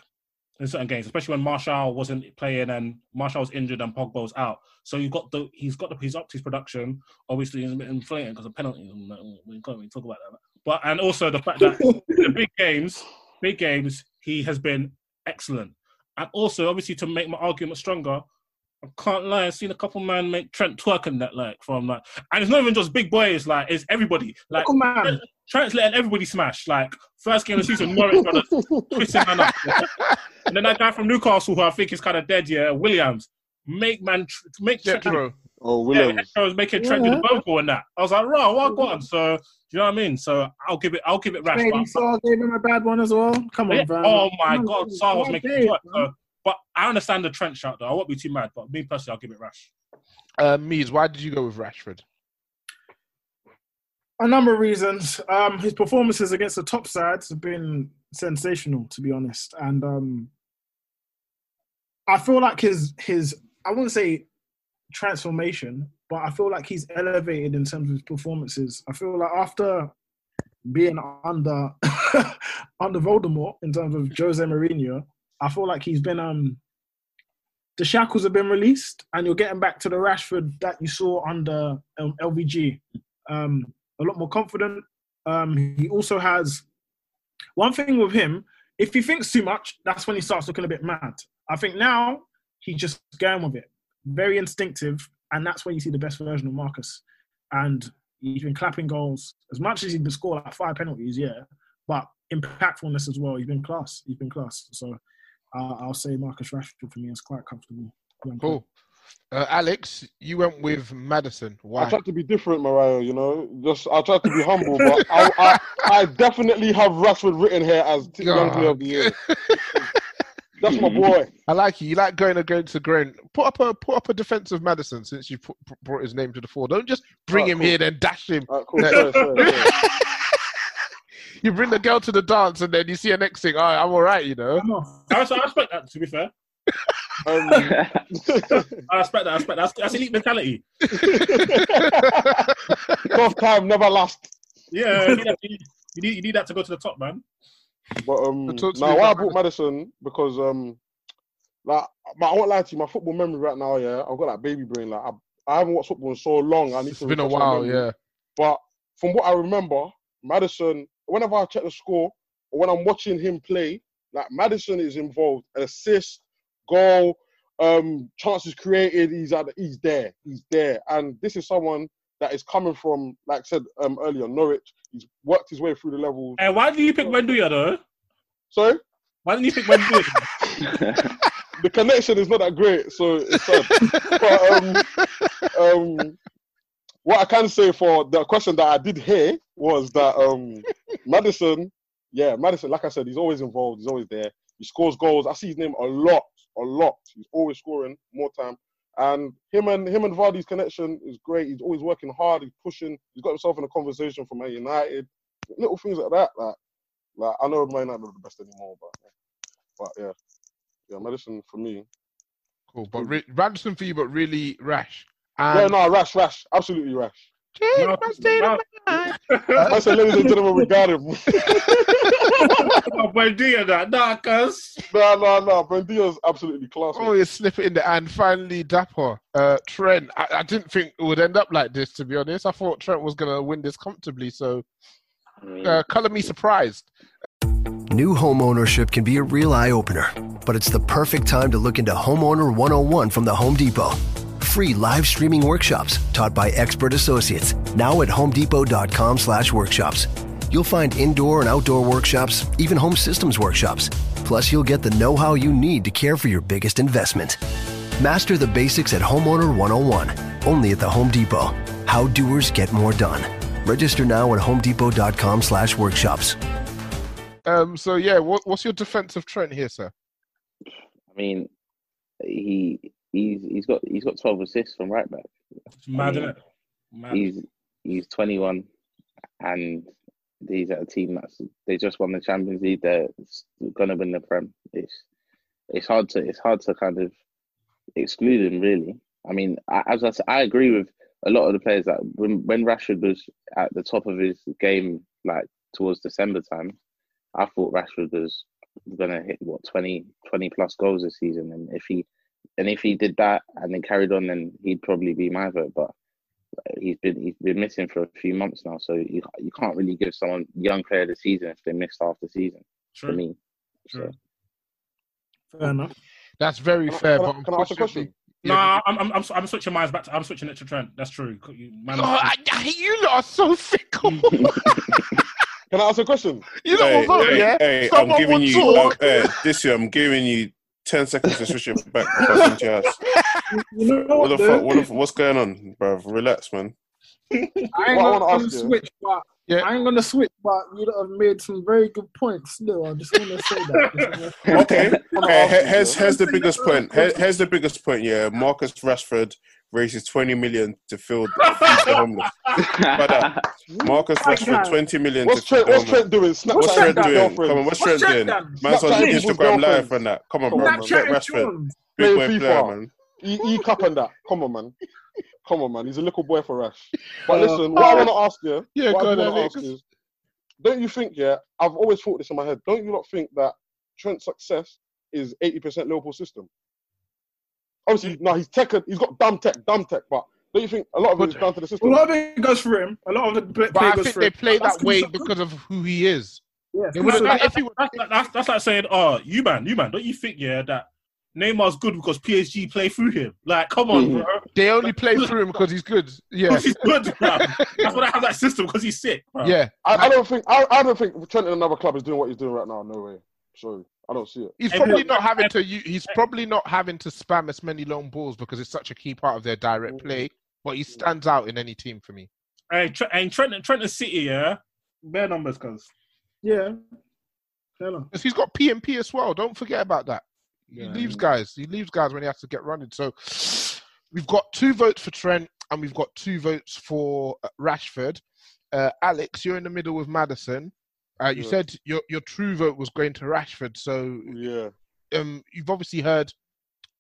in certain games, especially when Marshall wasn't playing and Marshall was injured and Pogba was out. So you've got the he's got the he's upped his production. Obviously, he's been inflating because of penalties. and that, We can't really talk about that. But and also the fact that in the big games, big games, he has been excellent.
And also, obviously, to make my argument stronger, I can't lie. I've seen a couple man make Trent twerk and that, like from like, and it's not even just big boys. Like it's everybody. Like
Little man.
Trent- Trent's letting everybody smash. Like first game of the season, Norwich brothers twisting man up. yeah. And then that guy from Newcastle, who I think is kind of dead, yeah, Williams, make man, tr- make Trent.
Oh,
Yeah,
Williams.
I was making Trent do the vocal and that. I was like, right, well, I got him. So, do you know what I mean? So, I'll give it, I'll give it Rash.
Baby
but-
Saw gave him a bad one as well. Come on,
yeah.
bro.
Oh my
Come on,
God,
bro.
Saar was
Come on,
making
babe.
twerk. though. But I understand the Trent shout though. I won't be too mad. But me personally, I'll give it Rash.
Uh, Mies, why did you go with Rashford?
A number of reasons. Um, his performances against the top sides have been sensational, to be honest. And um, I feel like his his I wouldn't say transformation, but I feel like he's elevated in terms of his performances. I feel like after being under under Voldemort in terms of Jose Mourinho, I feel like he's been um the shackles have been released, and you're getting back to the Rashford that you saw under um, LVG. Um, a lot more confident. Um, he also has one thing with him. If he thinks too much, that's when he starts looking a bit mad. I think now he's just going with it, very instinctive, and that's when you see the best version of Marcus. And he's been clapping goals as much as he's been scored like five penalties, yeah, but impactfulness as well. He's been class. He's been class. So uh, I'll say Marcus Rashford for me is quite comfortable.
Cool. Uh, Alex, you went with Madison.
I
Why?
tried to be different, Mariah. You know, just I tried to be humble, but I, I, I definitely have Rashford written here as t- young player of the year. That's my boy.
I like you. You like going against the grain. Put up a put up a defensive Madison since you put, brought his name to the fore. Don't just bring
Alright,
him
cool.
here then dash him.
cool. Sorry, sorry,
you bring the girl to the dance and then you see her next thing. All right, I'm all right. You know.
I respect, I respect that. To be fair,
Um,
I respect that. I respect that. That's, that's elite mentality.
Golf time never lasts.
Yeah, you need, that, you, need, you need that to go to the top, man.
But um,
But talk to me
now why I
about
bought Madison because um, like my, I won't lie to you, my football memory right now, yeah, I've got that baby brain. Like I, I haven't watched football in so long. I need
It's
to.
been a
refresh my
while,
memory.
yeah.
But from what I remember, Madison, whenever I check the score or when I'm watching him play, like Madison is involved, an assist, goal, um, chances created. He's at, he's there, he's there, and this is someone that is coming from, like I said um, earlier, Norwich. He's worked his way through the levels.
And Eh, why do you pick Wenduya though?
Sorry?
Why didn't you pick Wenduya?
the connection is not that great, so it's sad. but um, um, what I can say for the question that I did hear was that um, Madison, yeah, Madison, like I said, he's always involved, he's always there. He scores goals. I see his name a lot, a lot. He's always scoring more time. And him and him and Vardy's connection is great. He's always working hard. He's pushing. He's got himself in a conversation for Man United. Little things like that. Like, like I know Man United are the best anymore, but but yeah, yeah, Madison for me.
Cool, but re- Madison for you, but really rash.
yeah,
And-
no, Rash, Rash, absolutely Rash.
No, no.
I said, ladies and gentlemen, we got him.
Buendia, that, nah, cuz.
No, no, no, Buendia's absolutely class.
Oh, you slip it in there. And finally, Dapper, uh, Trent. I, I didn't think it would end up like this, to be honest. I thought Trent was going to win this comfortably. So, uh, colour me surprised.
New home ownership can be a real eye opener, but it's the perfect time to look into Homeowner 101 from the Home Depot. Free live streaming workshops taught by expert associates now at homedepot.com/workshops. You'll find indoor and outdoor workshops, even home systems workshops. Plus, you'll get the know-how you need to care for your biggest investment. Master the basics at Homeowner 101, only at the Home Depot. How doers get more done. Register now at homedepot.com/workshops.
Um, so, yeah, what, what's your defense of Trent here, sir?
I mean, he he's he's got he's got twelve assists from right back.
It's mad,
Mm.
I mean,
innit? Mad.
He's he's twenty one, and he's at a team that's they just won the Champions League. They're s- gonna win the Prem. It's it's hard to it's hard to kind of exclude him really. I mean, I, as I s- I agree with a lot of the players that when when Rashford was at the top of his game, like towards December time, I thought Rashford was gonna hit what 20, 20 plus goals this season, and if he and if he did that and then carried on, then he'd probably be my vote. But he's been he's been missing for a few months now, so you you can't really give someone young player of the season if they missed half the season. For
True.
me,
True.
Fair enough.
That's very
Can I-
fair.
can I-
but
can I ask a
unfortunately-
Nah, I'm, I'm, I'm, I'm switching mine back. To, I'm switching it to Trent. That's true. You- man-
Oh, I, I, you lot are so fickle.
Can I ask a question?
You
know
Hey,
what's up,
hey,
yeah?
hey, I'm
Someone
giving
will
you
talk.
um, hey, this year. I'm giving you ten seconds to switch it back. across into your house. What the fuck? What the, what's going on, bruv? Relax, man.
I ain't
Well, I
gonna,
wanna
gonna
ask you.
switch, but I ain't gonna switch, but you lot have made some very good points. No, I just wanna say that.
Okay. Hey, he- here's here's the biggest point. Here- Here's the biggest point. Yeah, Marcus Rashford raises twenty million to fill the feed the homeless. But, uh, Marcus Rashford twenty million
What's
to fill
Trent,
the
what's Trent
homeless.
doing? Snapchat
What's Trent
his
doing?
girlfriend.
Come on, what's Trent doing? Man's on
Snapchat his
Instagram live
girlfriend.
and that. Come on,
Come
bro.
on,
man.
man.
Trent Rashford, big boy
Playing
player,
FIFA.
man.
E, e cup and that. Come on, man. Come on, man. He's a little boy for Rash. But
Uh,
listen, what I want
oh.
to ask you,
Yeah,
what
go
I
on,
want to
Alex.
ask is, don't you think? Yeah, I've always thought this in my head. Don't you not think that Trent's success is eighty percent Liverpool system? Obviously, now he's tech. He's got dumb tech, dumb tech. But don't you think a lot of it is down to the
A
system?
lot of it goes for him. A lot of the play
But I
goes
think
for
they
him.
play
That's
that way
good.
because of who he is.
Yeah.
They would've done-
that's, that's- that's- that's like saying, "Oh, you man, you man, don't you think yeah that Neymar's good because PSG play through him? Like, come on, bro.
Mm-hmm. They only play through him because he's good. Yeah.
he's good, bro. That's why I have that system because he's sick, bro.
Yeah.
I, I don't think. I, I don't think Trent in another club is doing what he's doing right now. No way. Sorry, I don't see it.
He's probably not having to. u- He's probably not having to spam as many long balls because it's such a key part of their direct play. But he stands out in any team for me.
Mm. Hey, Tre- and Trent, Trent and City, yeah, bare numbers, cause
Yeah.
Because he's got PMP as well. Don't forget about that. He leaves guys. He leaves guys when he has to get running. So we've got two votes for Trent and we've got two votes for uh, Rashford. Uh, Alex, you're in the middle with Madison. Uh, you
Yeah.
said your your true vote was going to Rashford. So
yeah,
um, you've obviously heard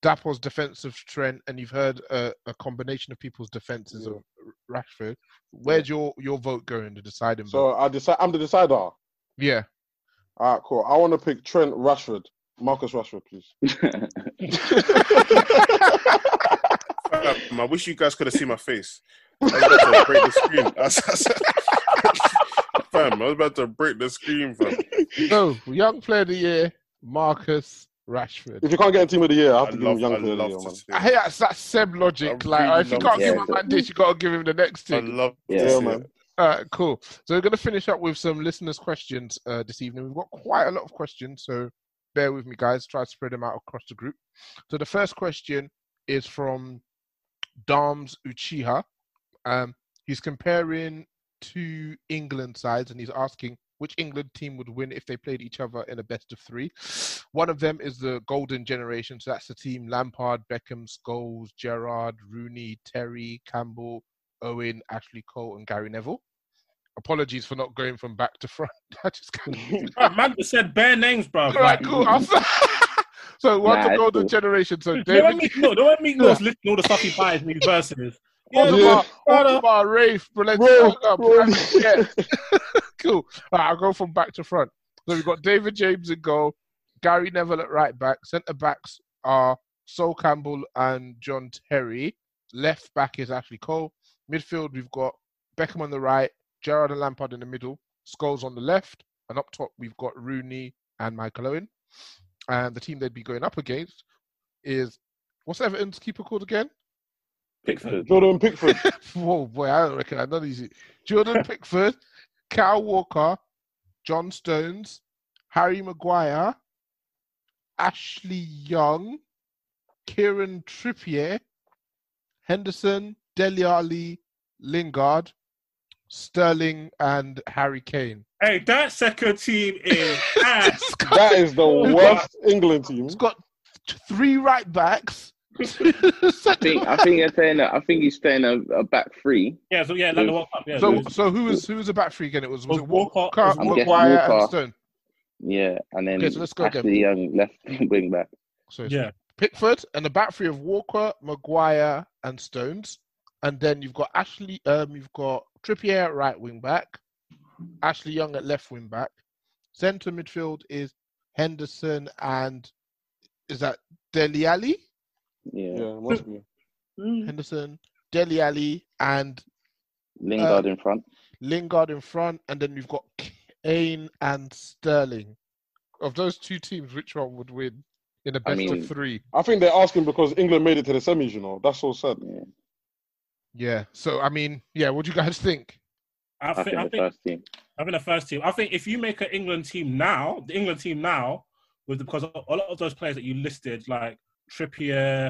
Dapo's defensive Trent, and you've heard uh, a combination of people's defenses of R- Rashford. Where's your your vote going? The deciding vote.
So I decide. I'm the decider.
Yeah.
All right, cool. I want to pick Trent Rashford, Marcus Rashford, please.
Um, I wish you guys could have seen my face. I was about to break the screen. I was- I was- fam, I was about to break the screen, fam.
No, young player of the year, Marcus Rashford.
If you can't get a team of the year, I have to give him
love-
young
I
player of the
love
year,
to
man.
I hate that's that Seb logic. like,
really
if you
love
can't
to
give
see
him
it.
man this, you gotta give him the next
I
thing.
love
Yeah.
to
Yeah,
see
man.
it.
All right, cool. So we're gonna finish up with some listeners' questions uh, this evening. We've got quite a lot of questions, so bear with me, guys. Try to spread them out across the group. So the first question is from Dams Uchiha. Um, he's comparing two England sides, and he's asking which England team would win if they played each other in a best of three. One of them is the Golden Generation, so that's the team Lampard, Beckham, Scholes, Gerrard, Rooney, Terry, Campbell, Owen, Ashley Cole, and Gary Neville. Apologies for not going from back to front. I just can't.
Bro, man just said bare names, bro.
All right, cool. I'm sorry. so
Nah,
what's the
it's
Golden
cool.
Generation? So
Don't let
David.
me know. Don't let me know. Listen, to all the stuff he buys in these verses.
Yeah,
Yeah.
Omar, Rafe, Balenciaga, Brad Pitt. Cool. All right, I'll go from back to front. So we've got David James in goal, Gary Neville at right back. Centre backs are Sol Campbell and John Terry. Left back is Ashley Cole. Midfield, we've got Beckham on the right, Gerard and Lampard in the middle, Scholes on the left, and up top, we've got Rooney and Michael Owen. And the team they'd be going up against is what's Everton's keeper called again?
Pickford. Jordan Pickford.
Whoa, boy, I don't reckon I know these. Jordan Pickford, Cal Walker, John Stones, Harry Maguire, Ashley Young, Kieran Trippier, Henderson, Deli Ali, Lingard, Sterling, and Harry Kane.
Hey, that second team is ass.
That is the worst England team. He's
got three right backs.
I think I think you're playing. A, I think he's playing a, a back three.
Yeah, so yeah, like the World Cup. Yeah,
so,
so-
so who was who was the back three again? It was, was it Walker,
I'm guessing
Maguire, and
Walker.
Stone.
Yeah, and then
Okay, so let's go again.
Ashley Young left wing back.
So it's Pickford and the back three of Walker, Maguire, and Stones, and then you've got Ashley. Um, you've got Trippier at right wing back, Ashley Young at left wing back. Centre midfield is Henderson and is that Deli Ali?
Yeah,
must be.
Henderson, Deli Ali, and
Lingard
Uh,
in front.
Lingard in front, and then you've got Kane and Sterling. Of those two teams, which one would win? in the best
mean-
of three.
I think they're asking because England made it to the semis. You know, that's so sad.
Yeah. So I mean, yeah. What do you guys think?
I think, I think, I think the first team. I think if you make an England team now, the England team now, with because a lot of those players that you listed, like Trippier,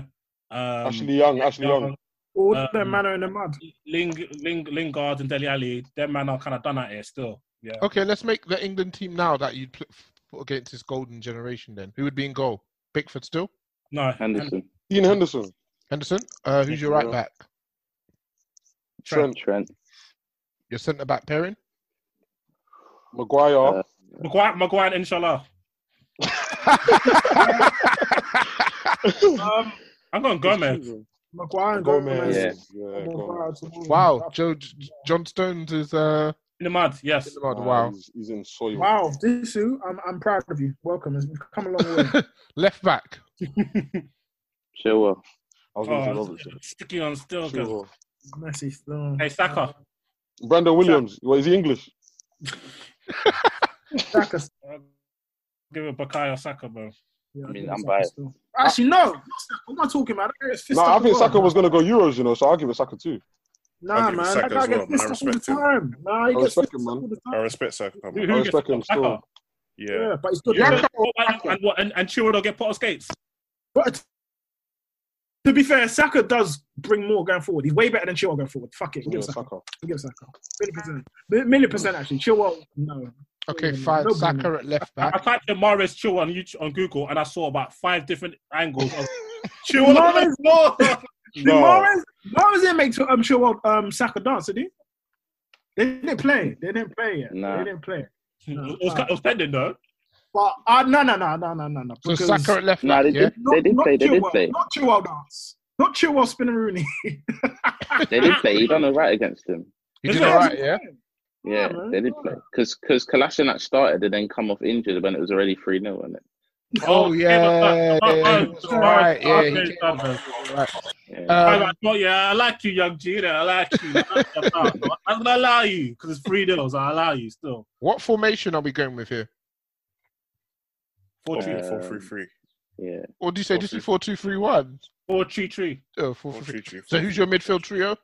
um,
Ashley Young, Ashley Young.
All
um,
that manner in the mud.
Ling, Ling, Lingard and Deli Ali, their man are kind of done at it still. Yeah.
Okay, let's make the England team now that you'd pl- put against this golden generation. Then who would be in goal? Pickford still?
No.
Henderson.
Ian Henderson.
Henderson. Uh, who's your right back?
Trent. Trent.
Your centre back pairing?
Uh,
Maguire.
Maguire, Maguire, and inshallah. um, I'm going Gomez.
Maguire and
Gomez.
Gomez.
Yeah.
Maguire to Wolves.
Wow, Joe J- John Stones is uh
in the mud. Yes,
in the mud. Wow,
Ah, he's, in soil.
Wow, Disu, I'm I'm proud of you. Welcome, it's- we've come a long way.
Left back.
Sure.
I was
Oh,
going to say
it's-
Robertson.
Sticky on still.
Sure.
girl.
Messi still.
Hey, Saka.
Brandon Williams. Well, is he English?
Saka.
Give it Bakayo Saka, bro.
I
mean, I'm biased.
Actually, no. not Saka. What am I talking about? That guy gets fist
No, I
up
think
as well,
Saka was going to go Euros. You know, so I'll give it Saka too.
Nah,
I'll give it
man.
Saka
That guy
as well,
gets
man. I
pissed off all the
respect him.
time. Nah, he
I
gets pissed
respect
off
him,
all
man.
the time.
I respect Saka.
I
Man.
respect him still.
Yeah.
Yeah, but he's good.
Yeah.
Saka-
Oh, and, and, what, and, and Chilwell don't get put on skates.
But to be fair, Saka does bring more going forward. He's way better than Chilwell going forward. Fuck it, we'll give
Yeah,
Saka.
Saka.
We'll give Saka. Million percent. Mi- Million percent actually. Chilwell, no.
Okay,
No,
fine.
no, no.
Saka at left
I, I
back.
typed in Mares Chilwell on, YouTube, on Google and I saw about five different angles of Chilwell.
Mahrez-
No.
Mahrez, Mahrez didn't make um, Chilwell um, Saka dance, did he? They didn't play. They didn't play yet.
Nah.
They didn't play.
Hmm. It was, it was pending though.
But uh, no, no, no, no, no, no, no.
So
because-
Saka at left
Nah,
back.
they
yeah?
did, they did
not
play. They did
Chilwell,
play.
Not Chilwell dance. Not Chilwell spinning Rooney.
They did play. He done all right against them.
He did all right. Yeah.
Yeah,
man,
they did play. Because because Kalashinac started and then come off injured when it was already 3 0, wasn't it?
Oh yeah.
Oh,
yeah, he
oh,
was
oh,
all right.
oh,
Yeah. he
okay,
came
done,
on.
man.
All right.
I
Um,
like, oh, yeah, I like you, young G. there, I like you. I'm gonna allow you because it's three deals. I allow you still.
what formation are we going with here?
Four three,
Four three three.
Yeah.
Or do you say this is four two three one?
four three three.
Oh, four,
Four,
three.
three, three.
So who's your midfield trio?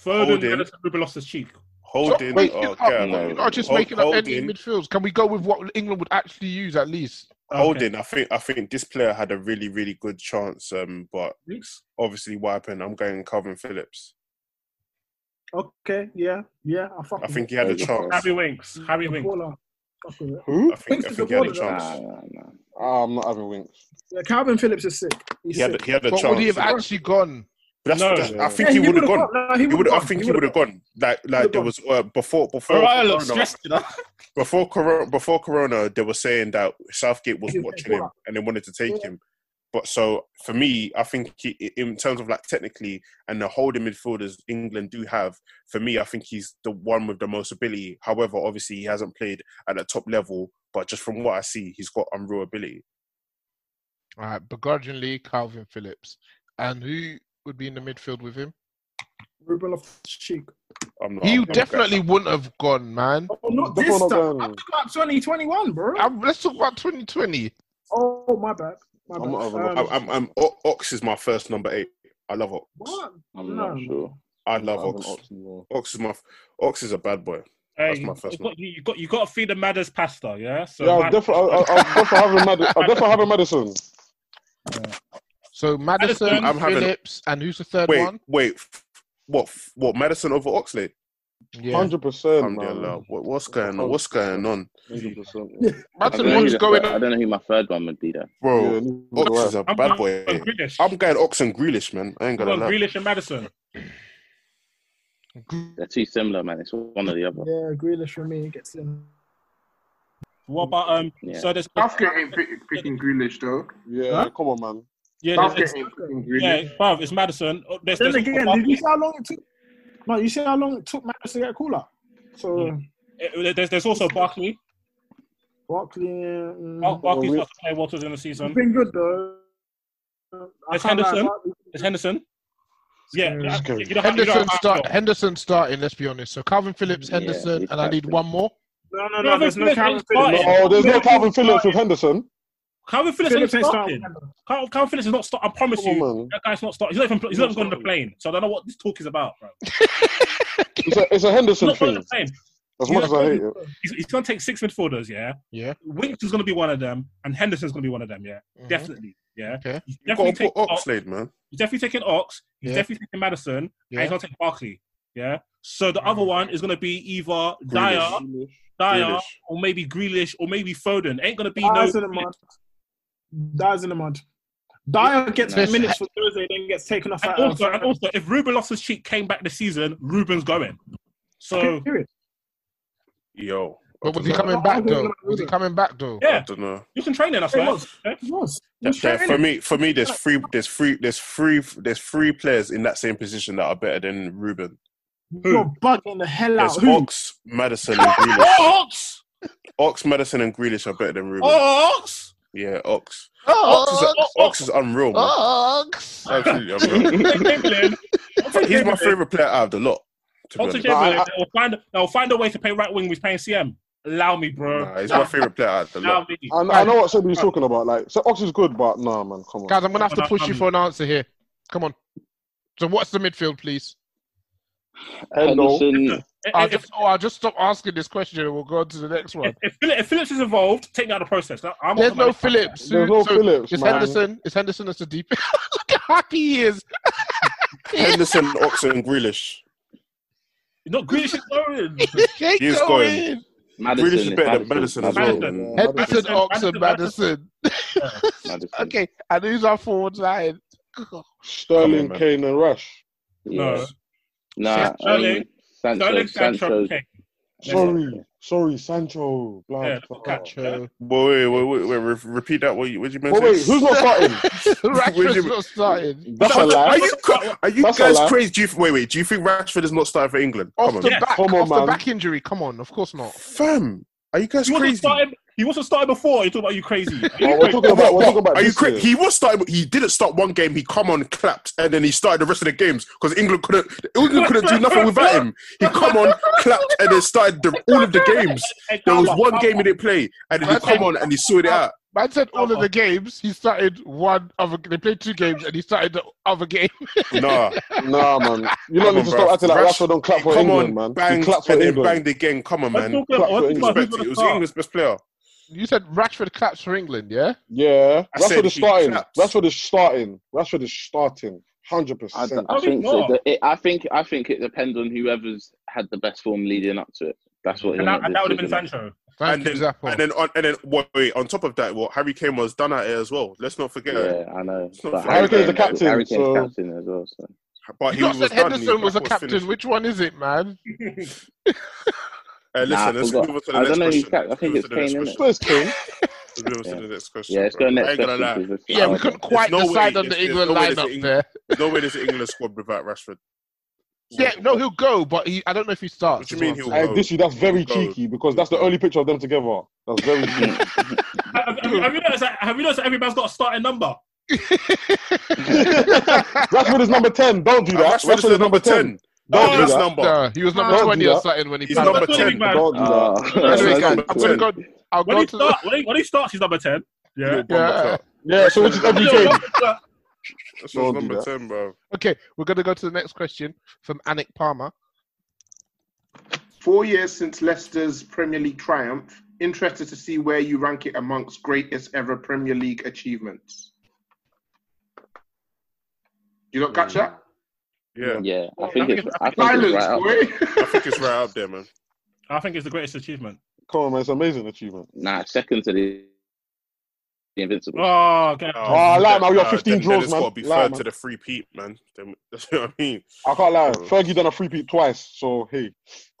Foden
Holding.
Henderson, Ruben lost his cheek.
Holding.
Stop making
oh,
up-
God, no.
You're not just
Hold-
making up any
holding.
midfields. Can we go with what England would actually use at least?
Holding, I think I think this player had a really, really good chance, um, but
Thanks.
obviously wiping. I'm going Calvin Phillips.
Okay, yeah, yeah. I, fuck
I
with
think he
it.
had a chance.
Harry Winks. Harry
The
Winks.
baller. Fuck with it.
Who? I think,
Winks
I
is
think he
the
had a
baller, though.
chance.
Ah, I'm not having Winks.
Yeah, Calvin Phillips is sick. He's
He had,
sick.
he had a
What
chance.
would he have actually gone?
That's,
No.
that's- I think
Yeah,
he, would have
would've
gone.
No,
He would. I
gone.
think he
would've
would have gone. Like, like there was uh, before, before,
Ferrara looks
Corona,
stressed, you know.
before Corona, before Corona, they were saying that Southgate was watching him and they wanted to take him. But so for me, I think he, in terms of like technically and the holding midfielders England do have, for me, I think he's the one with the most ability. However, obviously he hasn't played at the top level, but just from what I see, he's got unreal ability.
All right, begrudgingly Calvin Phillips, and who would be in the midfield with him?
Ruben Loftus-Cheek.
I'm not,
He
I'm not
definitely wouldn't have gone, man.
Oh, not
That's
this
what I'm
time. I'm
going.
talking about 2021, bro.
Um, let's talk about 2020.
Oh, my bad. My bad.
I'm not having
Um,
I'm, I'm, I'm, O- Ox is my first number eight. I love Ox.
what?
I'm
No.
not sure.
I love
I'm having
Ox.
Ox as well.
Ox is my f- Ox is a bad boy.
Hey,
That's my
you
first
got, you got you got to feed the Madders pasta, yeah. So
yeah,
Mad-
I'm definitely, I, I, I'm definitely having Mad- I'm definitely having Madison.
So Madison,
Madison,
I'm having-
Phillips, and who's the third
Wait,
one?
wait, f- what? f- What? Madison over Oxley?
Yeah,
Hundred percent,
Alhamdulillah.
man.
What, what's going on? What's going on,
Hundred percent.
I
Madison,
don't, know who
what's
the
going
third- I
on?
don't know who my third one would be, though.
bro?
Yeah,
Ox is a
I'm
bad
going-
boy.
I'm going Grealish.
I'm going Ox and Grealish, man. I ain't
Come
gonna
on,
lie.
Grealish and Madison.
They're too similar, man. It's one or the other.
Yeah, Grealish for me gets in.
What about um?
Yeah.
So there's
Southgate ain't pick- picking Grealish though.
Yeah,
Huh?
come on, man.
yeah,
Southgate
there's,
ain't picking
yeah,
Grealish.
bruv, it's Madison. Oh, There's,
Then
there's-
again, did you see how long it took? No, you see how long it took Max to get a call up. So
Eh, there's, there's also Barkley.
Barkley, mm,
Bar- Barkley's
we-
not to play well till the end of the
he's
season.
been good though. I
It's
can't lie,
Henderson.
Barkley-
It's Henderson. Yeah,
Scary.
yeah,
Scary.
you don't have- you don't
Henderson
have-
start. Henderson starting. Let's be honest. So Calvin Phillips,
Yeah,
Henderson,
he's
and I need
captain.
one more.
No, no,
No,
no. There's no
Phillips
Calvin
ain't
Phillips.
starting.
No, there's no Calvin Phillips with Henderson.
Calvin Phillips,
Phillips
ain't
ain't
starting.
starting.
Cal- Calvin Phillips is not starting. I promise
Come
you,
on, man.
that guy's not starting. He's not even, he's not even going on the plane. So I don't know what this talk is about, bro.
It's a, it's a Henderson
He's not going
thing.
on the plane.
As much as I hate it.
He's, he's going to take six midfielders, yeah?
Yeah. Mm-hmm.
Winks is going to be one of them, and Henderson's going to be one of them, yeah? Definitely, yeah?
Okay.
He's
You've got
definitely
to put
taking Ox.
Oxlade, man.
He's definitely taking Ox. He's
Yeah.
definitely taking Madison.
Yeah.
And he's going to take Barkley, yeah? So the other one is going to be either Dyer,
Grealish.
Dyer,
Grealish.
or maybe Grealish, or maybe Foden. Ain't going to be
Dyer's in
no...
a month. Dyer's in a month. Dyer gets
Listen.
minutes for Thursday, then gets taken off.
And
at, uh,
also, and also, if Ruben Loftus Cheek came back this season, Ruben's going. So,
Yo.
But was
I
he
dunno.
coming back though? Was he coming back though?
I
yeah,
don't know.
you can train it. That's
It
right.
was. It was.
That-
He's
that-
training.
for me, for me, there's three, there's three, there's three, there's three players in that same position that are better than Ruben.
You're bugging the hell out.
There's
Who?
Ox, Madison, and
Oh!
Grealish.
Ox,
Ox, Madison, and Grealish are better than Ruben.
Oh!
Ox,
Yeah, Ox. Ox is,
Ox,
Ox is unreal. man.
Oh!
Ox.
Absolutely unreal. But He's my favorite player out of the lot. to be
Oxford
honest.
Chamberlain, they'll find they'll find a way to pay right wing with paying CM. Allow me, bro.
Nah, he's my favorite player out of the
Allow
lot.
me.
I, I know what Sebi was talking about. Like, so Ox is good, but nah, man, come on.
Guys, I'm gonna have to push
um,
you for an answer here. Come on. So what's the midfield, please?
Hello. Henderson.
I'll just, oh, I'll just stop asking this question and we'll go on to the next one.
If, Phillips, if Phillips is involved, take me out of the process. Like, I'm
There's
not-
no Phillips.
There's no Phillips,
It's
man.
Henderson. It's Henderson that's the deep. Look how happy he is.
Henderson, Ox, and Grealish.
No, Grealish is going.
He is going.
Madison
Grealish is
is
better than
Madison.
Madison as well.
Madison.
man.
Henderson,
Madison,
Ox, and Madison.
Madison,
okay, and who's our forward line? Oh,
Sterling,
Come on, man.
Kane, and Rush.
No.
Nah,
Sterling-
um, Sancho,
Sterling, Sancho,
Sancho.
okay.
Sorry, sorry, Sancho. Blah,
Yeah,
blah.
Sancho.
Well, wait, wait, wait, wait, re- repeat that. What you, what you meant?
Oh,
to-
wait, who's not starting?
Wait,
Rashford's
you-
not starting.
That's a lie.
Are you cra- are you
That's a
guys
lie.
crazy? Do you, wait, wait. Do you think Rashford is not starting for England?
Off
Come on,
the back,
Come on,
off the
man.
back injury. Come on, of course not.
fam. Are you guys
He wasn't
crazy?
starting. He wasn't starting before. You talking about you crazy? Are you
Oh, we're
crazy?
talking about- we're
What?
talking about
Are you
this
crazy?
year.
He was starting. He didn't start one game. He come on, clapped, and then he started the rest of the games because England couldn't. England couldn't do nothing without him. He come on, clapped, and then started the, all of the games. There was one game he didn't play, and then he come on and he sorted it out.
Man said all
Uh-huh.
of the games. He started one other. They played two games, and he started the other game.
Nah,
Nah,
Come
man. You don't
on,
need to
bruv.
stop acting like
Rash-
Rashford don't clap for
come
England,
on,
man.
Banged,
he claps for
and then
England.
banged again. Come on,
Let's
man.
talk about-
Clap for
let's
England.
talk about
Respect
who's
it.
gonna
It was
start.
England's best player.
you said Rashford claps for England, yeah?
Yeah,
I said
Rashford is
he
starting.
claps.
Rashford is starting. Rashford is starting. Hundred
I,
percent.
I think
Probably
so.
not.
The- It, I think I think it depends on whoever's had the best form leading up to it. That's what.
And that, and that would have been Sancho.
And then, and then, on, and then, wait, wait, on top of that, well, Harry Kane was done at it as well. Let's not forget.
Yeah, I know.
It's not
But
fair. Harry Kane's the
Kane- Harry
captain,
Kane's
so-
captain as well. So.
But
You
he
got
was
said
done.
Henderson
He
was a
was
captain.
finished.
Which one is it, man?
Uh, listen,
Nah, I
let's move on to
forgot.
the
I
next
don't know who's
question.
cap- I
Let's
think
move
it's
on to the next
Kane,
question.
Where's Kane?
Let's move on to the next question.
Yeah, let's
bro.
go next
I ain't gonna
question,
lie.
because it's-
Yeah, we
Oh,
couldn't
okay.
quite
There's no
decide
way-
on the
there's- there's
England
no way
lineup
there's an
there.
Eng- No way there's an England squad without Rashford.
Yeah, no, he'll go, but he, I don't know if he starts.
What do you
is
mean
I'm
he'll
saying.
I
go?
diss you. That's very
Go.
cheeky because that's the only picture of them together. That's very cheeky.
Have, have, have you noticed? That, have you noticed that every man's got a starting number?
Rashford is number ten. Don't do
Uh,
that.
Rashford is the number 10.
Don't
Oh,
do
that's
that.
number.
No, he was number
Don't do
20 or
that.
something when he
He's
played.
number
That's
10.
what I
Don't do
Uh,
that.
Anyway, guys,
number
I'm gonna
10.
go. I'll
When
go
he
to the.
start, when he, when he starts, he's number ten. Yeah.
Yeah.
Yeah, so which is every game.
That's
Don't do
number
that.
10, bro.
Okay, we're gonna go to the next question from Anik Palmer.
Four years since Leicester's Premier League triumph. Interested to see where you rank it amongst greatest ever Premier League achievements. You not catch that?
Yeah.
Yeah, I think it's. I think it's right up.
Silence,
I
boy.
think it's right up there, man.
I think it's the greatest achievement.
Come on, man. It's an amazing achievement.
Nah, second to the, the Invincible.
Oh, okay.
Oh, I like, man. We got 15
then,
draws,
then
man.
Got to be
Lie,
third
man.
to the free peat, man. Then, that's what I mean.
I can't lie.
Bro.
Fergie done a free peat twice, so hey.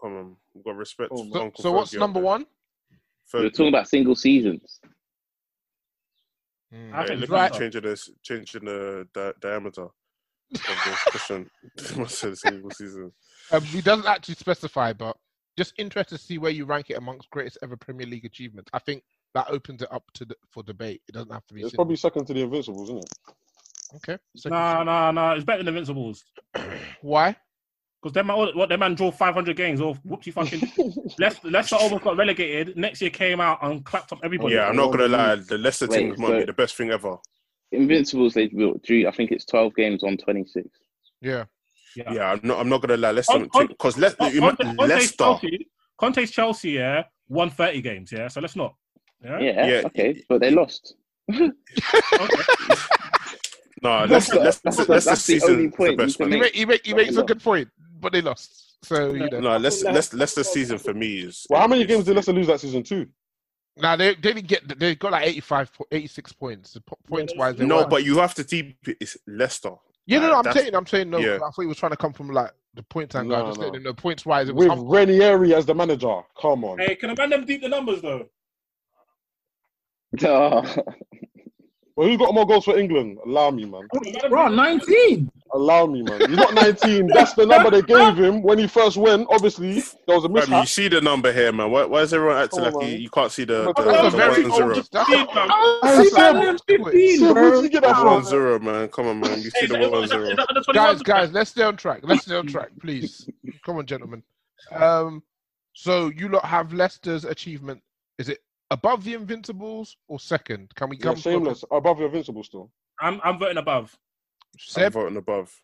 Come on, we've got respect.
Oh,
for
So,
Uncle
so
Fergie
what's
out
number
there.
one?
We We're
Fergie.
talking about single seasons.
Mm.
I
Yeah,
think
look
right.
at you changing the changing the di- diameter of the cushion. Must say the single season.
Um, he doesn't actually specify, but just interested to see where you rank it amongst greatest ever Premier League achievements. I think that opens it up to the, for debate. It doesn't have to be.
It's
sin-
probably second to the Invincibles, isn't it?
okay. second
Nah,
sin-
nah, nah. It's better than Invincibles.
Why?
Because that man, what that man draw 500 games or whoopsie fucking. Leicester, Leicester almost got relegated. Next year came out and clapped up everybody.
yeah, I'm not gonna lie. The Leicester
Wait,
team might be
so-
the best thing ever.
Invincibles, they built three. I think it's 12 games on 26.
Yeah.
Yeah, I'm not. I'm not gonna lie. Leicester,
Con- Con-
because Leicester,
Con-
you might-
Conte- Conte's
Leicester.
Chelsea, Conte's Chelsea, yeah, won 30 games, yeah. So let's not. Yeah.
Yeah, okay, but they lost.
No,
Oh, That's
Leicester.
the-
Leicester,
that's the-
Leicester
that's the
season
only
is
point
the
you
best
can
one.
make.
He, make, he makes a good point, but they lost. So you know.
No, Leicester, Leicester, Leicester season for me is.
Well, how many
games
did Leicester lose that season too? Nah, they they didn't get. They got like 85, po- 86 points. The po- points wise, they
No,
weren't-
but you have to keep it- it's Leicester.
yeah, no,
Like,
no, I'm
that's-
saying, I'm saying, no.
Yeah.
I thought he was trying to come from like the points angle. I
No,
just
no.
letting him know points wise. It was
With
hump-
Ranieri as the manager, come on.
Hey, can a man them beat the numbers though?
well, who's got more goals for England? Allow me, man.
Oh,
Bro, 19.
Allow me, man. He's got 19. That's the number they gave him when he first went. Obviously, there was a
Fam, you
mishap.
see the number here, man. Why, why is everyone acting
Oh,
like you, you can't see the, the,
That's a
the,
very
one
old-
zero?
that's a-
Hey, Sam, Sam,
bro.
where'd you get that
The
from?
one zero, man. Come on, man. You see the one zero.
guys, guys, let's stay on track. Let's stay on track, please. Come on, gentlemen. Um, so you lot have Leicester's achievement. Is it above the Invincibles or second? Can we
Yeah,
come
shameless. Above the Invincible still.
I'm I'm voting above.
Seb?
voting above.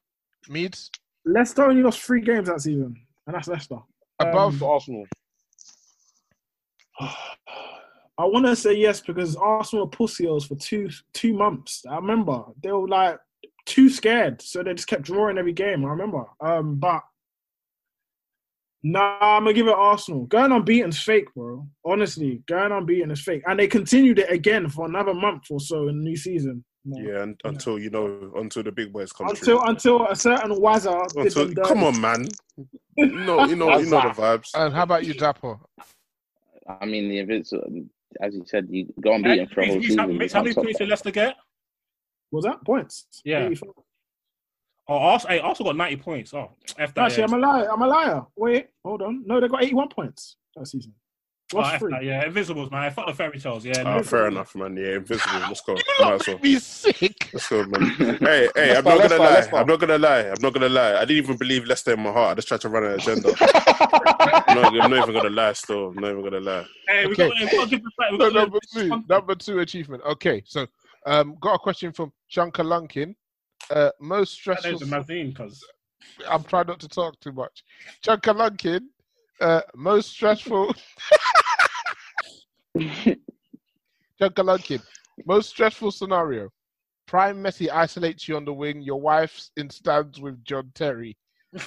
Meads
Leicester only lost three games that season, and that's Leicester. Um,
Above
Um, Arsenal.
I want to say yes because Arsenal were pussy holes for two two months. I remember they were like too scared, so they just kept drawing every game. I remember, um, but nah, I'm gonna give it Arsenal. Going unbeaten's fake, bro. Honestly, going unbeaten is fake, and they continued it again for another month or so in the new season.
Yeah, un- until you know, until the big boys come
Until
through.
until a certain Wazza did
Until-
them dirty.
come on, man. No, you know, you know the vibes.
And how about you, Dapper?
I mean, the Invincible, as you said, you go and beat them for a whole
Mates, how,
season.
mates, how
you
many
can't stop
points did Leicester get?
Was that points?
Yeah. Oh, Arsenal, hey, Arsenal got 90 points. Oh, F that.
Actually,
yeah.
I'm a liar. I'm a liar. Wait, hold on. No, they got 81 points that season.
Oh,
Lost
F
three.
that, yeah. Invincibles, man. Fuck the fairy tales. Yeah.
Ah,
Oh,
Invincibles.
fair enough, man. Yeah, invincible. Let's go. Might as well.
He's sick.
Let's go, man. Hey, hey, I'm not
Leicester,
gonna lie.
Leicester, Leicester.
I'm not gonna lie. I'm not gonna lie. I didn't even believe Leicester in my heart. I just tried to run an agenda. I'm, not, I'm not even gonna lie. Still, I'm not even gonna lie.
Hey, we
Okay.
got, we got to give respect. We
No,
got to-
number two, number two achievement. Okay, so um, got a question from Shankar Lunkin. Uh, most
that
stressful.
is a magazine, cause
I'm trying not to talk too much. Shankar Lunkin. Uh, most stressful. Shankar Lunkin. Most stressful scenario. Prime Messi isolates you on the wing. Your wife's in stands with John Terry.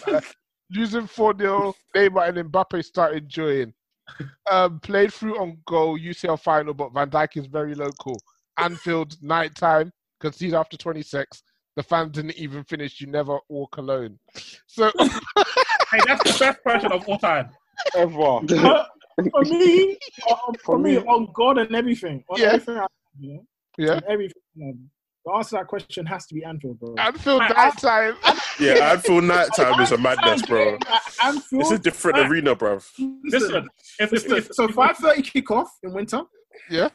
Uh, losing 4 0, Neymar and Mbappe start enjoying. Um, played through on goal, UCL final, but Van Dijk is very local. Anfield, night time, concede after 26. The fans didn't even finish. You never walk alone. So,
hey, that's the best question of all time.
Ever.
for me, uh, for me, on God and everything. On
Yeah.
everything. I, you know,
Yeah.
on everything. um, the answer to that question has to be Anfield, bro.
Anfield night time.
Yeah, Anfield night time is a madness, bro.
Anfield.
It's a different
Right.
arena, bro.
Listen, listen, so five thirty kickoff in winter.
Yeah.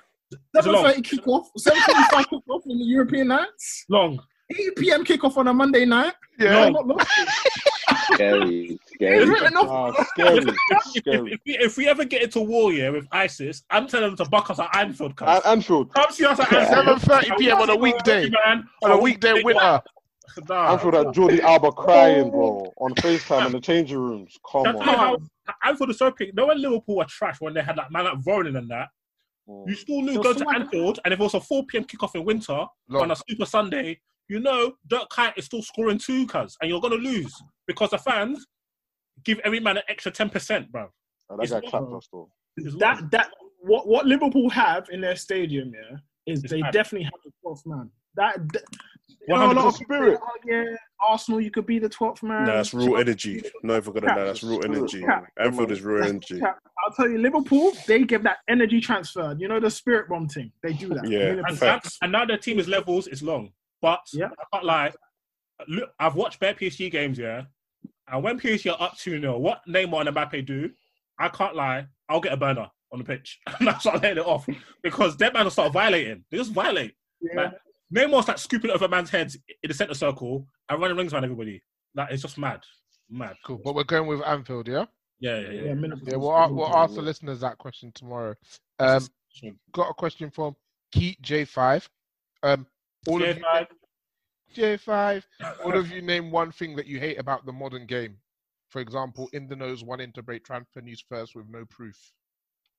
Seven thirty kickoff. Seven forty-five kickoff in the European nights.
Long.
Eight PM kickoff on a Monday night.
Yeah.
I'm not lost.
Scary,
It's
scary.
written off.
Oh,
Scary.
If, if, we, if we ever get into war here with ISIS, I'm telling them to buck us at Anfield. Cause.
At Anfield.
Come see us at Anfield.
7.30 p.m. on a weekday. On a weekday winter.
Nah.
Anfield had Jordi Alba crying, bro, on FaceTime in the changing rooms. Come
That's how
on.
Anfield is so crazy. No one Liverpool were trash when they had that man like Ronan and that. You still knew go to Anfield, and if it was a 4 p.m. kickoff in winter on a Super Sunday, you know Dirk Kuyt is still scoring two, cuz, and you're gonna lose because the fans give every man an extra 10%, bro.
Oh, that
It's
guy
not-
clapped us, though.
That that what what Liverpool have in their stadium, yeah, is they
bad.
definitely have the twelfth man. That th- you know, a lot of
100%
people say, "Oh, yeah, Arsenal, you could be the twelfth man.
Nah, that's
Um,
real energy. Not even gonna lie. That's real energy. Anfield is real energy.
I'll tell you, Liverpool, they give that energy transfer. You know the spirit bomb thing. They do that.
Yeah,
Liverpool.
And, that, and now their team is levels, it's long. But I can't lie, look, I've watched bare PSG games, yeah. And when PSG are up 2 0, what Neymar and Mbappe do, I can't lie, I'll get a burner on the pitch. and I'll start letting it off because that man will start violating. They just violate. Like, Neymar's like scooping it over man's heads in the centre circle and running rings around everybody. Like, it's just mad. Mad.
Cool. But we're going with Anfield, yeah?
Yeah, yeah, yeah. Yeah, minimum.
we'll, a- we'll ask the listeners that question tomorrow. Um, got a question from Keith J5. Um, all Of you,
J5.
J5. All of you name one thing that you hate about the modern game. For example, in the nose, one interbreak transfer news first with no proof.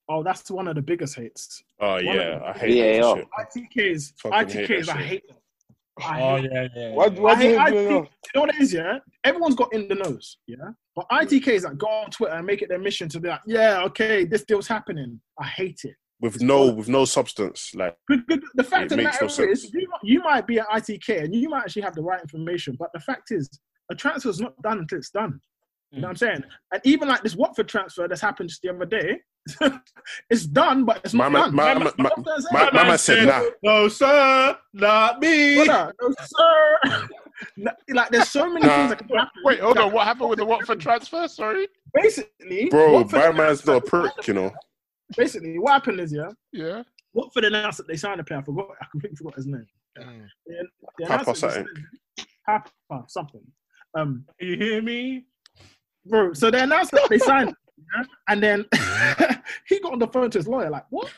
Oh, that's one of the biggest hates.
Oh
One of
yeah,
the
I
biggest
hate
hates.
that shit.
ITKs,
Fucking hate
ITKs,
that
I
shit.
hate them.
Oh, yeah, yeah.
Why,
yeah.
I hate ITK. You know what it is, yeah? Everyone's got in the nose, yeah? But ITKs that go on Twitter and make it their mission to be like, yeah, okay, this deal's happening. I hate it.
with no with no substance. Like
The
It
fact of the
makes
matter
no sense.
is, you, you might be at ITK and you might actually have the right information, but the fact is, a transfer is not done until it's done. You
Mm.
know what I'm saying? And even like this Watford transfer that's happened just the other day, it's done, but it's
my
not
man,
done.
my, my, my, my, my man said nah.
No, sir, not me.
Brother, no, sir. No, like, there's so many
Nah.
things that can happen.
Wait, hold on. What happened with the Watford transfer? Sorry.
Basically,
Bro,
Watford-
my man's not a prick, you know.
basically, what happened is, yeah,
yeah.
Watford announced that they signed a player. I forgot. I completely forgot his name. They, they
Papa
announced that they
something.
signed Papa oh, something. Um,
you hear me,
bro? So they announced that they signed, yeah? and then he got on the phone to his lawyer, like, "What?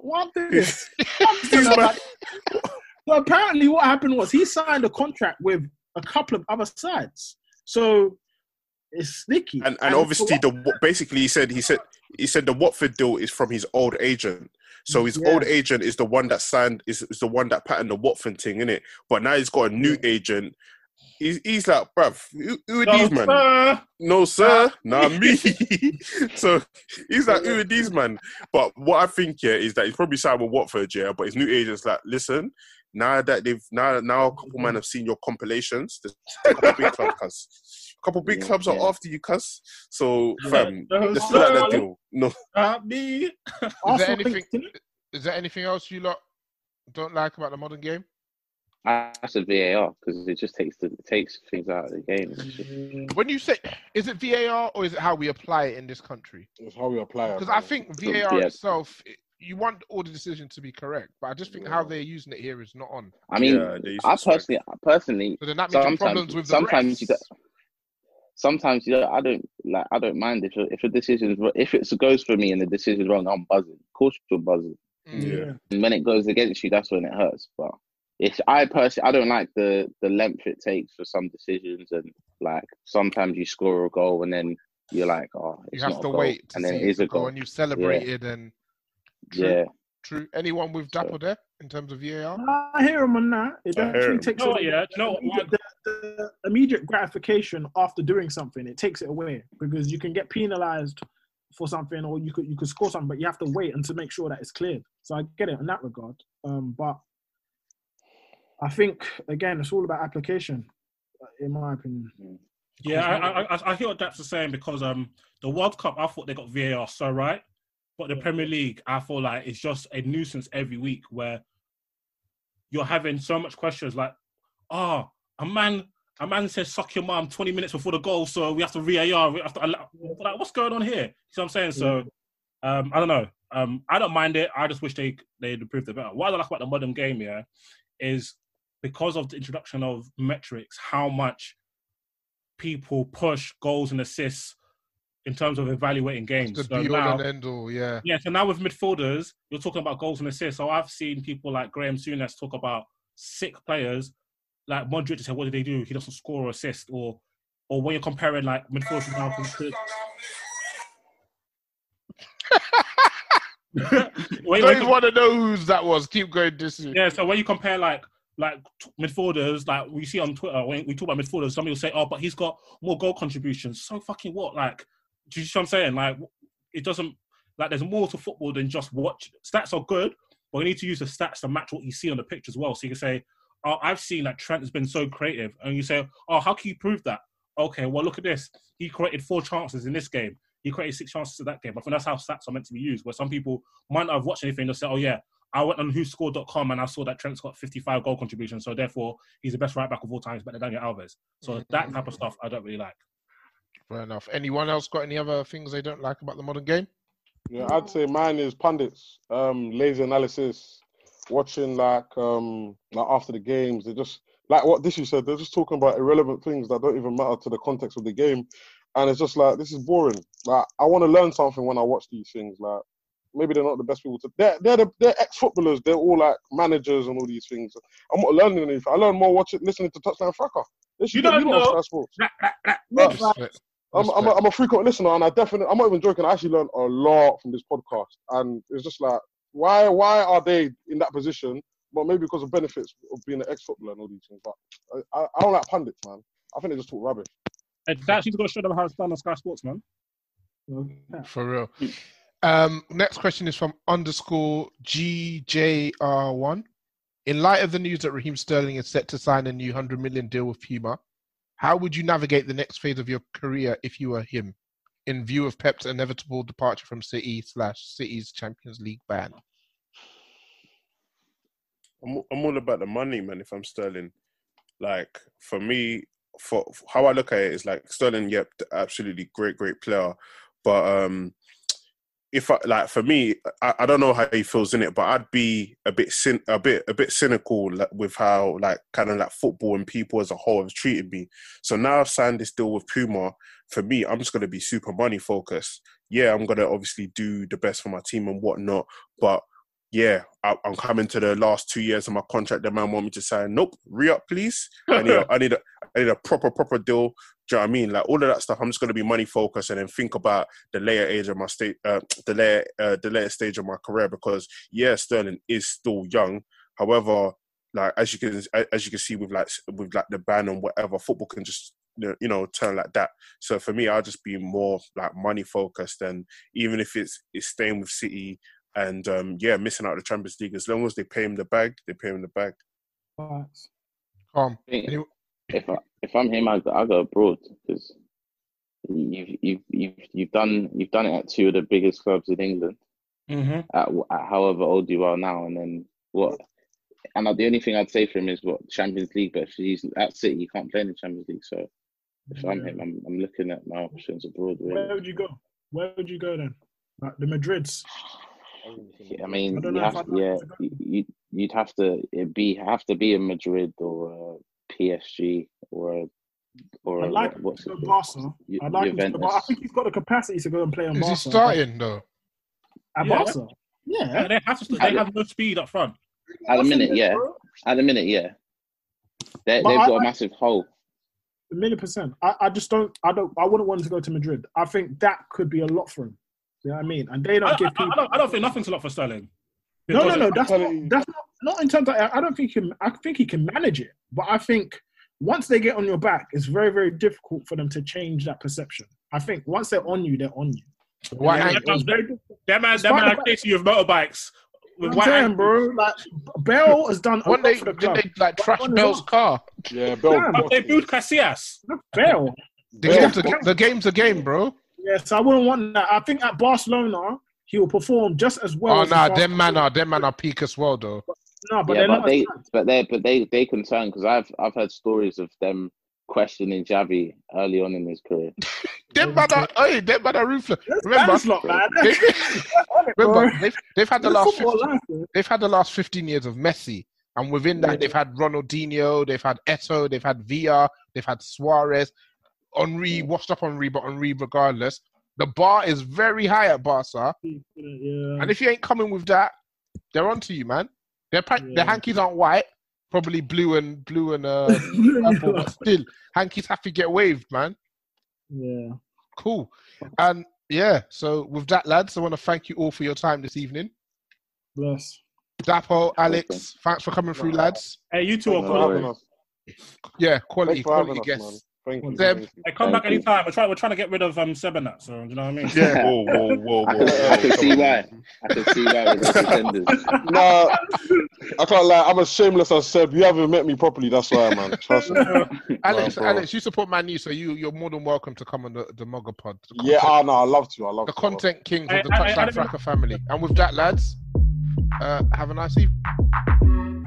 Why did this?" so apparently, what happened was he signed a contract with a couple of other sides. So it's sneaky.
And and obviously the Wa- basically he said he said he said the Watford deal is from his old agent. So his
Yeah.
old agent is the one that signed is, is the one that patterned the Watford thing, innit? But now he's got a new agent. He's, he's like, bruv, who, who are
No,
these man?
sir.
No, sir, nah, me. so he's like, who are these man? But what I think yeah is that he's probably signed with Watford, yeah. But his new agent's like, listen, now that they've now now a couple man have seen your compilations, there's a couple big club cuz. A couple big clubs are after you, cuz. So fam,
Yeah.
let's fill out that deal. No,
not me.
Is there anything? Is there anything else you lot don't like about the modern game?
That's a VAR because it just takes the, it takes things out of the game. It's just-
When you say, is it VAR or is it how we apply it in this country?
It's how we apply it.
Because I think
Yeah.
VAR itself, it- you want all the decisions to be correct, but I just think how they're using it here is not on.
I mean, I personally, I personally,
So then that means your problems with the
sometimes you
refs.
don't, sometimes you don't, I don't like, I don't mind if a, if a decision, if it goes for me and the decision's wrong, I'm buzzing. Of course, you're buzzing.
Yeah.
And when it goes against you, that's when it hurts. But it's I personally, I don't like the the length it takes for some decisions, and like sometimes you score a goal and then you're like, oh,
You
it's
have
not a
to
goal.
wait to
and then
see
it
if
is
the
a goal,
goal and you celebrated and
Yeah.
True.
yeah.
true. Anyone with Dapper there in terms of VAR?
I hear him on that. It
I hear
actually
him.
takes
No,
away
yeah,
the,
no,
immediate, the, the immediate gratification after doing something. It takes it away because you can get penalized for something, or you could you could score something, but you have to wait and to make sure that it's cleared. So I get it in that regard. Um, but I think again, it's all about application, uh, in my opinion.
Yeah, I, I- I, I hear what Daps are saying because um the World Cup, I thought they got VAR so right, but the Premier League, I feel like it's just a nuisance every week where you're having so much questions like, ah, a man, a man says suck your mum 20 minutes before the goal, so we have to VAR. We have to allow, like, what's going on here? You know what I'm saying? So, um, I don't know. Um, I don't mind it. I just wish they they'd improved it better. What I don't like about the modern game here is because of the introduction of metrics, how much people push goals and assists in terms of evaluating games.
The
So
be all
now-
and end all, yeah.
yeah, so now with midfielders, you're talking about goals and assists. So I've seen people like Graham Souness talk about sick players, like Modric. Say, what did they do? He doesn't score or assist, or or when you're comparing like midfielders now to- Wait,
don't
wait,
even want to know whose that was. Keep going. This is
yeah. So when you compare like like t- midfielders, like we see on Twitter when we talk about midfielders, somebody will say, "Oh, but he's got more goal contributions." So fucking what? Like, do you see what I'm saying? Like, it doesn't like there's more to football than just watch. Stats are good, but we need to use the stats to match what you see on the pitch as well. So you can say, "Oh, I've seen that Trent has been so creative," and you say, "Oh, how can you prove that?" Okay, well look at this. He created four chances in this game. He created six chances in that game. I think that's how stats are meant to be used. Where some people might not have watched anything, they'll say, "Oh yeah, I went on WhoScored.com and I saw that Trent's got 55 goal contributions, so therefore he's the best right back of all time. He's better than Daniel Alves." So that type of stuff I don't really like.
fair enough. Anyone else got any other things they don't like about the modern game?
Yeah, I'd say mine is pundits, um, lazy analysis, watching like um like after the games. They just like what Dishy said, they're just talking about irrelevant things that don't even matter to the context of the game. And it's just like this is boring. Like I want to learn something when I watch these things. Like maybe they're not the best people to. They're they're, the, they're ex footballers. They're all like managers and all these things. I'm not learning anything. I learn more watching listening to Touchdown Fracker. They should
You don't
get me to watch
know.
that sport.
Midfield.
I'm, I'm, a, I'm a frequent listener, and I definitely, I'm not even joking. I actually learned a lot from this podcast, and it's just like, why, why are they in that position? Well, maybe because of benefits of being an ex-footballer and all these things. But I, I, I don't like pundits, man. I think they just talk rubbish.
And that she's got to show them how it's done on Sky Sports, man.
For real. Um, next question is from underscore GJR1. In light of the news that Raheem Sterling is set to sign a new 100 million deal with Puma, how would you navigate the next phase of your career if you were him, in view of Pep's inevitable departure from City slash City's Champions League ban?
I'm, I'm all about the money, man. If I'm Sterling, like for me, for, for how I look at it is like Sterling, yep, absolutely great, great player, but um, if I like for me, I, I don't know how he feels in it, but I'd be a bit cyn- a bit a bit cynical like, with how like kind of like football and people as a whole have treated me. So now I've signed this deal with Puma. For me, I'm just gonna be super money focused. Yeah, I'm gonna obviously do the best for my team and whatnot, but yeah, I, I'm coming to the last two years of my contract. The man want me to sign. Nope, re up, please. I need, a, I need a, I need a proper, proper deal. Do you know what I mean? Like all of that stuff. I'm just gonna be money focused and then think about the later age of my state, uh, the later, uh, the later stage of my career. Because yeah, Sterling is still young. However, like as you can, as you can see with like with like the ban and whatever, football can just you know turn like that. So for me, I'll just be more like money focused. And even if it's it's staying with City and um, yeah, missing out the Champions League. As long as they pay him the bag, they pay him the bag.
Um,
if I, if I'm him, I go, I go abroad because you've you've you've you've done you've done it at two of the biggest clubs in England.
Mm-hmm.
Mhm.
At, w- at however old you are now, and then what? And the only thing I'd say for him is what Champions League, but if he's at City, he can't play in the Champions League. So if I'm him, I'm I'm looking at my options abroad. Really,
Where would you go? Where would you go then? Like the Madrids.
I mean,
I don't
you
know if
have
I'd
yeah, you you'd have to it'd be have to be in Madrid or uh, PSG or or
I'd like him
what's
to
it
go
called?
Barca.
Ju-
I'd like him to go
Juventus.
Barca. I think he's got the capacity to go and play on
Is
Barca.
he starting though?
At
Yeah.
Barca. Yeah.
they have to. They have no speed up front.
At the minute, yeah. At the minute, yeah. They, they've
But I
got a
like-
massive hole.
A million percent. I, I just don't. I don't. I wouldn't want him to go to Madrid. I think that could be a lot for him. You know what I mean? And they don't
I,
give
I- I
people.
don't, I don't think nothing's a lot for Sterling.
No, no,
Because-
no. That's not, that's not, not in terms of. I don't think him. I think he can manage it, but I think once they get on your back, it's very, very difficult for them to change that perception. I think once they're on you, they're on you.
Why?
You know,
That
it's
man,
very difficult.
that man,
Despite the fact-
chasing you with motorbikes. With
I'm
white
saying,
ankles.
bro, like Bell has done a
One
lot
day-
for the
did
club.
they, like,
But
trash
one is
Bell's
not.
Car.
Yeah,
Bell- Bell-
They booed Casillas.
Bell.
The, game's a, the game's a game, bro.
Yes, I wouldn't want that. I think at Barcelona, he will perform just as well.
oh
as he
nah,
does-
them man are them man are peak as well though.
No, but
yeah,
they're
but
not.
they, but they, but they, they concern because I've I've heard stories of them questioning Javi early on in his career.
Them man are, hey, them man are ruthless. Remember,
That's lot, man.
they, remember they've, they've had the
It's
last
football
15, they've had the last fifteen years of Messi, and within that they've had Ronaldinho, they've had Eto, they've had Villa, they've had Suarez, Henri washed up Henri, but Henri regardless. The bar is very high at Barca,
yeah.
and if you ain't coming with that, they're onto you, man. Their pa-
Yeah.
their hankies aren't white, probably blue and blue and uh, purple, but still hankies have to get waved, man.
Yeah.
Cool. And yeah, so with that, lads, I want to thank you all for your time this evening.
Bless.
Dapo, Alex, thanks for coming through, lads.
Hey, you two are
No
quality.
worries. Yeah, quality,
Thanks for having
quality
us,
guests.
Thank
you.
Zeb,
Hey, come back anytime. We're trying, we're trying to get rid of um, Sebenat, so you know what I mean?
Yeah. Whoa, whoa, whoa,
I can,
whoa,
I can
whoa,
see
come
why. I can see why with the contenders.
Nah, I can't lie. I'm as shameless as Seb. You haven't met me properly. That's why, man. Trust me.
Alex,
Nah, bro.
Alex, you support Man U, so you you're more than welcome to come on the, the Mugger Pod. The
Yeah,
content-
ah, no, I love to. I love
the
to.
content kings
Hey,
of the
hey, hey,
Touchline
Adam-
Fracker family. And with that, lads, uh, have a nice evening.